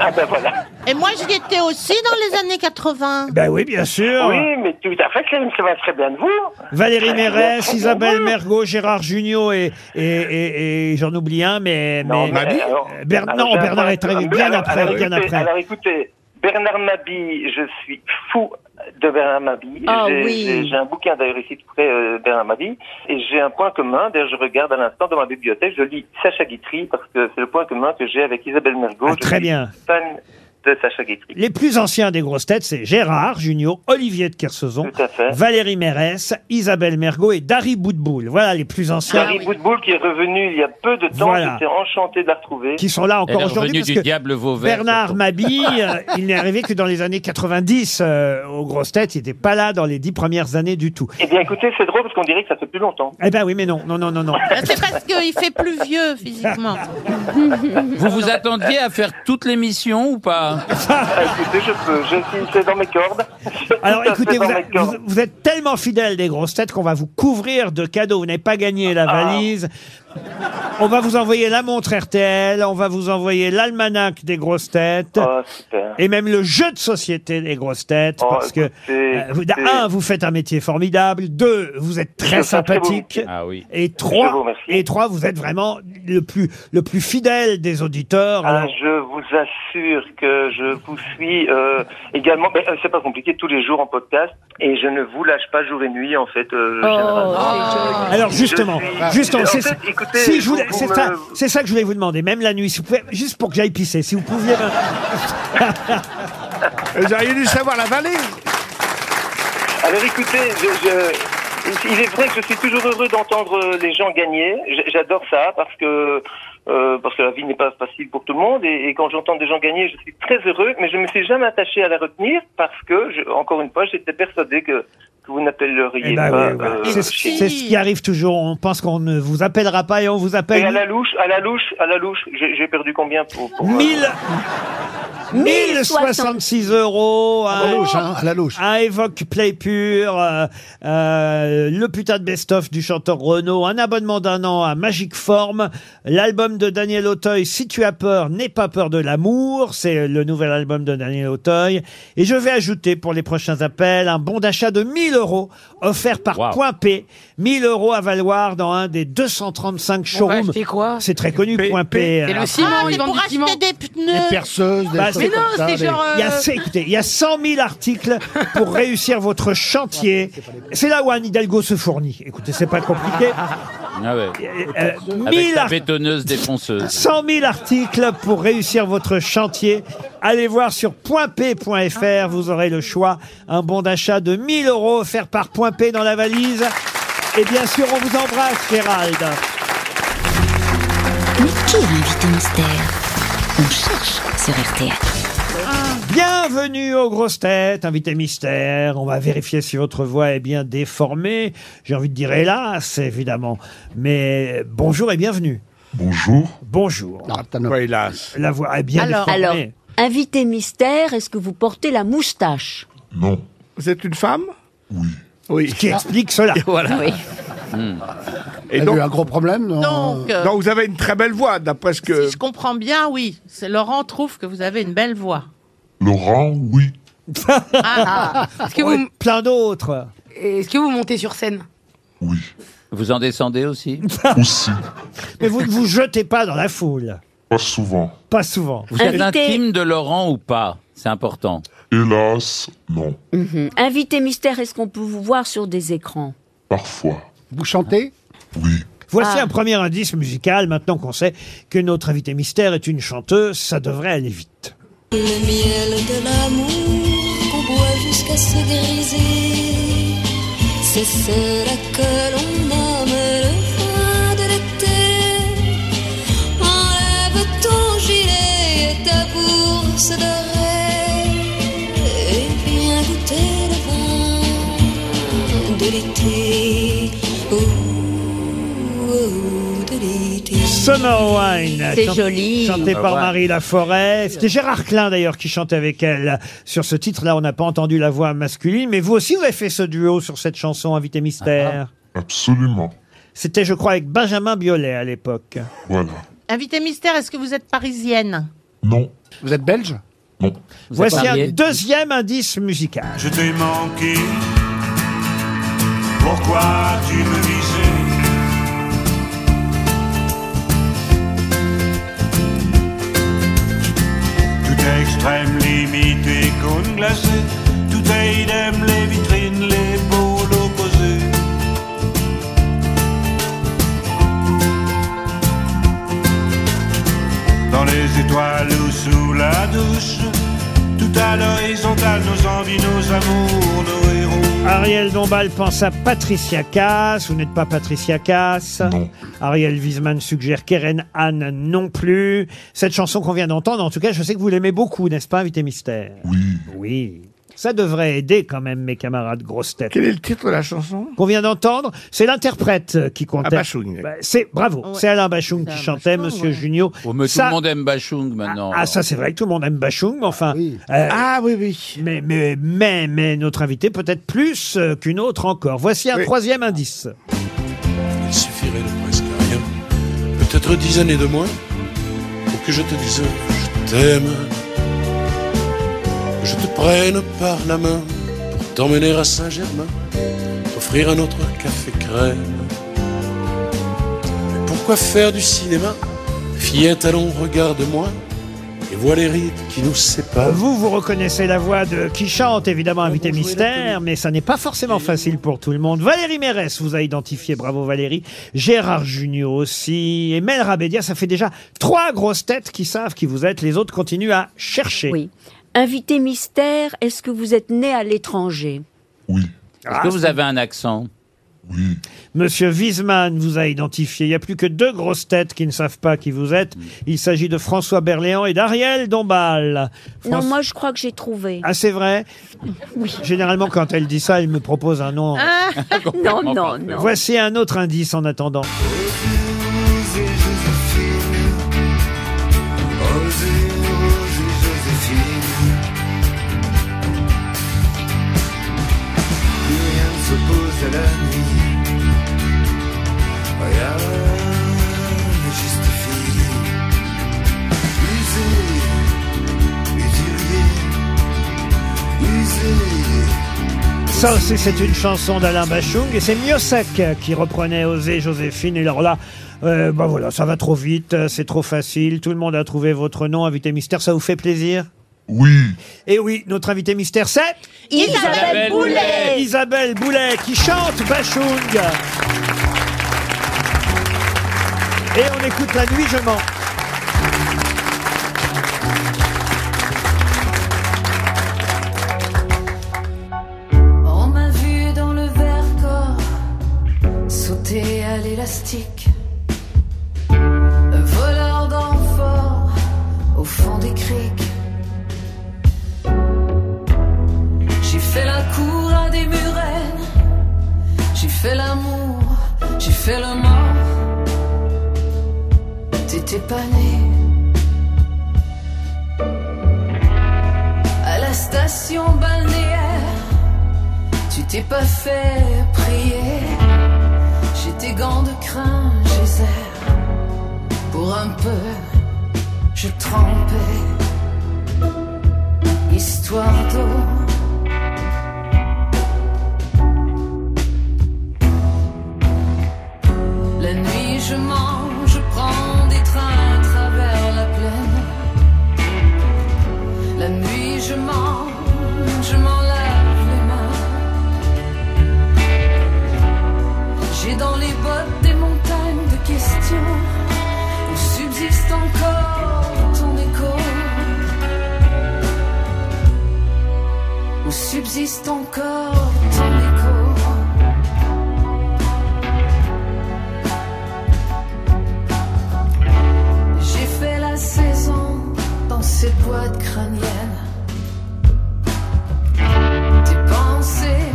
Ah ben voilà.
Et moi, j'y étais aussi dans les années 80.
Ben oui, bien sûr.
Oui, mais tout à fait, Clément, ça va très bien de vous.
Valérie Mérès,
Très bien.
Isabelle Mergot, Gérard Junior et, et, et, et j'en oublie un, mais,
Non,
mais-
mais alors-
Euh, Bern-
alors,
non,
j'ai un
Bernard
point-
est très
mais
bien
alors- alors,
après, bien
écoutez,
après.
Alors écoutez, Bernard Mabi, je suis fou de Bernard Mabi.
Ah
J'ai-
oui.
j'ai- J'ai un bouquin d'ailleurs ici tout près, euh, Bernard Mabi. Et j'ai un point commun, d'ailleurs je regarde à l'instant dans ma bibliothèque, je lis Sacha Guitry parce que c'est le point commun que j'ai avec Isabelle Mergo. je
Ah, Très
suis
bien.
fan de Sacha Guitry.
Les plus anciens des grosses têtes, c'est Gérard Junior, Olivier de Kersauzon, Valérie Mérès, Isabelle Mergot et Dari Boudboul. Voilà les plus anciens.
Marie Boutboul qui est revenu il y a peu de temps,
Voilà.
j'étais enchanté de la retrouver.
qui sont là encore aujourd'hui. parce
du
que
diable Vauvert,
Bernard
surtout.
Mabille, euh, il n'est arrivé que dans les années 90 euh, aux grosses têtes. Il n'était pas là dans les dix premières années du tout.
Eh bien écoutez, c'est drôle parce qu'on dirait que ça fait plus longtemps.
Eh ben oui, mais non, non, non, non, non.
C'est parce qu'il fait plus vieux physiquement.
Vous vous attendiez à faire toute l'émission ou pas
Ah, Écoutez, je peux, je suis, c'est dans mes cordes.
Alors
C'est dans
écoutez, vous,
mes
êtes-
cordes.
vous- vous êtes tellement fidèle des grosses têtes qu'on va vous couvrir de cadeaux. Vous n'avez pas gagné la
Ah.
valise. On va vous envoyer la montre RTL, on va vous envoyer l'almanach des grosses têtes.
Oh, super.
Et même le jeu de société des grosses têtes,
Oh,
parce que,
écoutez,
euh, vous-
écoutez.
un, vous faites un métier formidable, deux, vous êtes très
Je fais un très beau
sympathique,
métier. Ah oui.
et
Je vous
trois,
remercie.
et trois, vous êtes vraiment le plus, le plus fidèle des auditeurs. hein.
Ah,
Alors,
je vous assure que je vous suis euh, également. Ben, euh, c'est pas compliqué, tous les jours en podcast, et je ne vous lâche pas jour et nuit en fait. euh, généralement.
Alors justement,
Je suis-
justement,
en
c'est
fait,
ça.
écoutez,
si je
vous-
voulais-
vous
c'est
me-
ça, c'est ça que je voulais vous demander, même la nuit, si vous pouvez, juste pour que j'aille pisser, si vous pouviez. Ah, me-
Vous auriez dû savoir la vallée.
Alors écoutez, je, je- il est vrai que je suis toujours heureux d'entendre euh, les gens gagner. J- J'adore ça parce que euh, parce que la vie n'est pas facile pour tout le monde et, et quand j'entends des gens gagner, je suis très heureux. Mais je me suis jamais attaché à la retenir parce que je- encore une fois, j'étais persuadé que, que vous n'appelleriez
Eh ben
pas.
oui, voilà.
euh,
C'est ce
chez-
c'est ce qui arrive toujours. On pense qu'on ne vous appellera pas et on vous
Et à
appelle.
la louche, à la louche, à la louche, j'ai j'ai perdu combien pour, pour euh,
1000 1066 euros à,
la louche, hein, à la
un Evoque Play Pur, euh, euh, le putain de best-of du chanteur Renaud, un abonnement d'un an à Magic Form, l'album de Daniel Auteuil, Si tu as peur, n'aie pas peur de l'amour, c'est le nouvel album de Daniel Auteuil. Et je vais ajouter pour les prochains appels un bon d'achat de 1000 euros offert par Point P, 1000 euros à valoir dans un des 235 showrooms.
acheter quoi
C'est très connu, Point P.
C'est
euh,
le ciment,
Ah,
ils
c'est
vendent
pour
du ciment.
acheter des pneus.
bah,
Mais non, Euh, c'est genre.
Il y a,
euh,
c'est- écoutez, il y a 100 000 articles pour réussir votre chantier. C'est là où Anne Hidalgo se fournit. Écoutez, c'est pas compliqué.
Ah ouais.
euh,
Avec
mille
la
ar-
bétonneuse défonceuse.
100 000 articles pour réussir votre chantier. Allez voir sur .p.fr, vous aurez le choix. Un bon d'achat de 1000 euros offert par Point .p dans la valise. Et bien sûr, on vous embrasse, Gérald.
Mais qui est l'invité mystère On cherche sur RTL.
Bienvenue aux grosses têtes, invité mystère. On va vérifier si votre voix est bien déformée. J'ai envie de dire hélas, évidemment. Mais bonjour et bienvenue.
Bonjour.
Bonjour.
Ah,
hélas.
La voix est bien
alors, alors,
déformée.
invité mystère, est-ce que vous portez la moustache
Vous êtes une femme Oui.
Qui explique cela.
voilà.
Oui.
Et
Elle
donc,
a eu un gros problème non
Donc, euh,
donc vous avez une très belle voix, d'après ce que.
si je comprends bien, oui. C'est Laurent trouve que vous avez une belle voix.
Laurent, oui.
Ah,
Est-ce que, vous-
Plein d'autres.
est-ce que vous montez sur scène
Vous en descendez aussi
Aussi,
Mais vous ne vous jetez pas dans la foule.
pas souvent.
Pas souvent.
Vous êtes intime de Laurent ou pas C'est important.
Hélas, non.
Mhm. Invité mystère, est-ce qu'on peut vous voir sur des écrans
Parfois.
Vous chantez
Voici un premier indice musical, maintenant qu'on sait que notre invité mystère est une chanteuse, ça devrait aller vite.
Le miel de l'amour qu'on boit jusqu'à se griser, c'est cela que l'on nomme le fin de l'été. Enlève ton gilet et ta bourse dorée, et viens goûter le vin de l'été. Oh, oh, de l'été.
Summer Wine.
C'est
chant-
joli.
Ah
Chanté
Au
par
revoir.
Marie Laforêt. C'était Gérard Klein d'ailleurs qui chantait avec elle. Sur ce titre-là, on n'a pas entendu la voix masculine, mais vous aussi vous avez fait ce duo sur cette chanson
Ah
Invité Mystère.
Absolument.
C'était, je crois, avec Benjamin Biolay à l'époque.
Voilà.
Invité mystère, est-ce que vous êtes parisienne
Non.
Vous êtes belge
Non.
Voici un deuxième indice musical.
Je t'ai manqué. Pourquoi tu me visais Tout est extrême, limite et cône glacée. Tout est idem, les vitrines, les pôles opposés. Dans les étoiles ou sous la douche, tout à l'horizontale, nos envies, nos amours, nos héros.
Ariel Dombal pense à Patricia Cass. Vous n'êtes pas Patricia Cass. Ariel Wiesman suggère Keren Anne non plus. Cette chanson qu'on vient d'entendre, en tout cas, je sais que vous l'aimez beaucoup, n'est-ce pas, Invité Mystère Oui. Oui. Ça devrait aider quand même mes camarades grosses têtes. Quel est le titre de la chanson Qu'on vient d'entendre, c'est l'interprète euh, qui comptait.
Ah, Bachung.
Bah, c'est bravo, c'est Alain Bachung qui chantait, Monsieur Junio.
Oh, mais
Ça-
tout le monde aime Bachung maintenant.
ah, ça, c'est vrai que tout le monde aime Bachung, mais enfin. ah, oui, oui. Mais, mais, mais, mais notre invité, peut-être plus euh, qu'une autre encore. Voici un troisième indice.
Il suffirait de presque rien, peut-être dix années de moins, pour que je te dise je t'aime. Que Je te prenne par la main pour t'emmener à Saint-Germain, t'offrir un autre café crème. Mais pourquoi faire du cinéma Fillette, allons, regarde-moi, et vois les rides qui nous séparent.
Vous, vous reconnaissez la voix de qui chante, évidemment, invité mystère, mais ça n'est pas forcément facile pour tout le monde. Valérie Mérès vous a identifié, bravo Valérie. Gérard Junior aussi. Et Mel Rabédia, ça fait déjà trois grosses têtes qui savent qui vous êtes. Les autres continuent à chercher. Oui.
Invité mystère, est-ce que vous êtes né à l'étranger
Est-ce que vous avez un accent
Ah, Monsieur Wiesmann vous a identifié. Il n'y a plus que deux grosses têtes qui ne savent pas qui vous êtes. Il s'agit de François Berléand et d'Ariel Dombal.
Non,
Franç-
moi je crois que j'ai trouvé.
Ah, c'est vrai Généralement, quand elle dit ça, elle me propose un nom.
Ah, non, non, non.
Voici un autre indice en attendant.
Osez, osez, Joséphine. Rien ne s'oppose à la nuit. Rien ne justifie. Usez, usurier. Usez.
Ça aussi, c'est une chanson d'Alain Bachung et c'est Miossec qui reprenait Oser Joséphine. Et alors là, euh, bah voilà, ça va trop vite, euh, c'est trop facile. Tout le monde a trouvé votre nom, invité mystère. Ça vous fait plaisir Oui. Et oui, notre invité mystère, c'est
Isabelle Boulet.
Isabelle Boulet qui chante Bachung. Et on écoute la nuit, je mens.
On m'a vu dans le verre corps, sauter à l'élastique, voleur d'enfort au fond des criques. J'ai fait la cour à des murennes, j'ai fait l'amour, j'ai fait le mort. T'étais pas né à la station balnéaire. Tu t'es pas fait prier. J'ai tes gants de crin, geyser. Pour un peu, je trempais. Histoire d'eau. existe encore ton écho. J'ai fait la saison dans cette boîte crânienne. Tes pensées,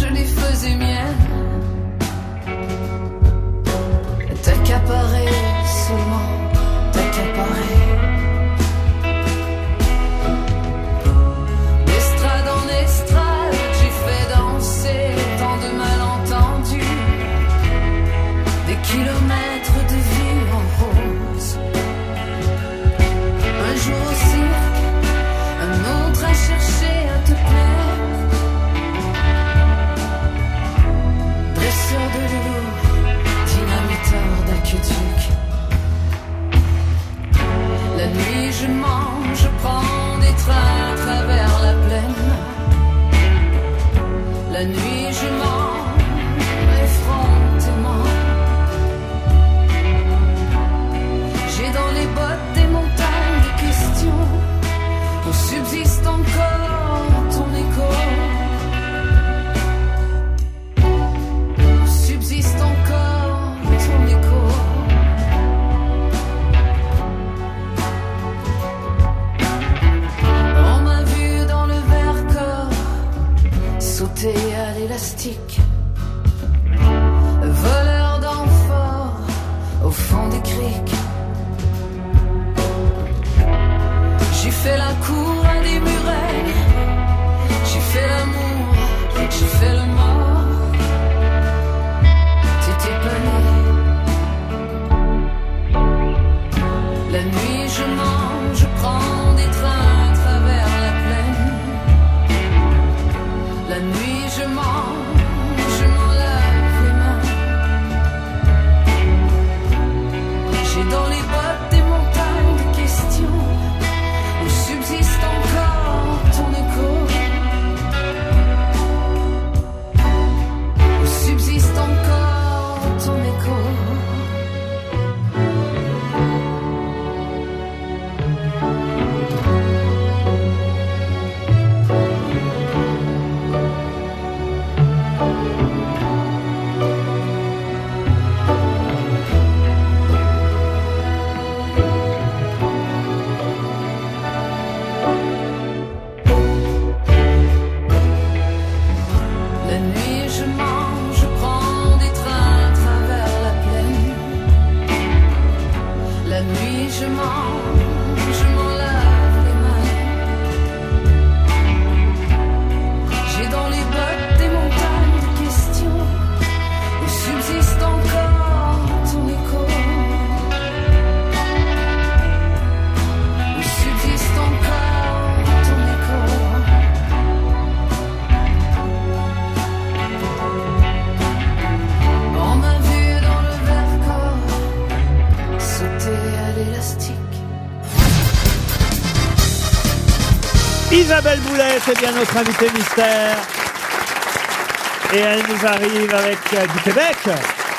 je les faisais miennes. T'accaparer seulement, t'accaparer. D'estrade en estrade, j'ai fait danser tant de malentendus. Des kilomètres de vie en rose. Un jour au cirque, un autre à chercher à te plaire. Dresseur de loulou, dynamiteur d'aqueduc. La nuit je mange, je prends des trains à travers la plaine. La nuit je mens, effrontément. J'ai dans les bottes des montagnes de questions où subsiste encore ton écho. Où subsiste encore ton écho. On m'a vu dans le verre corps sauter à l'élastique. Voleur d'amphores au fond des criques. J'ai fait la cour à des murelles. J'ai fait l'amour, j'ai fait le mort. T'étais pas né. La nuit je mange, je prends des trains à travers la plaine. La nuit je mange, je m'en lave les mains. J'ai dans les bottes des montagnes de questions où subsiste encore ton écho. Où subsiste encore ton écho. La nuit je mange, je prends des trains à travers la plaine. La nuit je mange, je m'en lave les mains. J'ai dans les bottes des montagnes de questions où subsiste encore ton écho. Où subsiste encore ton écho. On m'a vu dans le verre corps sauter à l'élastique.
Isabelle Boulet, c'est bien notre invitée mystère. Et elle nous arrive avec euh, du Québec.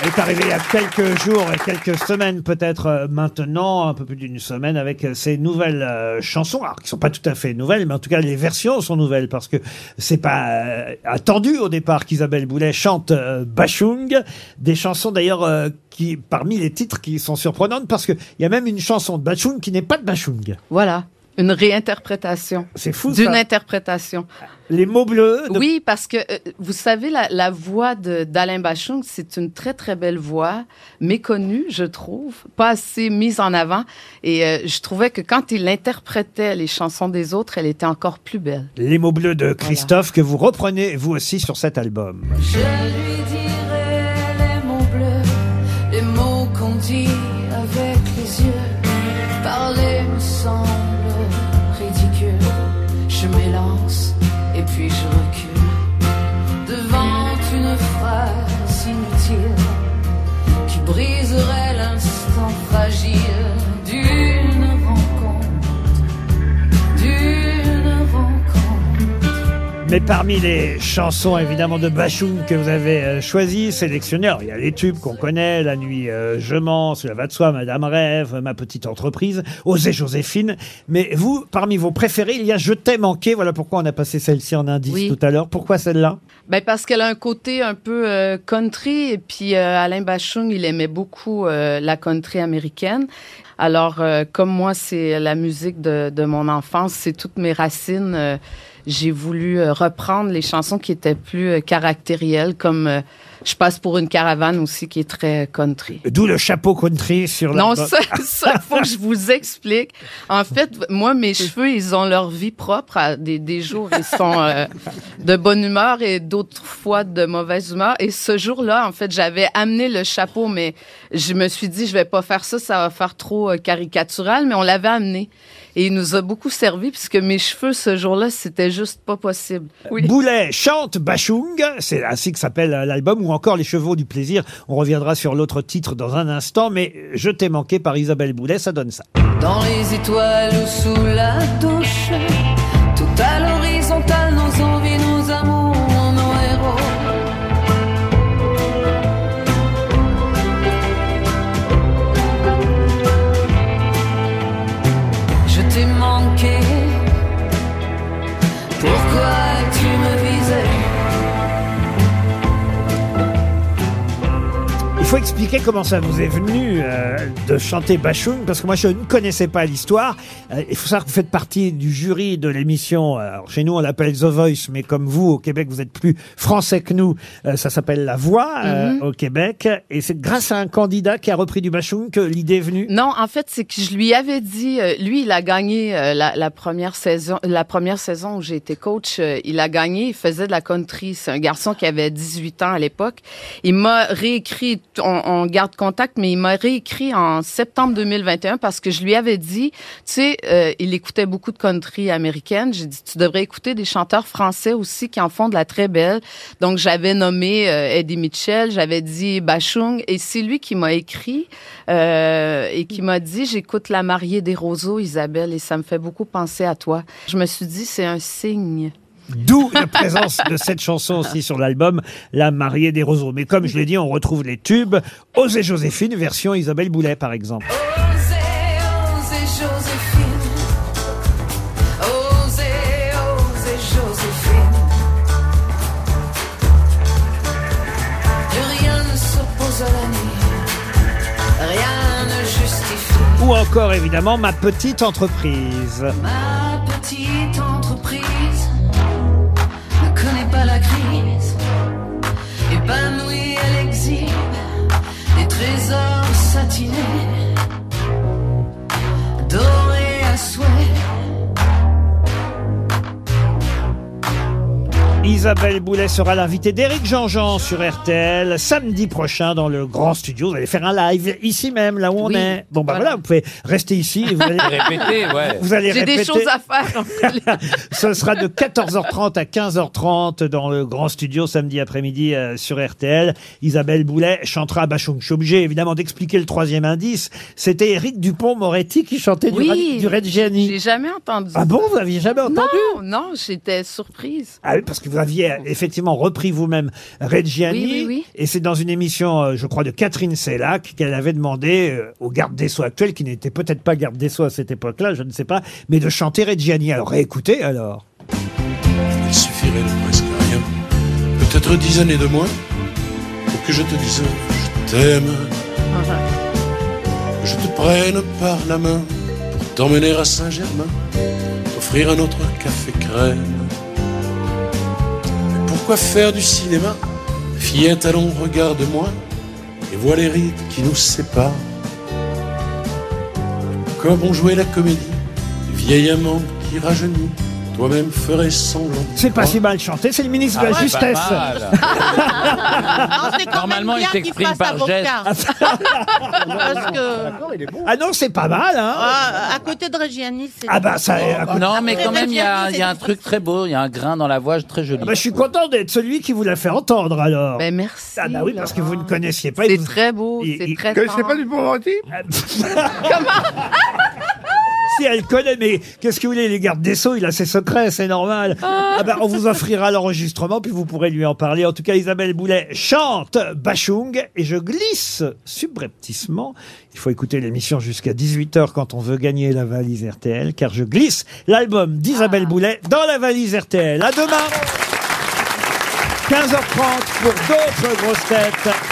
Elle est arrivée il y a quelques jours et quelques semaines peut-être euh, maintenant, un peu plus d'une semaine, avec euh, ses nouvelles euh, chansons, alors qui sont pas tout à fait nouvelles, mais en tout cas les versions sont nouvelles parce que c'est pas euh, attendu au départ qu'Isabelle Boulet chante euh, Bachung, des chansons d'ailleurs euh, qui parmi les titres qui sont surprenantes parce que il y a même une chanson de Bachung qui n'est pas de Bachung.
Voilà, une réinterprétation.
C'est fou,
D'une
ça.
interprétation.
Les mots bleus. de-
Oui, parce que euh, vous savez, la, la voix de- d'Alain Bachung, c'est une très, très belle voix, méconnue, je trouve, pas assez mise en avant. Et euh, je trouvais que quand il interprétait les chansons des autres, elle était encore plus belle.
Les mots bleus de Christophe que vous reprenez vous aussi sur cet album.
Je lui dirai les mots bleus, les mots qu'on dit avec les yeux. Parler me semble ridicule. Je m'élance et puis je recule devant une phrase inutile qui briserait l'instant fragile d'une rencontre, d'une rencontre.
Mais parmi les chansons évidemment de Bachoum que vous avez euh, choisies, sélectionnées, alors, il y a les tubes qu'on connaît, La nuit euh, je mens, Cela va de soi, Madame Rêve, Ma petite entreprise, Osez Joséphine. Mais vous, parmi vos préférés, il y a Je t'ai manqué. Voilà pourquoi on a passé celle-ci en indice tout à l'heure. Pourquoi celle-là
Ben parce qu'elle a un côté un peu euh, country et puis euh, Alain Bachung, il aimait beaucoup euh, la country américaine. Alors euh, comme moi, c'est la musique de, de mon enfance, c'est toutes mes racines. euh, j'ai voulu euh, reprendre les chansons qui étaient plus euh, caractérielles, comme euh, Je passe pour une caravane aussi, qui est très country.
D'où le chapeau country sur la...
Non, ça, ça, faut que je vous explique. En fait, moi, mes cheveux, ils ont leur vie propre. À des, des jours, ils sont euh, de bonne humeur et d'autres fois de mauvaise humeur. Et ce jour-là, en fait, j'avais amené le chapeau, mais je me suis dit, je vais pas faire ça, ça va faire trop euh, caricatural, mais on l'avait amené. Et il nous a beaucoup servi puisque mes cheveux, ce jour-là, c'était juste pas possible.
Euh, Boulet chante Bachung, c'est ainsi que s'appelle euh, l'album, ou encore Les Chevaux du Plaisir. On reviendra sur l'autre titre dans un instant, mais euh, Je t'ai manqué par Isabelle Boulet, ça donne ça.
Dans les étoiles ou sous la douche, tout à l'horizontale, nos envies, nos amours, nos héros. Je t'ai manqué, pourquoi tu me visais
Il faut expliquer comment ça vous est venu euh, de chanter Bachung, parce que moi je ne connaissais pas l'histoire. Euh, il faut savoir que vous faites partie du jury de l'émission. euh, Alors chez nous on l'appelle The Voice, mais comme vous au Québec vous êtes plus français que nous, euh, ça s'appelle La Voix euh,
Mhm.
au Québec. Et c'est grâce à un candidat qui a repris du Bachung que l'idée est venue.
Non, en fait, c'est que je lui avais dit, euh, lui, il a gagné euh, la, la première saison, la première saison où j'ai été coach, euh, il a gagné, il faisait de la country. C'est un garçon qui avait 18 ans à l'époque. Il m'a réécrit, on, on garde contact, mais il m'a réécrit en septembre 2021 parce que je lui avais dit, tu sais, euh, il écoutait beaucoup de country américaine. J'ai dit, tu devrais écouter des chanteurs français aussi qui en font de la très belle. Donc, j'avais nommé euh, Eddie Mitchell, j'avais dit Bachung, et c'est lui qui m'a écrit euh, et qui m'a dit, j'écoute La mariée des roseaux, Isabelle, et ça me fait beaucoup penser à toi. Je me suis dit, c'est un signe.
D'où la présence de cette chanson aussi sur l'album La mariée des roseaux. Mais comme je l'ai dit, on retrouve les tubes Osez Joséphine version Isabelle Boulet par exemple.
Osez, osez Joséphine. Osez, osez Joséphine. Plus rien ne s'oppose à la nuit. Rien ne justifie
Ou encore évidemment Ma petite entreprise.
ma petite entreprise. Ne connaît pas la crise. Épanouie, elle exhibe des trésors satinés. doré à souhait.
Isabelle Boulet sera l'invitée d'Éric Jean-Jean sur RTL samedi prochain dans le grand studio. Vous allez faire un live ici même, là où on
Oui,
est. Bon, bah
voilà.
voilà. vous pouvez rester ici. Et vous allez
Répéter, ouais.
Vous allez
J'ai des
répéter.
choses à faire.
Ce sera de 14h30 à 15h30 dans le grand studio samedi après-midi euh, sur RTL. Isabelle Boulet chantera Bachung. Je suis obligé évidemment d'expliquer le troisième indice. C'était Éric Dupont-Moretti qui chantait du Ra-
Oui.
du Red Gianni.
J'ai jamais entendu.
Ah bon, vous l'aviez jamais entendu
Non, non, j'étais surprise.
Ah oui, parce que vous aviez euh, effectivement repris vous-même Reggiani.
Oui, oui, oui.
Et c'est dans une émission, euh, je crois, de Catherine Sellac qu'elle avait demandé euh, au garde des Sceaux actuel, qui n'était peut-être pas garde des Sceaux à cette époque-là, je ne sais pas, mais de chanter Reggiani. Alors écoutez alors.
Il suffirait de presque rien, peut-être dix années de moins, pour que je te dise je t'aime, que je te prenne par la main pour t'emmener à Saint-Germain, t'offrir un autre café crème. Mais pourquoi faire du cinéma Fillette, allons, regarde-moi et vois les rides qui nous séparent. Comme on jouait la comédie, du vieil amant qui rajeunit, toi-même ferais semblant.
C'est pas si mal chanté, c'est le ministre de
Ah
la
ouais, pas
Justesse.
mal.
Ah. Normalement, il s'exprime par geste.
Parce que.
Ah non, c'est pas mal, hein
Ah, à côté de Reggiani, c'est.
Ah bah ça.
Oh,
Non,
Ah,
mais quand même, il y a,
Reggiani,
il y a un
bah, c'est-
truc très beau, il y a un grain dans la voix très joli.
Ah bah, je suis content d'être celui qui vous l'a fait entendre alors.
Ben merci.
Ah bah oui, parce que vous ne connaissiez pas.
C'est
il vous-
très beau,
il-
c'est
il-
très
connaissez
pas du Dupont-Moretti
Comment si elle connaît, mais qu'est-ce que vous voulez, les gardes des Sceaux, il a ses secrets, c'est normal. Ah ben, on vous offrira l'enregistrement, puis vous pourrez lui en parler. En tout cas, Isabelle Boulet chante Bachung, et je glisse subrepticement, il faut écouter l'émission jusqu'à 18h quand on veut gagner la valise RTL, car je glisse l'album d'Isabelle Boulet dans la valise RTL. À demain 15h30 pour d'autres grosses têtes.